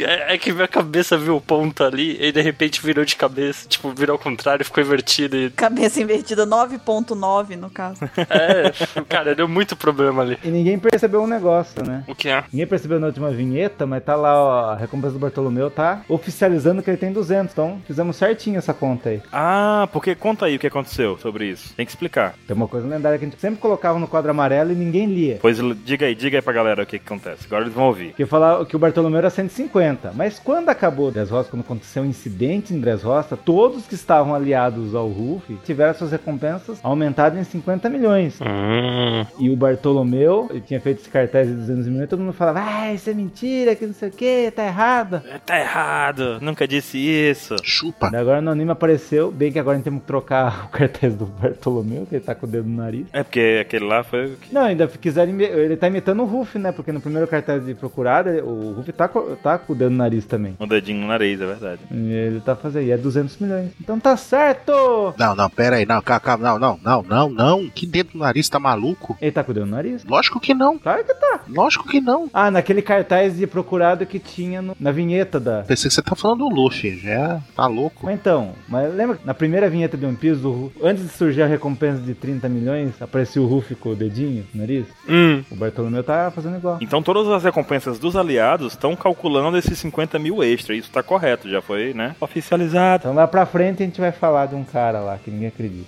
Speaker 4: É, é que minha cabeça viu o ponto ali e de repente virou de cabeça, tipo, virou ao contrário, ficou invertido e...
Speaker 5: Cabeça invertida 9.9 no caso.
Speaker 4: É, cara, deu muito problema ali.
Speaker 1: E ninguém percebeu um negócio, né?
Speaker 4: O que é?
Speaker 1: Ninguém percebeu na última vinheta, mas tá lá, ó, a recompensa do Bartolomeu tá oficializando que ele tem 200. Então, fizemos certinho essa conta aí.
Speaker 2: Ah, porque conta aí o que aconteceu sobre isso. Tem que explicar.
Speaker 1: Tem uma coisa lendária que a gente sempre colocava no quadro amarelo e ninguém lia.
Speaker 2: Pois l- diga aí, diga aí pra galera o que, que acontece. Agora eles vão ouvir.
Speaker 1: Que falava que o Bartolomeu era 150. Mas quando acabou Dressrosa, quando aconteceu o incidente em Dressrosa, todos que estavam aliados ao Ruff tiveram suas recompensas aumentadas em 50 milhões.
Speaker 4: Hum,
Speaker 1: E o Bartolomeu ele tinha feito esse cartaz de 200 milhões e todo mundo falava, ah, isso é mentira, que não sei o que, tá errado.
Speaker 2: Tá errado, nunca disse isso.
Speaker 3: Chupa.
Speaker 1: Daí agora o Anonimo apareceu, bem que agora temos que trocar o cartaz do Bartolomeu, que ele tá com o dedo no nariz.
Speaker 2: É porque aquele lá foi o que.
Speaker 1: Não, ainda quiser imi- ele tá imitando o Ruff, né? Porque no primeiro cartaz de procurada, o Ruff tá, co- tá com o dedo no nariz também.
Speaker 2: Um dedinho no nariz, é verdade.
Speaker 1: E Ele tá fazendo, e é 200 milhões. Então tá certo!
Speaker 3: Não, não, pera aí, não, calma, calma, não, não, não, não, não. Que dedo no nariz, tá maluco?
Speaker 1: Ele tá com o dedo no nariz?
Speaker 3: Lógico que não,
Speaker 1: Claro que tá.
Speaker 3: lógico que não.
Speaker 1: Ah, naquele cartaz de procurado que tinha no- na vinheta da.
Speaker 3: Pensei que você tá falando do Luffy, já tá louco.
Speaker 1: Mas então, mas lembra que na primeira vinheta de One Piece, o Ruff- antes de surgir a recompensa de 30 milhões, apareceu o Ruff com o dedo dedinho, nariz.
Speaker 4: Hum.
Speaker 1: O Bartolomeu tá fazendo igual.
Speaker 2: Então todas as recompensas dos aliados estão calculando esses 50 mil extra. Isso tá correto, já foi, né? Oficializado.
Speaker 1: Então lá pra frente a gente vai falar de um cara lá que ninguém acredita.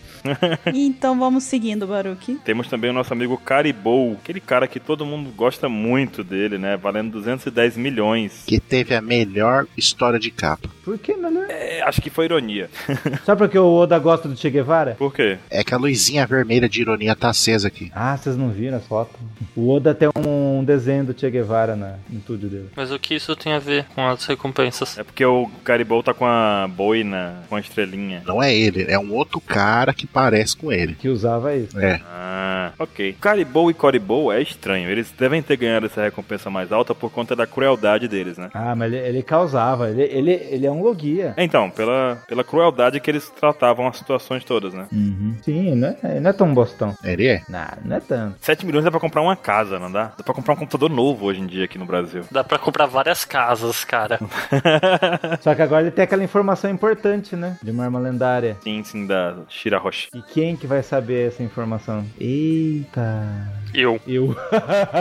Speaker 5: Então vamos seguindo, Baruque.
Speaker 2: Temos também o nosso amigo Caribou, aquele cara que todo mundo gosta muito dele, né? Valendo 210 milhões.
Speaker 3: Que teve a melhor história de capa.
Speaker 1: Por que, melhor?
Speaker 2: É, acho que foi ironia.
Speaker 1: Só porque o Oda gosta do Che Guevara?
Speaker 2: Por quê?
Speaker 3: É que a luzinha vermelha de ironia tá acesa aqui.
Speaker 1: Ah, vocês não viram as fotos? O Oda tem um desenho do Che Guevara na, no estúdio dele.
Speaker 4: Mas o que isso tem a ver com as recompensas?
Speaker 2: É porque o Caribou tá com a boina, com a estrelinha.
Speaker 3: Não é ele, é um outro cara que parece com ele.
Speaker 1: Que usava isso.
Speaker 3: É.
Speaker 2: Ah, ok. Caribou e Coribou é estranho. Eles devem ter ganhado essa recompensa mais alta por conta da crueldade deles, né?
Speaker 1: Ah, mas ele, ele causava. Ele, ele, ele é um logia.
Speaker 2: Então, pela, pela crueldade que eles tratavam as situações todas, né?
Speaker 1: Sim, não é, não é tão bostão.
Speaker 3: Ele é?
Speaker 1: Não, não é tanto.
Speaker 2: 7 milhões dá pra comprar uma casa, não dá? Dá pra comprar um computador novo hoje em dia aqui no Brasil.
Speaker 4: Dá pra comprar várias casas, cara.
Speaker 1: Só que agora ele tem aquela informação importante, né? De uma arma lendária.
Speaker 2: Sim, sim, da Shira Roche.
Speaker 1: E quem que vai saber essa informação? Eita.
Speaker 4: Eu.
Speaker 1: Eu.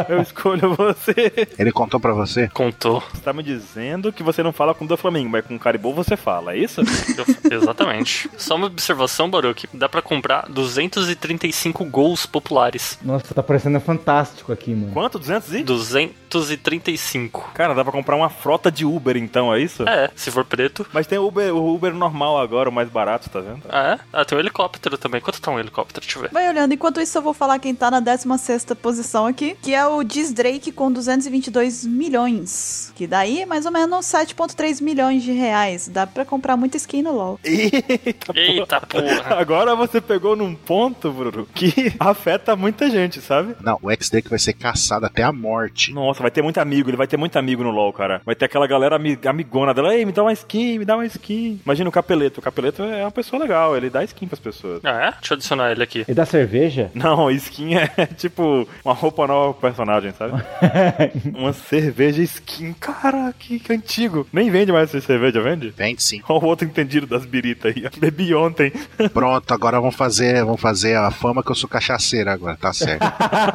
Speaker 2: Eu escolho você.
Speaker 3: Ele contou pra você?
Speaker 4: Contou.
Speaker 2: Você tá me dizendo que você não fala com o do Flamengo, mas com o Caribou você fala, é isso?
Speaker 4: Eu- exatamente. Só uma observação, Baruque. Dá pra comprar 235 gols populares.
Speaker 1: Nossa, tá parecendo fantástico aqui, mano.
Speaker 2: Quanto? 200 e?
Speaker 4: 235.
Speaker 2: Cara, dá pra comprar uma frota de Uber então, é isso?
Speaker 4: É, se for preto.
Speaker 2: Mas tem o Uber, o Uber normal agora, o mais barato, tá vendo?
Speaker 4: É. Ah, tem um helicóptero também. Quanto tá um helicóptero? Deixa eu ver.
Speaker 5: Vai olhando, enquanto isso eu vou falar quem tá na 16ª posição aqui, que é o Diz Drake com 222 milhões, que daí é mais ou menos 7.3 milhões de reais, dá pra comprar muita skin no LoL.
Speaker 2: Eita,
Speaker 4: Eita porra.
Speaker 2: Agora você pegou num ponto, Bruno, que afeta muita gente, sabe?
Speaker 3: Não, o ex dele que vai ser caçado até a morte.
Speaker 2: Nossa, vai ter muito amigo, ele vai ter muito amigo no LoL, cara. Vai ter aquela galera ami- amigona dela, ei, me dá uma skin, me dá uma skin. Imagina o Capeleto, o Capeleto é uma pessoa legal, ele dá skin pras pessoas.
Speaker 4: Ah, é? Deixa eu adicionar ele aqui.
Speaker 1: E da cerveja?
Speaker 2: Não, skin é tipo uma roupa nova pro personagem, sabe? uma cerveja skin, cara, que, que antigo. Nem vende mais essa cerveja, vende?
Speaker 3: Vende sim.
Speaker 2: Olha o outro entendido das biritas aí. ó. Bebi ontem.
Speaker 3: Pronto, agora vão fazer, vão fazer a fama que eu sou cachaceiro agora, tá certo.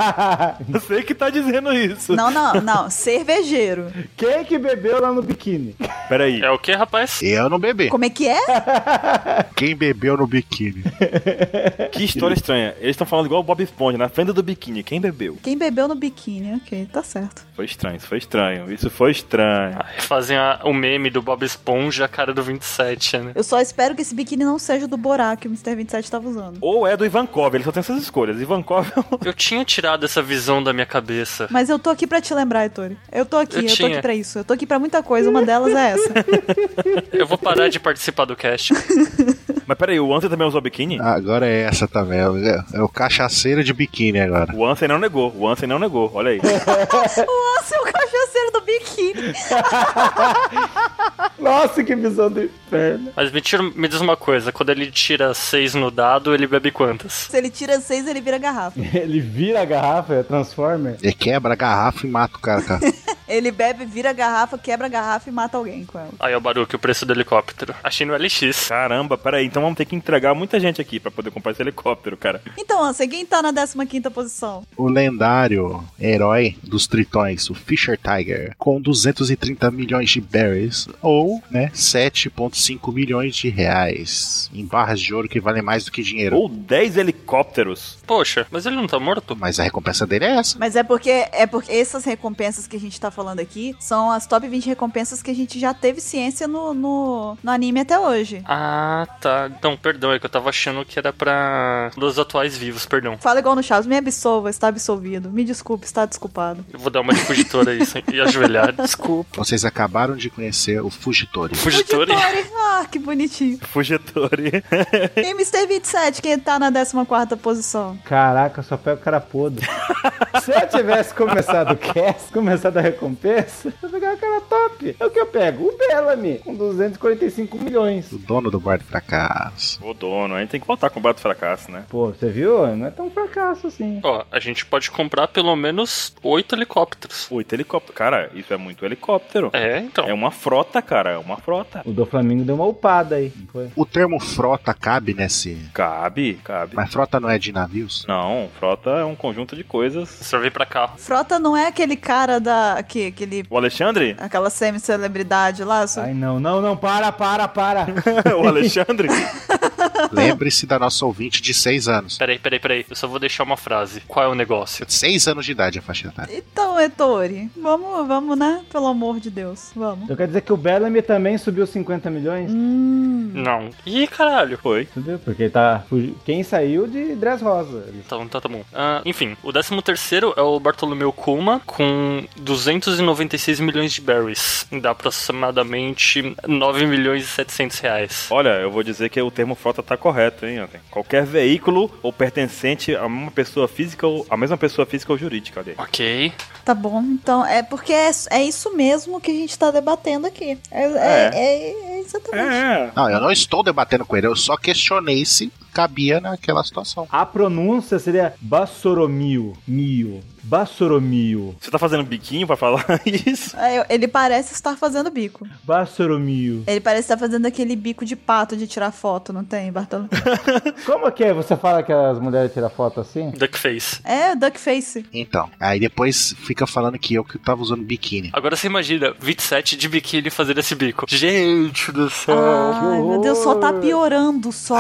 Speaker 2: Você que tá dizendo isso.
Speaker 5: Não, não, não, cervejeiro.
Speaker 1: Quem que bebeu lá no biquíni?
Speaker 2: Peraí.
Speaker 4: É o que, rapaz?
Speaker 3: Eu não bebi.
Speaker 5: Como é que é?
Speaker 3: Quem bebeu no biquíni?
Speaker 4: É
Speaker 2: Que história estranha. Eles estão falando igual o Bob Esponja, na fenda do biquíni. Quem bebeu?
Speaker 5: Quem bebeu no biquíni, ok, tá certo.
Speaker 2: Foi estranho, isso foi estranho. Isso foi estranho.
Speaker 4: Ah, Fazem a- o meme do Bob Esponja, a cara do 27, né?
Speaker 5: Eu só espero que esse biquíni não seja do Borá que o Mr. 27 tava usando.
Speaker 2: Ou é do Ivankov, ele só tem essas escolhas. Ivankov é o-
Speaker 4: Eu tinha tirado essa visão da minha cabeça.
Speaker 5: Mas eu tô aqui pra te lembrar, Ettore. Eu tô aqui,
Speaker 4: Eu
Speaker 5: eu, tô
Speaker 4: tinha.
Speaker 5: aqui pra isso. Eu tô aqui pra muita coisa, uma delas é essa.
Speaker 4: Eu vou parar de participar do cast.
Speaker 2: Mas peraí, o Ansem também usou biquíni?
Speaker 3: Agora é essa também. É, é o cachaceiro de biquíni agora.
Speaker 2: O Ansem não negou, o Ansem não negou, olha aí.
Speaker 5: o Ansel, o cachaceiro do biquíni.
Speaker 1: Nossa, que visão do inferno.
Speaker 4: Mas me, tira, me diz uma coisa, quando ele tira 6 no dado, ele bebe quantas?
Speaker 5: Se ele tira seis, ele vira garrafa.
Speaker 1: Ele vira a garrafa, é transforma.
Speaker 3: Ele quebra a garrafa e mata o cara, tá? cara.
Speaker 5: Ele bebe, vira a garrafa, quebra a garrafa e mata alguém com ela.
Speaker 4: Aí é o Baruque, o preço do helicóptero. Achei no LX.
Speaker 2: Caramba, peraí, então vamos ter que entregar muita gente aqui pra poder comprar esse helicóptero, cara.
Speaker 5: Então, Ansel, quem tá na 15ª posição?
Speaker 3: O lendário herói dos tritões, o Fisher Tiger, com 230 milhões de berries, ou, né, 7,5 milhões de reais em barras de ouro que valem mais do que dinheiro.
Speaker 2: Ou 10 helicópteros.
Speaker 4: Poxa, mas ele não tá morto?
Speaker 3: Mas a recompensa dele é essa.
Speaker 5: Mas é porque é porque essas recompensas que a gente tá falando aqui são as top 20 recompensas que a gente já teve ciência no, no, no anime até hoje.
Speaker 4: Ah, tá. Então, perdão, é que eu tava achando que era pra dos atuais vivos, perdão.
Speaker 5: Fala igual no Chaves, me absolva, está absolvido. Me desculpe, está desculpado.
Speaker 4: Eu vou dar uma de fugitora aí, sem- e ajoelhar. Desculpa.
Speaker 3: Vocês acabaram de conhecer o Fugitori.
Speaker 4: Fugitora?
Speaker 5: Fugitori. Ah, que bonitinho.
Speaker 2: Fugitori.
Speaker 5: E Mr. 27, quem tá na 14ª posição?
Speaker 1: Caraca, eu só pego o cara podre. Se eu tivesse começado o cast, começado a recompensa, eu pegar um cara top. É o que eu pego? O Bellamy, com 245 milhões.
Speaker 3: O dono do bar de fracasso.
Speaker 2: O dono, a gente tem que voltar com o Bato Fracasso, né?
Speaker 1: Pô, você viu? Não é tão fracasso assim.
Speaker 4: Ó, a gente pode comprar pelo menos oito helicópteros.
Speaker 2: Oito helicópteros. Cara, isso é muito helicóptero.
Speaker 4: É, então.
Speaker 2: É uma frota, cara, é uma frota.
Speaker 1: O do Flamengo deu uma upada aí. não foi?
Speaker 3: O termo frota cabe nesse.
Speaker 2: Cabe, cabe.
Speaker 3: Mas frota não é de navios?
Speaker 2: Não, frota é um conjunto de coisas.
Speaker 4: Serve pra carro.
Speaker 5: Frota não é aquele cara da. Que, aquele.
Speaker 2: O Alexandre?
Speaker 5: Aquela semi-celebridade lá. su-
Speaker 1: Ai, não, não, não, para, para, para.
Speaker 2: o Alexandre?
Speaker 3: Lembre-se da nossa ouvinte de 6 anos.
Speaker 4: Peraí, peraí, peraí. Eu só vou deixar uma frase. Qual é o negócio?
Speaker 3: 6 anos de idade a faixa etária.
Speaker 5: Então, Etori, vamos, vamos, né? Pelo amor de Deus, vamos.
Speaker 1: Então quer dizer que o Bellamy também subiu 50 milhões?
Speaker 5: Hum.
Speaker 4: Não. Ih, caralho.
Speaker 2: Foi.
Speaker 1: Subiu, porque ele tá. fugi- Quem saiu de Dress Rosa. Ele-
Speaker 4: Então tá, tá bom. Ah, enfim, o 13 terceiro é o Bartolomeu Kuma com 296 milhões de berries. Dá aproximadamente 9 milhões e 700 reais.
Speaker 2: Olha, eu vou dizer que o termo frota tá correto, hein, Anten? Qualquer veículo ou pertencente a uma pessoa física ou a mesma pessoa física ou jurídica, olha aí.
Speaker 4: Ok.
Speaker 5: Tá bom, então é porque é, é isso mesmo que a gente tá debatendo aqui. É, é- é- é exatamente.
Speaker 2: É.
Speaker 3: Não, eu não estou debatendo com ele, eu só questionei se cabia naquela situação.
Speaker 1: A pronúncia seria Bassoromio. Mio. Bassoromio.
Speaker 2: Você tá fazendo biquinho pra falar isso?
Speaker 5: É, eu- Ele parece estar fazendo bico.
Speaker 1: Bassoromio.
Speaker 5: Ele parece estar fazendo aquele bico de pato de tirar foto, não tem, Bartolomeu?
Speaker 1: Como que é? Você fala que as mulheres tiram foto assim?
Speaker 4: Duckface.
Speaker 5: É, Duckface.
Speaker 3: Então, aí depois fica falando que eu que tava usando biquíni.
Speaker 4: Agora você imagina 27 de biquíni fazer esse bico. Gente do céu.
Speaker 5: Ai, meu Deus, só tá piorando só.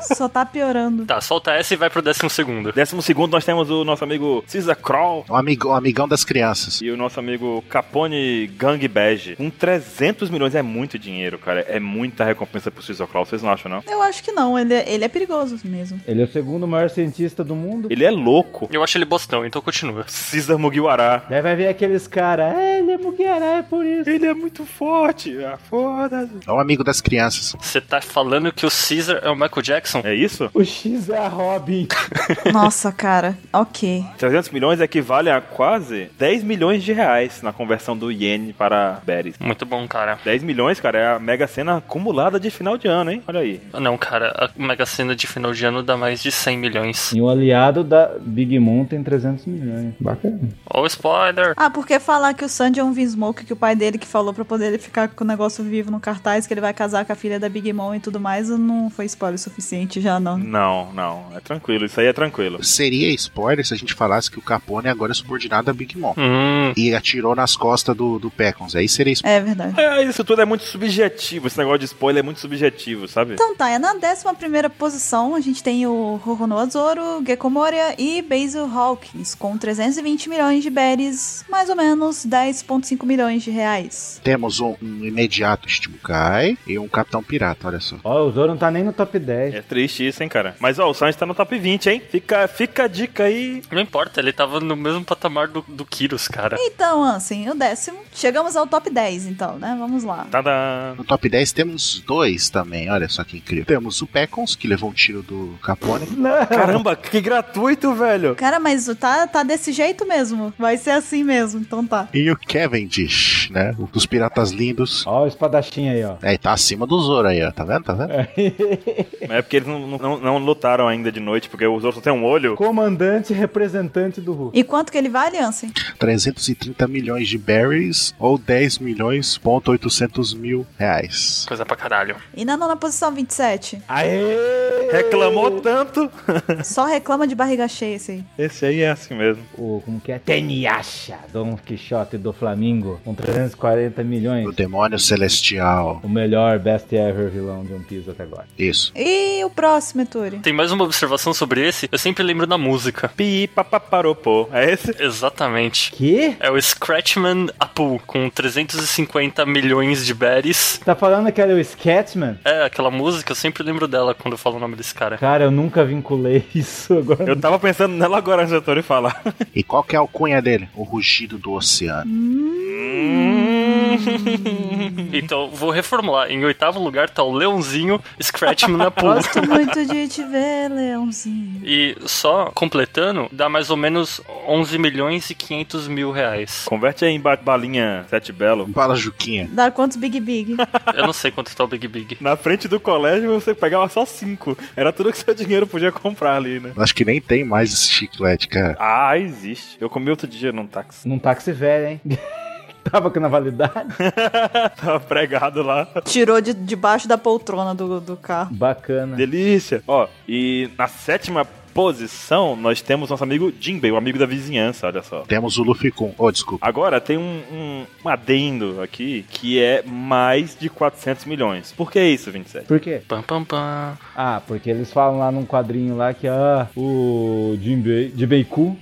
Speaker 5: só tá piorando.
Speaker 4: Tá, solta essa e vai pro décimo segundo.
Speaker 2: Décimo segundo, nós temos o nosso amigo Cisa Kroll
Speaker 3: Um, amigo, um amigão das crianças.
Speaker 2: e o nosso amigo Capone Gang Badge. Com 300 milhões é muito dinheiro, cara. É muita recompensa pro Cisa Kroll, vocês não acham, não?
Speaker 5: Eu acho que não, ele, é- ele é perigoso mesmo.
Speaker 1: Ele é o segundo maior cientista do mundo.
Speaker 2: Ele é louco.
Speaker 4: Eu acho ele bostão, então continua.
Speaker 2: Cisa Mugiwara.
Speaker 1: Daí vai ver aqueles caras. É, ele é Mugiará, é por isso.
Speaker 2: Ele é muito forte. Ah, foda-se.
Speaker 3: É um amigo das crianças.
Speaker 4: Você tá falando que o Caesar é o Michael Jackson?
Speaker 2: É isso?
Speaker 1: O X é a Robin.
Speaker 5: Nossa, cara, ok.
Speaker 2: 300 milhões equivale a quase 10 milhões de reais na conversão do iene para berries.
Speaker 4: Muito bom, cara.
Speaker 2: 10 milhões, cara, é a mega cena acumulada de final de ano, hein? Olha aí.
Speaker 4: Não, cara, a Mega Sena de final de ano dá mais de 100 milhões.
Speaker 1: E um aliado da Big Mom tem 300 milhões. Bacana.
Speaker 4: Oh, spoiler!
Speaker 5: Ah, porque falar que o Sandy é um Vinsmoke, que o pai dele que falou pra poder ele ficar com o negócio vivo no cartaz, que ele vai casar com a filha da Big Mom e tudo mais, não foi spoiler suficiente já, não.
Speaker 2: Não, não, é tranquilo, isso aí é tranquilo.
Speaker 3: Seria spoiler se a gente falasse que o Capone agora é subordinado a Big Mom.
Speaker 4: Hum,
Speaker 3: E atirou nas costas do, do Pecons. Aí seria spoiler.
Speaker 5: É verdade.
Speaker 2: É, isso tudo é muito subjetivo, esse negócio de spoiler é muito subjetivo, sabe?
Speaker 5: Então tá, é na 11 posição a gente tem o Rorono Azoro, Gecko Moria e Basil Hawkins, com 320 milhões de berries, mais ou menos 10,5 milhões de reais.
Speaker 3: Temos um, um imediato Shichibukai e um Capitão Pirata, olha só.
Speaker 1: Ó, o Zoro não tá nem no top 10.
Speaker 2: É triste isso, hein, cara. Mas ó, o Sainz tá no top 20, hein? Fica, fica a dica aí.
Speaker 4: não importa, ele tava no mesmo patamar do, do Kyros, cara.
Speaker 5: Então, assim, o décimo. Chegamos ao top 10, então, né? Vamos lá.
Speaker 2: Tadã.
Speaker 3: No top 10 temos dois também, olha só que incrível. Temos o Pecons, que levou um tiro do Capone.
Speaker 2: Caramba, que gratuito, velho.
Speaker 5: Cara, mas o tá, tá desse jeito mesmo. Vai ser assim mesmo, então tá.
Speaker 3: E o Cavendish, né? Um dos piratas lindos.
Speaker 1: Ó, o espadachim aí, ó.
Speaker 3: É, tá acima do Zoro aí, ó. Tá vendo? Tá vendo?
Speaker 2: É porque eles não, não, não lutaram ainda de noite, porque os outros só tem um olho.
Speaker 1: Comandante representante do Hulk.
Speaker 5: E quanto que ele vale, Ansem?
Speaker 3: 330 milhões de berries ou 10 milhões, ponto 800 mil reais.
Speaker 4: Coisa pra caralho.
Speaker 5: E na nona posição, 27.
Speaker 1: Aê!
Speaker 2: Reclamou tanto.
Speaker 5: Só reclama de barriga cheia esse aí.
Speaker 2: Esse aí é assim mesmo.
Speaker 1: O, como que é? Teniasha, Dom Quixote do Flamingo, com 340 milhões.
Speaker 3: O demônio celestial.
Speaker 1: O melhor best ever vilão de One Piece até agora.
Speaker 3: Isso.
Speaker 5: E o próximo, Eturi?
Speaker 4: Tem mais uma observação sobre esse, eu sempre lembro da música.
Speaker 2: Pi papaparopô. É esse?
Speaker 4: Exatamente.
Speaker 1: Que?
Speaker 4: É o Scratchman Apple, com 350 milhões de berries.
Speaker 1: Tá falando que era o Sketchman?
Speaker 4: É, aquela música, eu sempre lembro dela quando eu falo o nome desse cara.
Speaker 1: Cara, eu nunca vinculei isso agora.
Speaker 2: Eu tava pensando nela agora antes da Tori falar.
Speaker 3: E qual que é a alcunha dele? O rugido do oceano.
Speaker 2: Hum,
Speaker 4: Então, vou reformular. Em oitavo lugar tá o Leãozinho Scratchman na Pool.
Speaker 5: Gosto muito de te ver, Leãozinho.
Speaker 4: E só completando, dá mais ou menos 11 milhões e 500 mil reais.
Speaker 2: Converte aí em ba- balinha Sete Belo.
Speaker 3: Fala, Juquinha.
Speaker 5: Dá quantos Big Big?
Speaker 4: Eu não sei quanto tá o Big Big.
Speaker 2: Na frente do colégio você pegava só cinco. Era tudo que seu dinheiro podia comprar ali, né?
Speaker 3: Acho que nem tem mais esse chiclete, cara.
Speaker 2: Ah, existe. Eu comi outro dia num táxi.
Speaker 1: Num táxi velho, hein? Tava com na validade.
Speaker 2: Tava pregado lá.
Speaker 5: Tirou de debaixo da poltrona do, do carro.
Speaker 1: Bacana.
Speaker 2: Delícia. Ó, e na sétima posição nós temos nosso amigo Jinbei, o amigo da vizinhança, olha só.
Speaker 3: Temos o Luffy Kun. Oh, desculpa.
Speaker 2: Agora tem um, um, um adendo aqui que é mais de 400 milhões. Por que isso, 27?
Speaker 1: Por quê?
Speaker 4: Pam, pam, pam.
Speaker 1: Ah, porque eles falam lá num quadrinho lá que ah, o Jinbei, Jinbeiku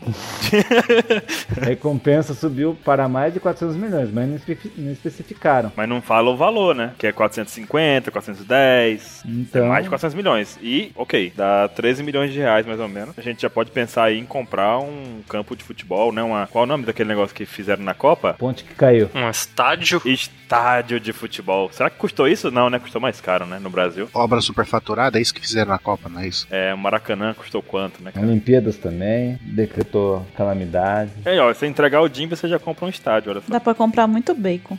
Speaker 1: recompensa subiu para mais de 400 milhões, mas não, espe- não especificaram.
Speaker 2: Mas não fala o valor, né? Que é 450, 410.
Speaker 1: Então-
Speaker 2: É mais de 400 milhões. E, ok, dá 13 milhões de reais mais ou menos. A gente já pode pensar aí em comprar um campo de futebol, né? Uma, qual o nome daquele negócio que fizeram na Copa?
Speaker 1: Ponte que caiu.
Speaker 4: Um estádio.
Speaker 2: Estádio de futebol. Será que custou isso? Não, né? Custou mais caro, né? No Brasil.
Speaker 3: Obra superfaturada, é isso que fizeram na Copa, não é isso?
Speaker 2: É, o Maracanã custou quanto, né? cara?
Speaker 1: Olimpíadas também, decretou calamidade.
Speaker 2: É, ó, se entregar o DIM, você já compra um estádio, olha só.
Speaker 5: Dá pra comprar muito bacon.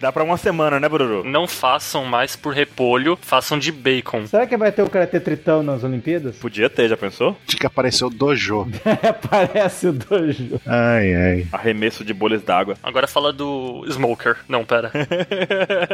Speaker 2: Dá pra uma semana, né, Bururu?
Speaker 4: Não façam mais por repolho, façam de bacon.
Speaker 1: Será que vai ter o Karatê Tritão nas Olimpíadas?
Speaker 2: Podia ter, já pensou?
Speaker 3: De que apareceu o Dojo.
Speaker 1: Parece o Dojo.
Speaker 3: Ai, ai.
Speaker 2: Arremesso de bolhas d'água.
Speaker 4: Agora fala do Smoker. Não, pera.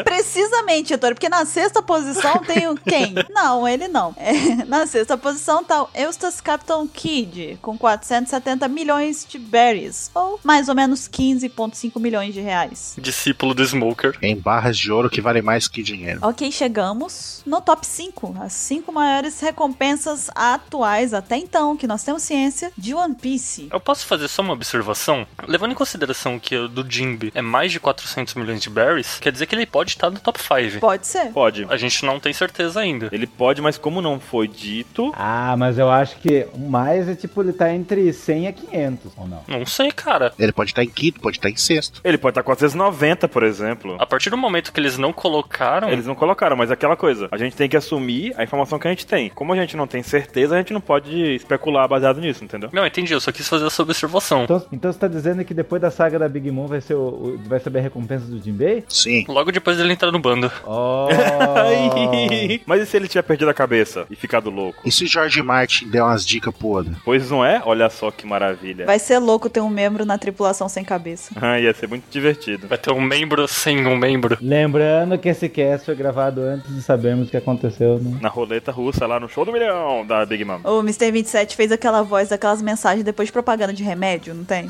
Speaker 5: Precisamente, Ettore, porque na sexta posição tem o quem? Não, ele não. É, na sexta posição tá o Eustace Captain Kid, com 470 milhões de berries, ou mais ou menos 15,5 milhões de reais.
Speaker 4: Discípulo do Smoker.
Speaker 3: Em barras de ouro que valem mais que dinheiro.
Speaker 5: Ok, chegamos no top 5, as 5 maiores recompensas atuais até então, que nós temos ciência, de One Piece.
Speaker 4: Eu posso fazer só uma observação? Levando em consideração que o do Jimby é mais de 400 milhões de berries, quer dizer que ele pode estar no top 5.
Speaker 5: Pode ser.
Speaker 2: Pode.
Speaker 4: A gente não tem certeza ainda.
Speaker 2: Ele pode, mas como não foi dito,
Speaker 1: Ah, mas eu acho que o mais é tipo ele tá entre 100 a 500, ou não?
Speaker 4: Não sei, cara.
Speaker 3: Ele pode estar em quinto, pode estar em sexto.
Speaker 2: ele pode estar 490, por exemplo.
Speaker 4: A partir do momento que eles não colocaram,
Speaker 2: Eles não colocaram, mas é aquela coisa. A gente tem que assumir a informação que a gente tem. Como a gente não tem certeza, a gente não pode especular baseado nisso, entendeu?
Speaker 4: Não, entendi, eu só quis fazer essa observação.
Speaker 1: Então, então você tá dizendo que depois da saga da Big Mom vai, ser o, o- vai saber a recompensa do Jinbei?
Speaker 3: Sim.
Speaker 4: Logo depois dele entrar no bando.
Speaker 1: Oh!
Speaker 2: mas e se ele tiver perdido a cabeça e ficado louco?
Speaker 3: E se o George Martin der umas dicas pro Oda?
Speaker 2: Pois não é? Olha só que maravilha.
Speaker 5: Vai ser louco ter um membro na tripulação sem cabeça.
Speaker 2: Ah, ia ser muito divertido.
Speaker 4: Vai ter um membro sem um membro.
Speaker 1: Lembrando que esse cast foi gravado antes de sabermos o que aconteceu, né?
Speaker 2: Na roleta russa, lá no show do milhão da Big Mom.
Speaker 5: O Mr. 27 fez aquela voz daquelas mensagens depois de propaganda de remédio, não tem?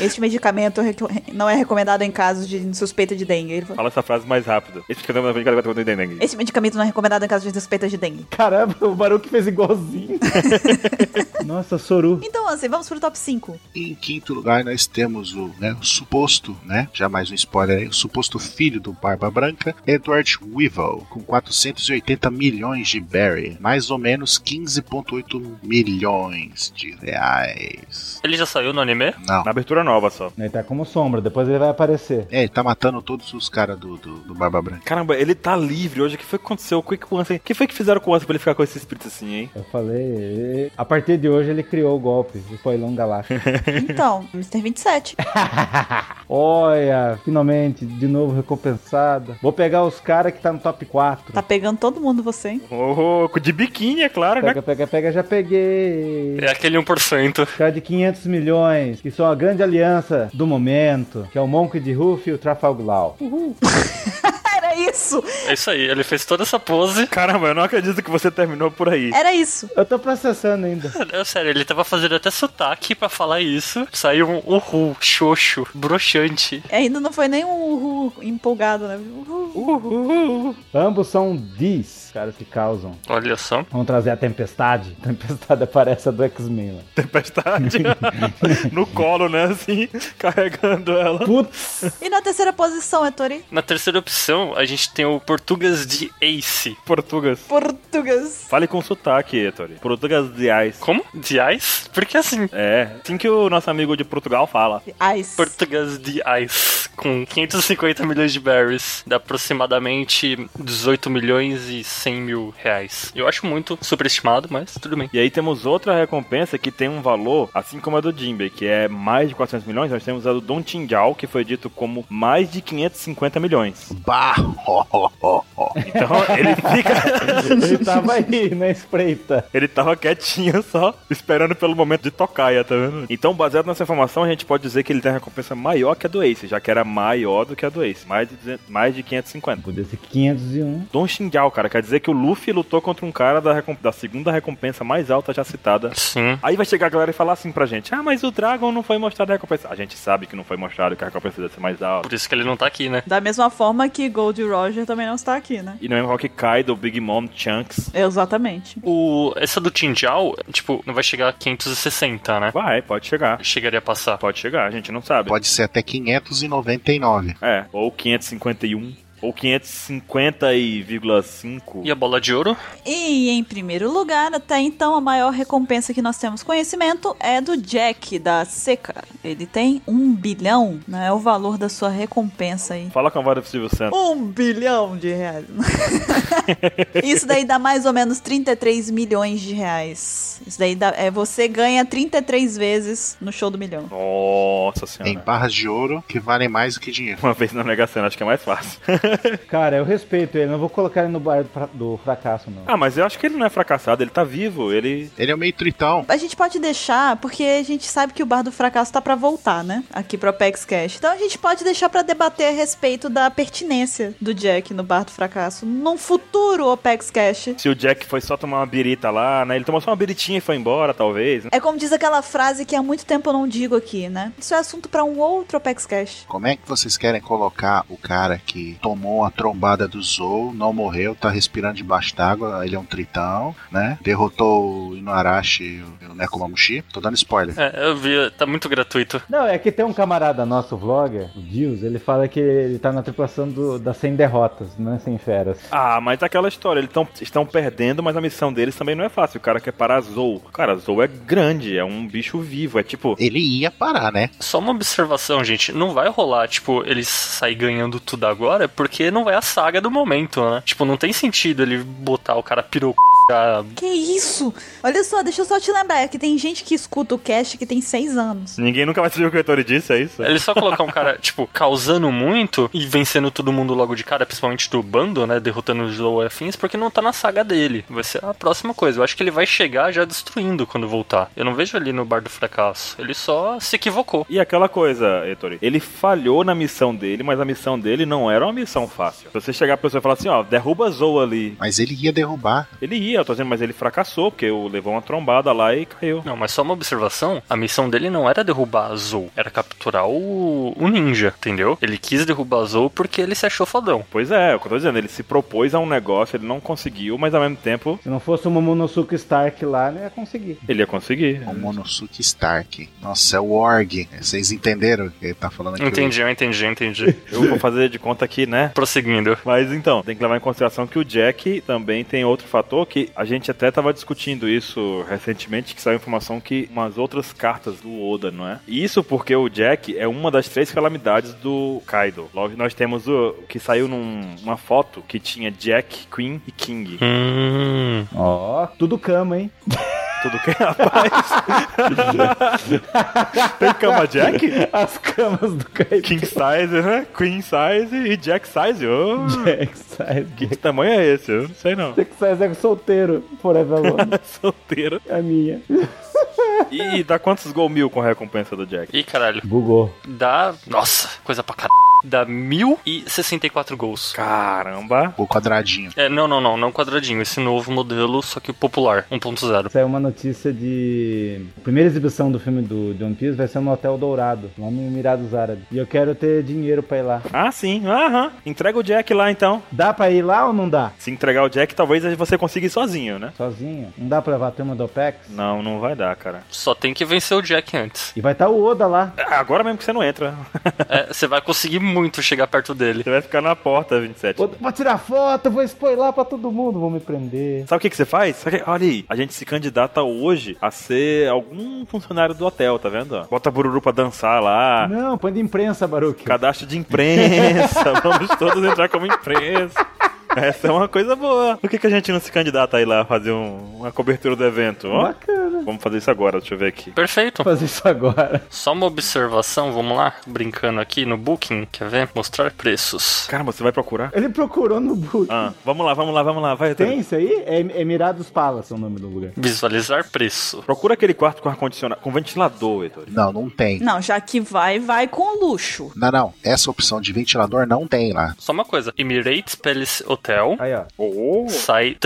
Speaker 5: este medicamento reco- não é recomendado em casos de suspeita de dengue. Ele falou,
Speaker 2: Fala essa frase mais rápido. Esse que eu tô entendendo.
Speaker 5: Esse medicamento não é recomendado em casos de suspeita de dengue.
Speaker 1: Caramba, o Baruque fez igualzinho. Nossa, Soru.
Speaker 5: Então, assim, vamos pro top 5.
Speaker 3: E em quinto lugar nós temos o, né, o suposto, né? Já mais um spoiler aí, o suposto filho do Barba Branca, Edward Weevil, com 480 milhões de Barry, mais ou menos 15,8 milhões de reais.
Speaker 4: Ele já saiu no anime?
Speaker 3: Não.
Speaker 2: Na abertura nova só.
Speaker 1: Ele tá como sombra, depois ele vai aparecer.
Speaker 3: É, ele tá matando todos os caras do, do, do Barba Branca.
Speaker 2: Caramba, ele tá livre hoje. O que foi que aconteceu? O que, que o Ansem... O que foi que fizeram com o Ansem pra ele ficar com esse espírito assim, hein?
Speaker 1: Eu falei, e- a partir de hoje ele criou o golpe, o Foilão Galáctico.
Speaker 5: Então, Mr. 27.
Speaker 1: Olha, finalmente, de novo recompensada. Vou pegar os caras que tá no top 4.
Speaker 5: Tá pegando todo mundo você, hein?
Speaker 2: Oh, de biquíni, é claro, né?
Speaker 1: Pega, pega, pega, já peguei.
Speaker 4: É aquele 1%.
Speaker 1: Cara de 500 milhões, que são a grande aliança do momento, que é o Monkey de Ruff e o Trafalgar.
Speaker 5: Era isso!
Speaker 4: É isso aí, ele fez toda essa pose.
Speaker 2: Caramba, eu não acredito que você terminou por aí.
Speaker 5: Era isso.
Speaker 1: Eu tô processando ainda.
Speaker 4: É sério, ele tava fazendo até sotaque pra falar isso. Saiu um uhul, xoxo, broxante.
Speaker 5: Ainda não foi nem um uhul empolgado, né? Uhul.
Speaker 2: Uhul.
Speaker 1: Ambos são Ds, caras que causam.
Speaker 4: Olha só.
Speaker 1: Vamos trazer a Tempestade. Tempestade aparece a do X-Men lá.
Speaker 2: Tempestade. no colo, né? Assim, carregando ela.
Speaker 1: Putz!
Speaker 5: E na terceira posição, é Ettore?
Speaker 4: Na terceira opção, a gente tem o português de Ace.
Speaker 2: Portugas.
Speaker 5: Português.
Speaker 2: Fale com sotaque, Ettore. Portugas de Ais.
Speaker 4: Como? De Ice? Porque assim,
Speaker 2: É, assim que o nosso amigo de Portugal fala.
Speaker 5: Ice.
Speaker 4: português de Ice, com 550 milhões de berries, dá aproximadamente 18 milhões e 100 mil reais. Eu acho muito superestimado, mas tudo bem.
Speaker 2: E aí temos outra recompensa que tem um valor, assim como a do Jinbe, que é mais de 400 milhões. Nós temos a do Don Tinjal, que foi dito como mais de 550 milhões.
Speaker 3: Bah, ho, ho, ho, ho.
Speaker 2: Então ele fica...
Speaker 1: Ele tava aí, na espreita.
Speaker 2: Ele tava quietinho só, esperando pelo momento de tocaia, tá vendo? Então, baseado nessa informação, a gente pode dizer que ele tem uma recompensa maior que a do Ace, já que era maior do que a do Ace. Mais de, 200 mais de 550.
Speaker 1: Podia ser 501.
Speaker 2: Don Xinjiao, cara, quer dizer que o Luffy lutou contra um cara da, recom- da segunda recompensa mais alta já citada.
Speaker 4: Sim.
Speaker 2: Aí vai chegar a galera e falar assim pra gente: Ah, mas o Dragon não foi mostrado a recompensa. A gente sabe que não foi mostrado que a recompensa deve ser mais alta.
Speaker 4: Por isso que ele não tá aqui, né?
Speaker 5: Da mesma forma que Gold Roger também não está aqui, né?
Speaker 2: E não é igual que Kaido, Big Mom, Chunks.
Speaker 5: Exatamente.
Speaker 4: O, essa do Tinjal, tipo, não vai chegar a 560, né?
Speaker 2: Vai, pode chegar.
Speaker 4: Chegaria a passar.
Speaker 2: Pode chegar, a gente não sabe.
Speaker 3: Pode ser até 599.
Speaker 2: É, ou 551, ou 550,5.
Speaker 4: E a bola de ouro?
Speaker 5: E em primeiro lugar, até então, a maior recompensa que nós temos conhecimento é do Jack da Seca. Ele tem um bilhão, né? É o valor da sua recompensa aí.
Speaker 2: Fala com a voz do Silvio Santos.
Speaker 5: Um bilhão de reais. Isso daí dá mais ou menos 33 milhões de reais. Isso daí dá, é, você ganha 33 vezes no show do milhão.
Speaker 2: Nossa
Speaker 3: Tem
Speaker 2: senhora.
Speaker 3: barras de ouro que valem mais do que dinheiro.
Speaker 2: Uma vez na Mega Sena, acho que é mais fácil.
Speaker 1: Cara, eu respeito ele, não vou colocar ele no bar do fra- do fracasso, não.
Speaker 2: ah, mas eu acho que ele não é fracassado, ele tá vivo, ele.
Speaker 3: Ele é meio tritão.
Speaker 5: A gente pode deixar, porque a gente sabe que o Bar do Fracasso tá pra voltar, né? Aqui pro Apex Cash. Então a gente pode deixar pra debater a respeito da pertinência do Jack no Bar do Fracasso num futuro Apex Cash.
Speaker 2: Se o Jack foi só tomar uma birita lá, né? Ele tomou só uma biritinha e foi embora, talvez. né?
Speaker 5: É como diz aquela frase que há muito tempo eu não digo aqui, né? Isso é assunto pra um outro Apex Cash.
Speaker 3: Como é que vocês querem colocar o cara que tomou a trombada do Zou, não morreu, tá respirando debaixo d'água, ele é um tritão, né? Derrotou o Inuarashi e o Nekomamushi. Tô dando spoiler.
Speaker 4: É, eu vi, tá muito gratuito.
Speaker 1: Não, é que tem um camarada nosso, vlogger, o Dios, ele fala que ele tá na tripulação do, das 100 derrotas, não é 100 feras.
Speaker 2: Ah, mas tá aquela história, eles tão, estão perdendo, mas a missão deles também não é fácil. O cara quer parar Zou. Cara, Zou é grande, é um bicho vivo, é tipo.
Speaker 3: Ele ia parar, né?
Speaker 4: Só uma observação, gente. Não vai rolar, tipo, ele sair ganhando tudo agora, porque não é a saga do momento, né? Tipo, não tem sentido ele botar o cara pirou
Speaker 5: Que isso? Olha só, deixa eu só te lembrar, é que tem gente que escuta o cast que tem seis anos.
Speaker 2: Ninguém nunca vai saber o que o Ettore disse, é isso?
Speaker 4: Ele só colocar um cara, tipo, causando muito e vencendo todo mundo logo de cara, principalmente do bando, né? Derrotando os low afins, porque não tá na saga dele. Vai ser a próxima coisa. Eu acho que ele vai chegar já destruindo quando voltar. Eu não vejo ele no bar do fracasso. Ele só se equivocou.
Speaker 2: E aquela coisa, Ettore, ele falhou na missão dele, mas a missão dele não era uma missão fácil. Se você chegar pra pessoa e falar assim, ó, derruba Zou ali.
Speaker 3: Mas ele ia derrubar.
Speaker 2: Ele ia, eu tô dizendo, mas ele fracassou, porque eu levou uma trombada lá e caiu.
Speaker 4: Não, mas só uma observação, a missão dele não era derrubar a Zou, era capturar o, o ninja, entendeu? Ele quis derrubar a Zou porque ele se achou fodão.
Speaker 2: Pois é, é o que eu tô dizendo, ele se propôs a um negócio, ele não conseguiu, mas ao mesmo tempo
Speaker 1: Se não fosse o Momonosuke Stark lá, não ia conseguir.
Speaker 2: ele ia conseguir.
Speaker 4: É
Speaker 3: O Monosuke Stark. Nossa, é o Org. Vocês entenderam o que ele tá falando aqui?
Speaker 4: Entendi, eu entendi, eu entendi.
Speaker 2: Eu vou fazer de conta aqui, né?
Speaker 4: Prosseguindo.
Speaker 2: Mas então, tem que levar em consideração que o Jack também tem outro fator que a gente até tava discutindo isso recentemente, que saiu informação que umas outras cartas do Oda, não é? E Isso porque o Jack é uma das três calamidades do Kaido. Logo nós temos o que saiu numa foto que tinha Jack, Queen e King.
Speaker 4: Hum.
Speaker 1: Ó, tudo cama, hein?
Speaker 2: Tudo que rapaz. tem cama Jack?
Speaker 1: As camas do Kaido.
Speaker 2: King size, né? Queen size e Jack size. Ô,
Speaker 1: Jack Size.
Speaker 2: que tamanho é esse? Eu não sei não. É
Speaker 1: Jack Size é solteiro, forever alone. É
Speaker 2: Solteiro.
Speaker 1: a minha.
Speaker 2: E dá quantos gol mil com a recompensa do Jack?
Speaker 4: Ih, caralho.
Speaker 1: Bugou.
Speaker 4: Dá. Nossa, coisa pra caralho. Dá 1064 gols.
Speaker 2: Caramba!
Speaker 3: O quadradinho.
Speaker 4: É, não, não, não, não quadradinho. Esse novo modelo, só que popular, 1.0.
Speaker 1: Saiu é uma notícia de. A primeira exibição do filme do de One Piece vai ser no Hotel Dourado, lá no Emirados Árabes. E eu quero ter dinheiro pra ir lá.
Speaker 2: Ah, sim, aham. Entrega o Jack lá então.
Speaker 1: Dá pra ir lá ou não dá?
Speaker 2: Se entregar o Jack, talvez você consiga ir sozinho, né?
Speaker 1: Sozinho? Não dá pra levar a turma do OPEX?
Speaker 2: Não, não vai dar, cara.
Speaker 4: Só tem que vencer o Jack antes.
Speaker 1: E vai estar o Oda lá.
Speaker 2: É, Agora mesmo que você não entra.
Speaker 4: É, Você vai conseguir muito chegar perto dele.
Speaker 2: Você vai ficar na porta, 27.
Speaker 1: Vou, vou tirar foto, vou spoiler pra todo mundo, vou me prender.
Speaker 2: Sabe o que, que você faz? Sabe o que- Olha aí, a gente se candidata hoje a ser algum funcionário do hotel, tá vendo? ó? Bota bururu pra dançar lá.
Speaker 1: Não, põe de imprensa, Baruque.
Speaker 2: Cadastro de imprensa. Vamos todos entrar como imprensa. Essa é uma coisa boa. Por que, que a gente não se candidata aí lá a fazer um- uma cobertura do evento? ó?
Speaker 1: Bacana.
Speaker 2: Vamos fazer isso agora, deixa eu ver aqui.
Speaker 4: Perfeito.
Speaker 1: Fazer isso agora.
Speaker 4: Só uma observação, vamos lá, brincando aqui no Booking, quer ver? Mostrar preços.
Speaker 2: Caramba, você vai procurar?
Speaker 1: Ele procurou no book.
Speaker 2: Ah, vamos lá, vamos lá, vamos lá, vai,
Speaker 1: Tem
Speaker 2: Arthur.
Speaker 1: isso aí? É Emirados Palace é o nome do lugar.
Speaker 4: Visualizar preço.
Speaker 2: Procura aquele quarto com ar-condicionado, com ventilador, Heitor.
Speaker 3: Não, não tem.
Speaker 5: Não, já que vai, vai com luxo.
Speaker 3: Não, não. Essa opção de ventilador não tem lá.
Speaker 4: Só uma coisa, Emirates Palace Hotel
Speaker 1: Aí, ó.
Speaker 2: Oh,
Speaker 4: sai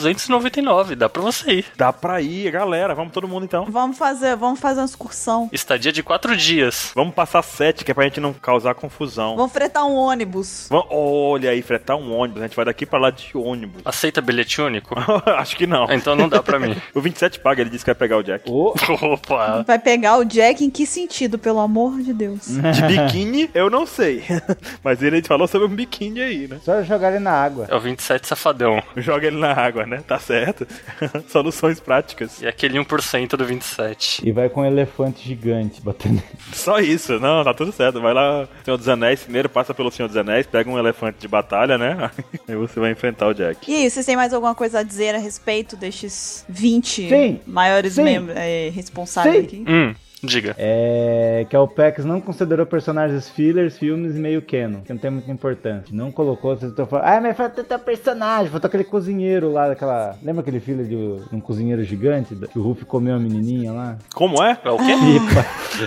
Speaker 4: 3.299, dá pra você ir.
Speaker 2: dá pra ir, galera, vamos todo mundo então.
Speaker 5: Vamos fazer, vamos fazer uma excursão.
Speaker 4: Estadia de 4 dias.
Speaker 2: Vamos passar sete, que é pra gente não causar confusão.
Speaker 5: Vamos fretar um ônibus.
Speaker 2: Vam- Olha aí, fretar um ônibus, a gente vai daqui pra lá de ônibus.
Speaker 4: Aceita bilhete único?
Speaker 2: Acho que não.
Speaker 4: Então não dá pra mim.
Speaker 2: O 27 paga, ele disse que vai pegar o Jack.
Speaker 1: Ô,
Speaker 4: Opa!
Speaker 5: Vai pegar o Jack em que sentido, pelo amor de Deus?
Speaker 1: Hum.
Speaker 2: De biquíni, eu não sei. Mas ele falou sobre um biquíni aí, né?
Speaker 1: só jogar ele na água.
Speaker 4: É o 27 safadão.
Speaker 2: Joga ele na água, né? Tá certo. Soluções práticas.
Speaker 4: E aquele 1% do 27.
Speaker 1: E vai com um elefante gigante batendo.
Speaker 2: Só isso. Não, tá tudo certo. Vai lá, Senhor dos Anéis, primeiro passa pelo Senhor dos Anéis, pega um elefante de batalha, né? Aí você vai enfrentar o Jack.
Speaker 5: E aí, vocês têm mais alguma coisa a dizer a respeito destes 20
Speaker 1: Sim.
Speaker 5: maiores
Speaker 1: Sim.
Speaker 5: membros é, responsáveis
Speaker 1: Sim.
Speaker 5: aqui?
Speaker 4: Hum, diga.
Speaker 1: É. Que a OPEX não considerou personagens fillers, filmes e meio canon, que não tem muita importância. Não colocou, vocês estão falando. Ah, mas falta tanta personagem, falta aquele cozinheiro lá, daquela. Lembra aquele filho de um cozinheiro gigante? Que o Ruff comeu a menininha lá?
Speaker 2: Como é?
Speaker 4: É o quê?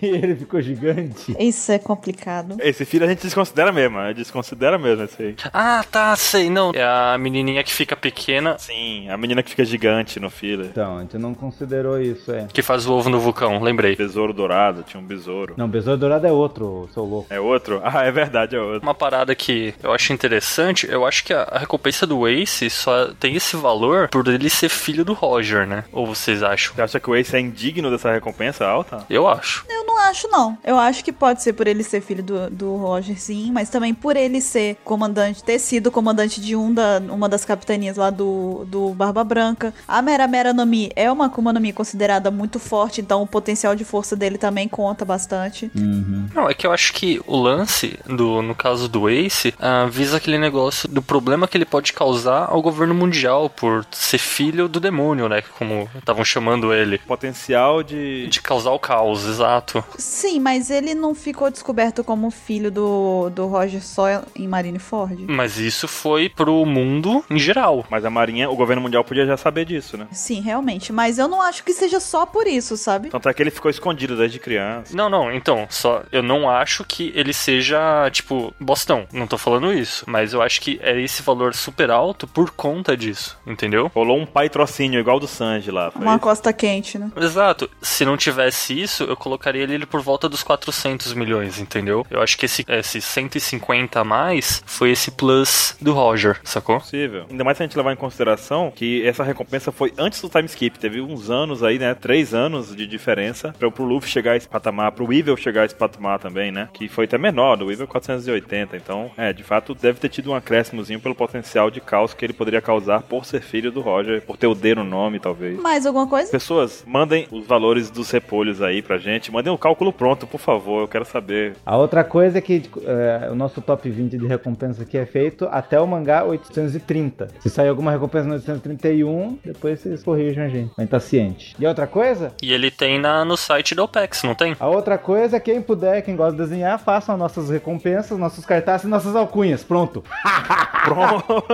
Speaker 1: e ele ficou gigante.
Speaker 5: Isso é complicado.
Speaker 2: Esse filho a gente desconsidera mesmo, a gente desconsidera mesmo esse aí.
Speaker 4: Ah, tá, sei, não. É a menininha que fica pequena,
Speaker 2: Sim, a menina que fica gigante no filler.
Speaker 1: Então, a gente não considerou isso, é.
Speaker 4: que faz o ovo no vulcão, lembrei.
Speaker 2: Besouro dourado, tinha um besouro.
Speaker 1: Não, Besouro Dourado é outro, seu louco.
Speaker 2: É outro? Ah, é verdade, é outro.
Speaker 4: Uma parada que eu acho interessante, eu acho que a, a recompensa do Ace só tem esse valor por ele ser filho do Roger, né? Ou vocês acham?
Speaker 2: Você acha que o Ace é indigno dessa recompensa alta?
Speaker 4: Eu acho.
Speaker 5: Eu não acho, não. Eu acho que pode ser por ele ser filho do, do Roger, sim, mas também por ele ser comandante, ter sido comandante de um da, uma das capitanias lá do, do Barba Branca. A Mera Mera no Mi é uma Akuma no Mi considerada muito forte, então o potencial de força dele também conta bastante.
Speaker 4: Não, é que eu acho que o lance, do, no caso do Ace, ah, visa aquele negócio do problema que ele pode causar ao governo mundial por ser filho do demônio, né? Como estavam chamando ele.
Speaker 2: Potencial de.
Speaker 4: De causar o caos, exato.
Speaker 5: Sim, mas ele não ficou descoberto como filho do, do Roger só em Marineford?
Speaker 4: Mas isso foi pro mundo em geral.
Speaker 2: Mas a Marinha, o governo mundial podia já saber disso, né?
Speaker 5: Sim, realmente. Mas eu não acho que seja só por isso, sabe?
Speaker 2: Tanto é que ele ficou escondido desde criança.
Speaker 4: Não, não, então, só eu não acho que ele seja, tipo, bostão. Não tô falando isso, mas eu acho que é esse valor super alto por conta disso, entendeu?
Speaker 2: Rolou um pai trocínio igual do Sanji lá. Foi
Speaker 5: Uma
Speaker 2: isso?
Speaker 5: costa quente, né?
Speaker 4: Exato. Se não tivesse isso, eu colocaria ele por volta dos 400 milhões, entendeu? Eu acho que esse, esse 150 a mais foi esse plus do Roger, sacou?
Speaker 2: Possível. Ainda mais se a gente levar em consideração que essa recompensa foi antes do time skip. Teve uns anos aí, né? Três anos de diferença pra, pro Luffy chegar a esse patamar, pro Weevil chegar a esse patamar também, né? Que foi até menor, do Weevil 480. Então, é, de fato, deve ter tido um acréscimozinho pelo potencial de caos que ele poderia causar por ser filho do Roger, por ter o D no nome, talvez.
Speaker 5: Mais alguma coisa?
Speaker 2: Pessoas, mandem os valores dos repolhos aí pra gente. Mandem o cálculo pronto, por favor. Eu quero saber.
Speaker 1: A outra coisa é que é, o nosso top 20 de recompensa aqui é feito até o mangá 830. Se sair alguma recompensa no 831, depois vocês corrijam a gente. A gente tá ciente. E a outra coisa?
Speaker 4: E ele tem na, no site da OPEX, não tem?
Speaker 1: A outra coisa é quem puder, quem gosta de desenhar, façam nossas recompensas, nossos cartazes e nossas alcunhas. Pronto.
Speaker 2: Pronto.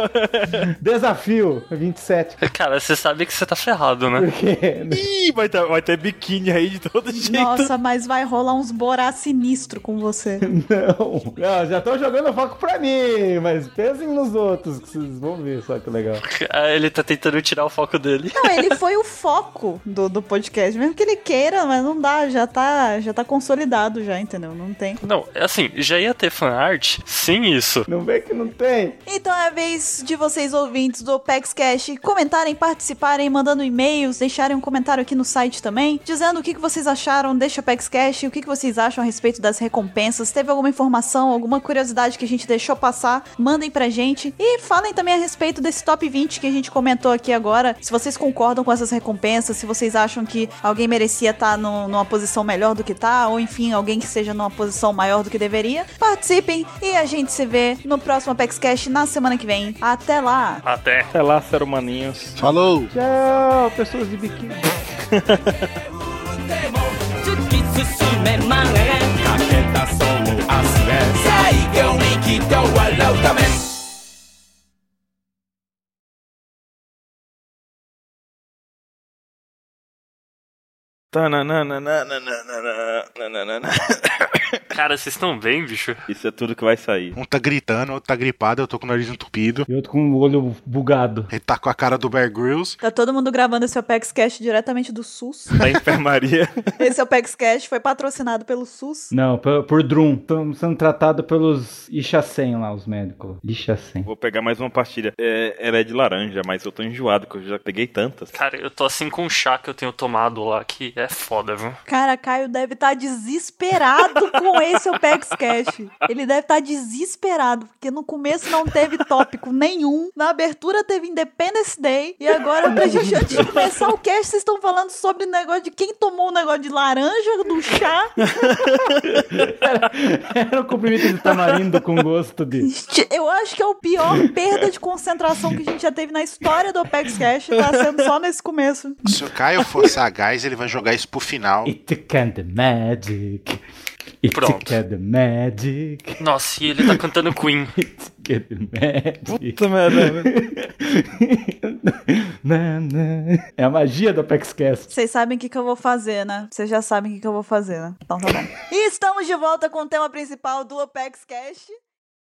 Speaker 1: Desafio 27.
Speaker 4: Cara, você sabe que você tá ferrado, né?
Speaker 1: Porque
Speaker 2: Ih, vai ter, vai ter biquíni aí de todo jeito.
Speaker 5: Nossa, mas vai rolar uns borá sinistro com você.
Speaker 1: não. não já estão jogando foco pra mim, mas pensem nos outros, que vocês vão ver só que legal.
Speaker 4: Ah, Ele tá tentando tirar o foco dele.
Speaker 5: Não, ele foi o foco do, do podcast. Mesmo que ele queira, mas não dá, já tá, já tá consolidado já, entendeu? Não tem.
Speaker 4: Não, é assim, já ia ter fanart sem isso.
Speaker 1: Não vê que não tem?
Speaker 5: Então é a vez de vocês ouvintes do Opex Cash comentarem, participarem, mandando e-mails, deixarem um comentário aqui no site também, dizendo o que que vocês acharam deste Opex podcast. O que, que vocês acham a respeito das recompensas? Teve alguma informação, alguma curiosidade que a gente deixou passar? Mandem pra gente. E falem também a respeito desse top 20 que a gente comentou aqui agora. Se vocês concordam com essas recompensas, se vocês acham que alguém merecia estar numa posição melhor do que tá, ou enfim, alguém que seja numa posição maior do que deveria. Participem e a gente se vê no próximo Apex Cash na semana que vem. Até lá!
Speaker 4: Até.
Speaker 2: Até lá, ser humaninhos.
Speaker 3: Falou!
Speaker 1: Tchau, pessoas de biquíni.
Speaker 8: 突き進めまれかけたその明日へ最後にきっと笑うため
Speaker 4: Cara, vocês estão bem, bicho?
Speaker 2: Isso é tudo que vai sair.
Speaker 3: Um tá gritando, outro tá gripado, eu tô com o nariz entupido.
Speaker 1: E outro com o olho bugado.
Speaker 3: Ele tá com a cara do Bear Grylls.
Speaker 5: Tá todo mundo gravando esse Apex Cash diretamente do SUS.
Speaker 2: Da enfermaria.
Speaker 5: Esse Apex Cash foi patrocinado pelo SUS.
Speaker 1: Não, por, por Drum. Estão sendo tratados pelos Ixacem lá, os médicos. Ixacem.
Speaker 2: Vou pegar mais uma pastilha. É, ela é de laranja, mas eu tô enjoado, que eu já peguei tantas.
Speaker 4: Cara, eu tô assim com um chá que eu tenho tomado lá, que é foda, viu?
Speaker 5: Cara, Caio deve estar desesperado com esse Apex Cash. Ele deve estar desesperado, porque no começo não teve tópico nenhum. Na abertura teve Independence Day. E agora, pra gente, antes de começar o cast, vocês estão falando sobre o negócio de quem tomou o negócio de laranja, do chá.
Speaker 1: Era um comprimento de tamarindo com gosto de.
Speaker 5: Gente, Eu acho que é o pior perda de concentração que a gente já teve na história do Apex Cash. Tá sendo só nesse começo.
Speaker 3: Se o Caio for sagaz, ele vai jogar isso pro final.
Speaker 1: It can the magic. It
Speaker 4: Pronto.
Speaker 1: can the magic.
Speaker 4: Nossa, e ele tá cantando Queen.
Speaker 1: It can the magic.
Speaker 2: Puta merda. né?
Speaker 1: Na, na. É a magia do Apex Cast.
Speaker 5: Vocês sabem o que, que eu vou fazer, né? Vocês já sabem o que, que eu vou fazer, né? Então tá bom. e estamos de volta com o tema principal do Apex Cash.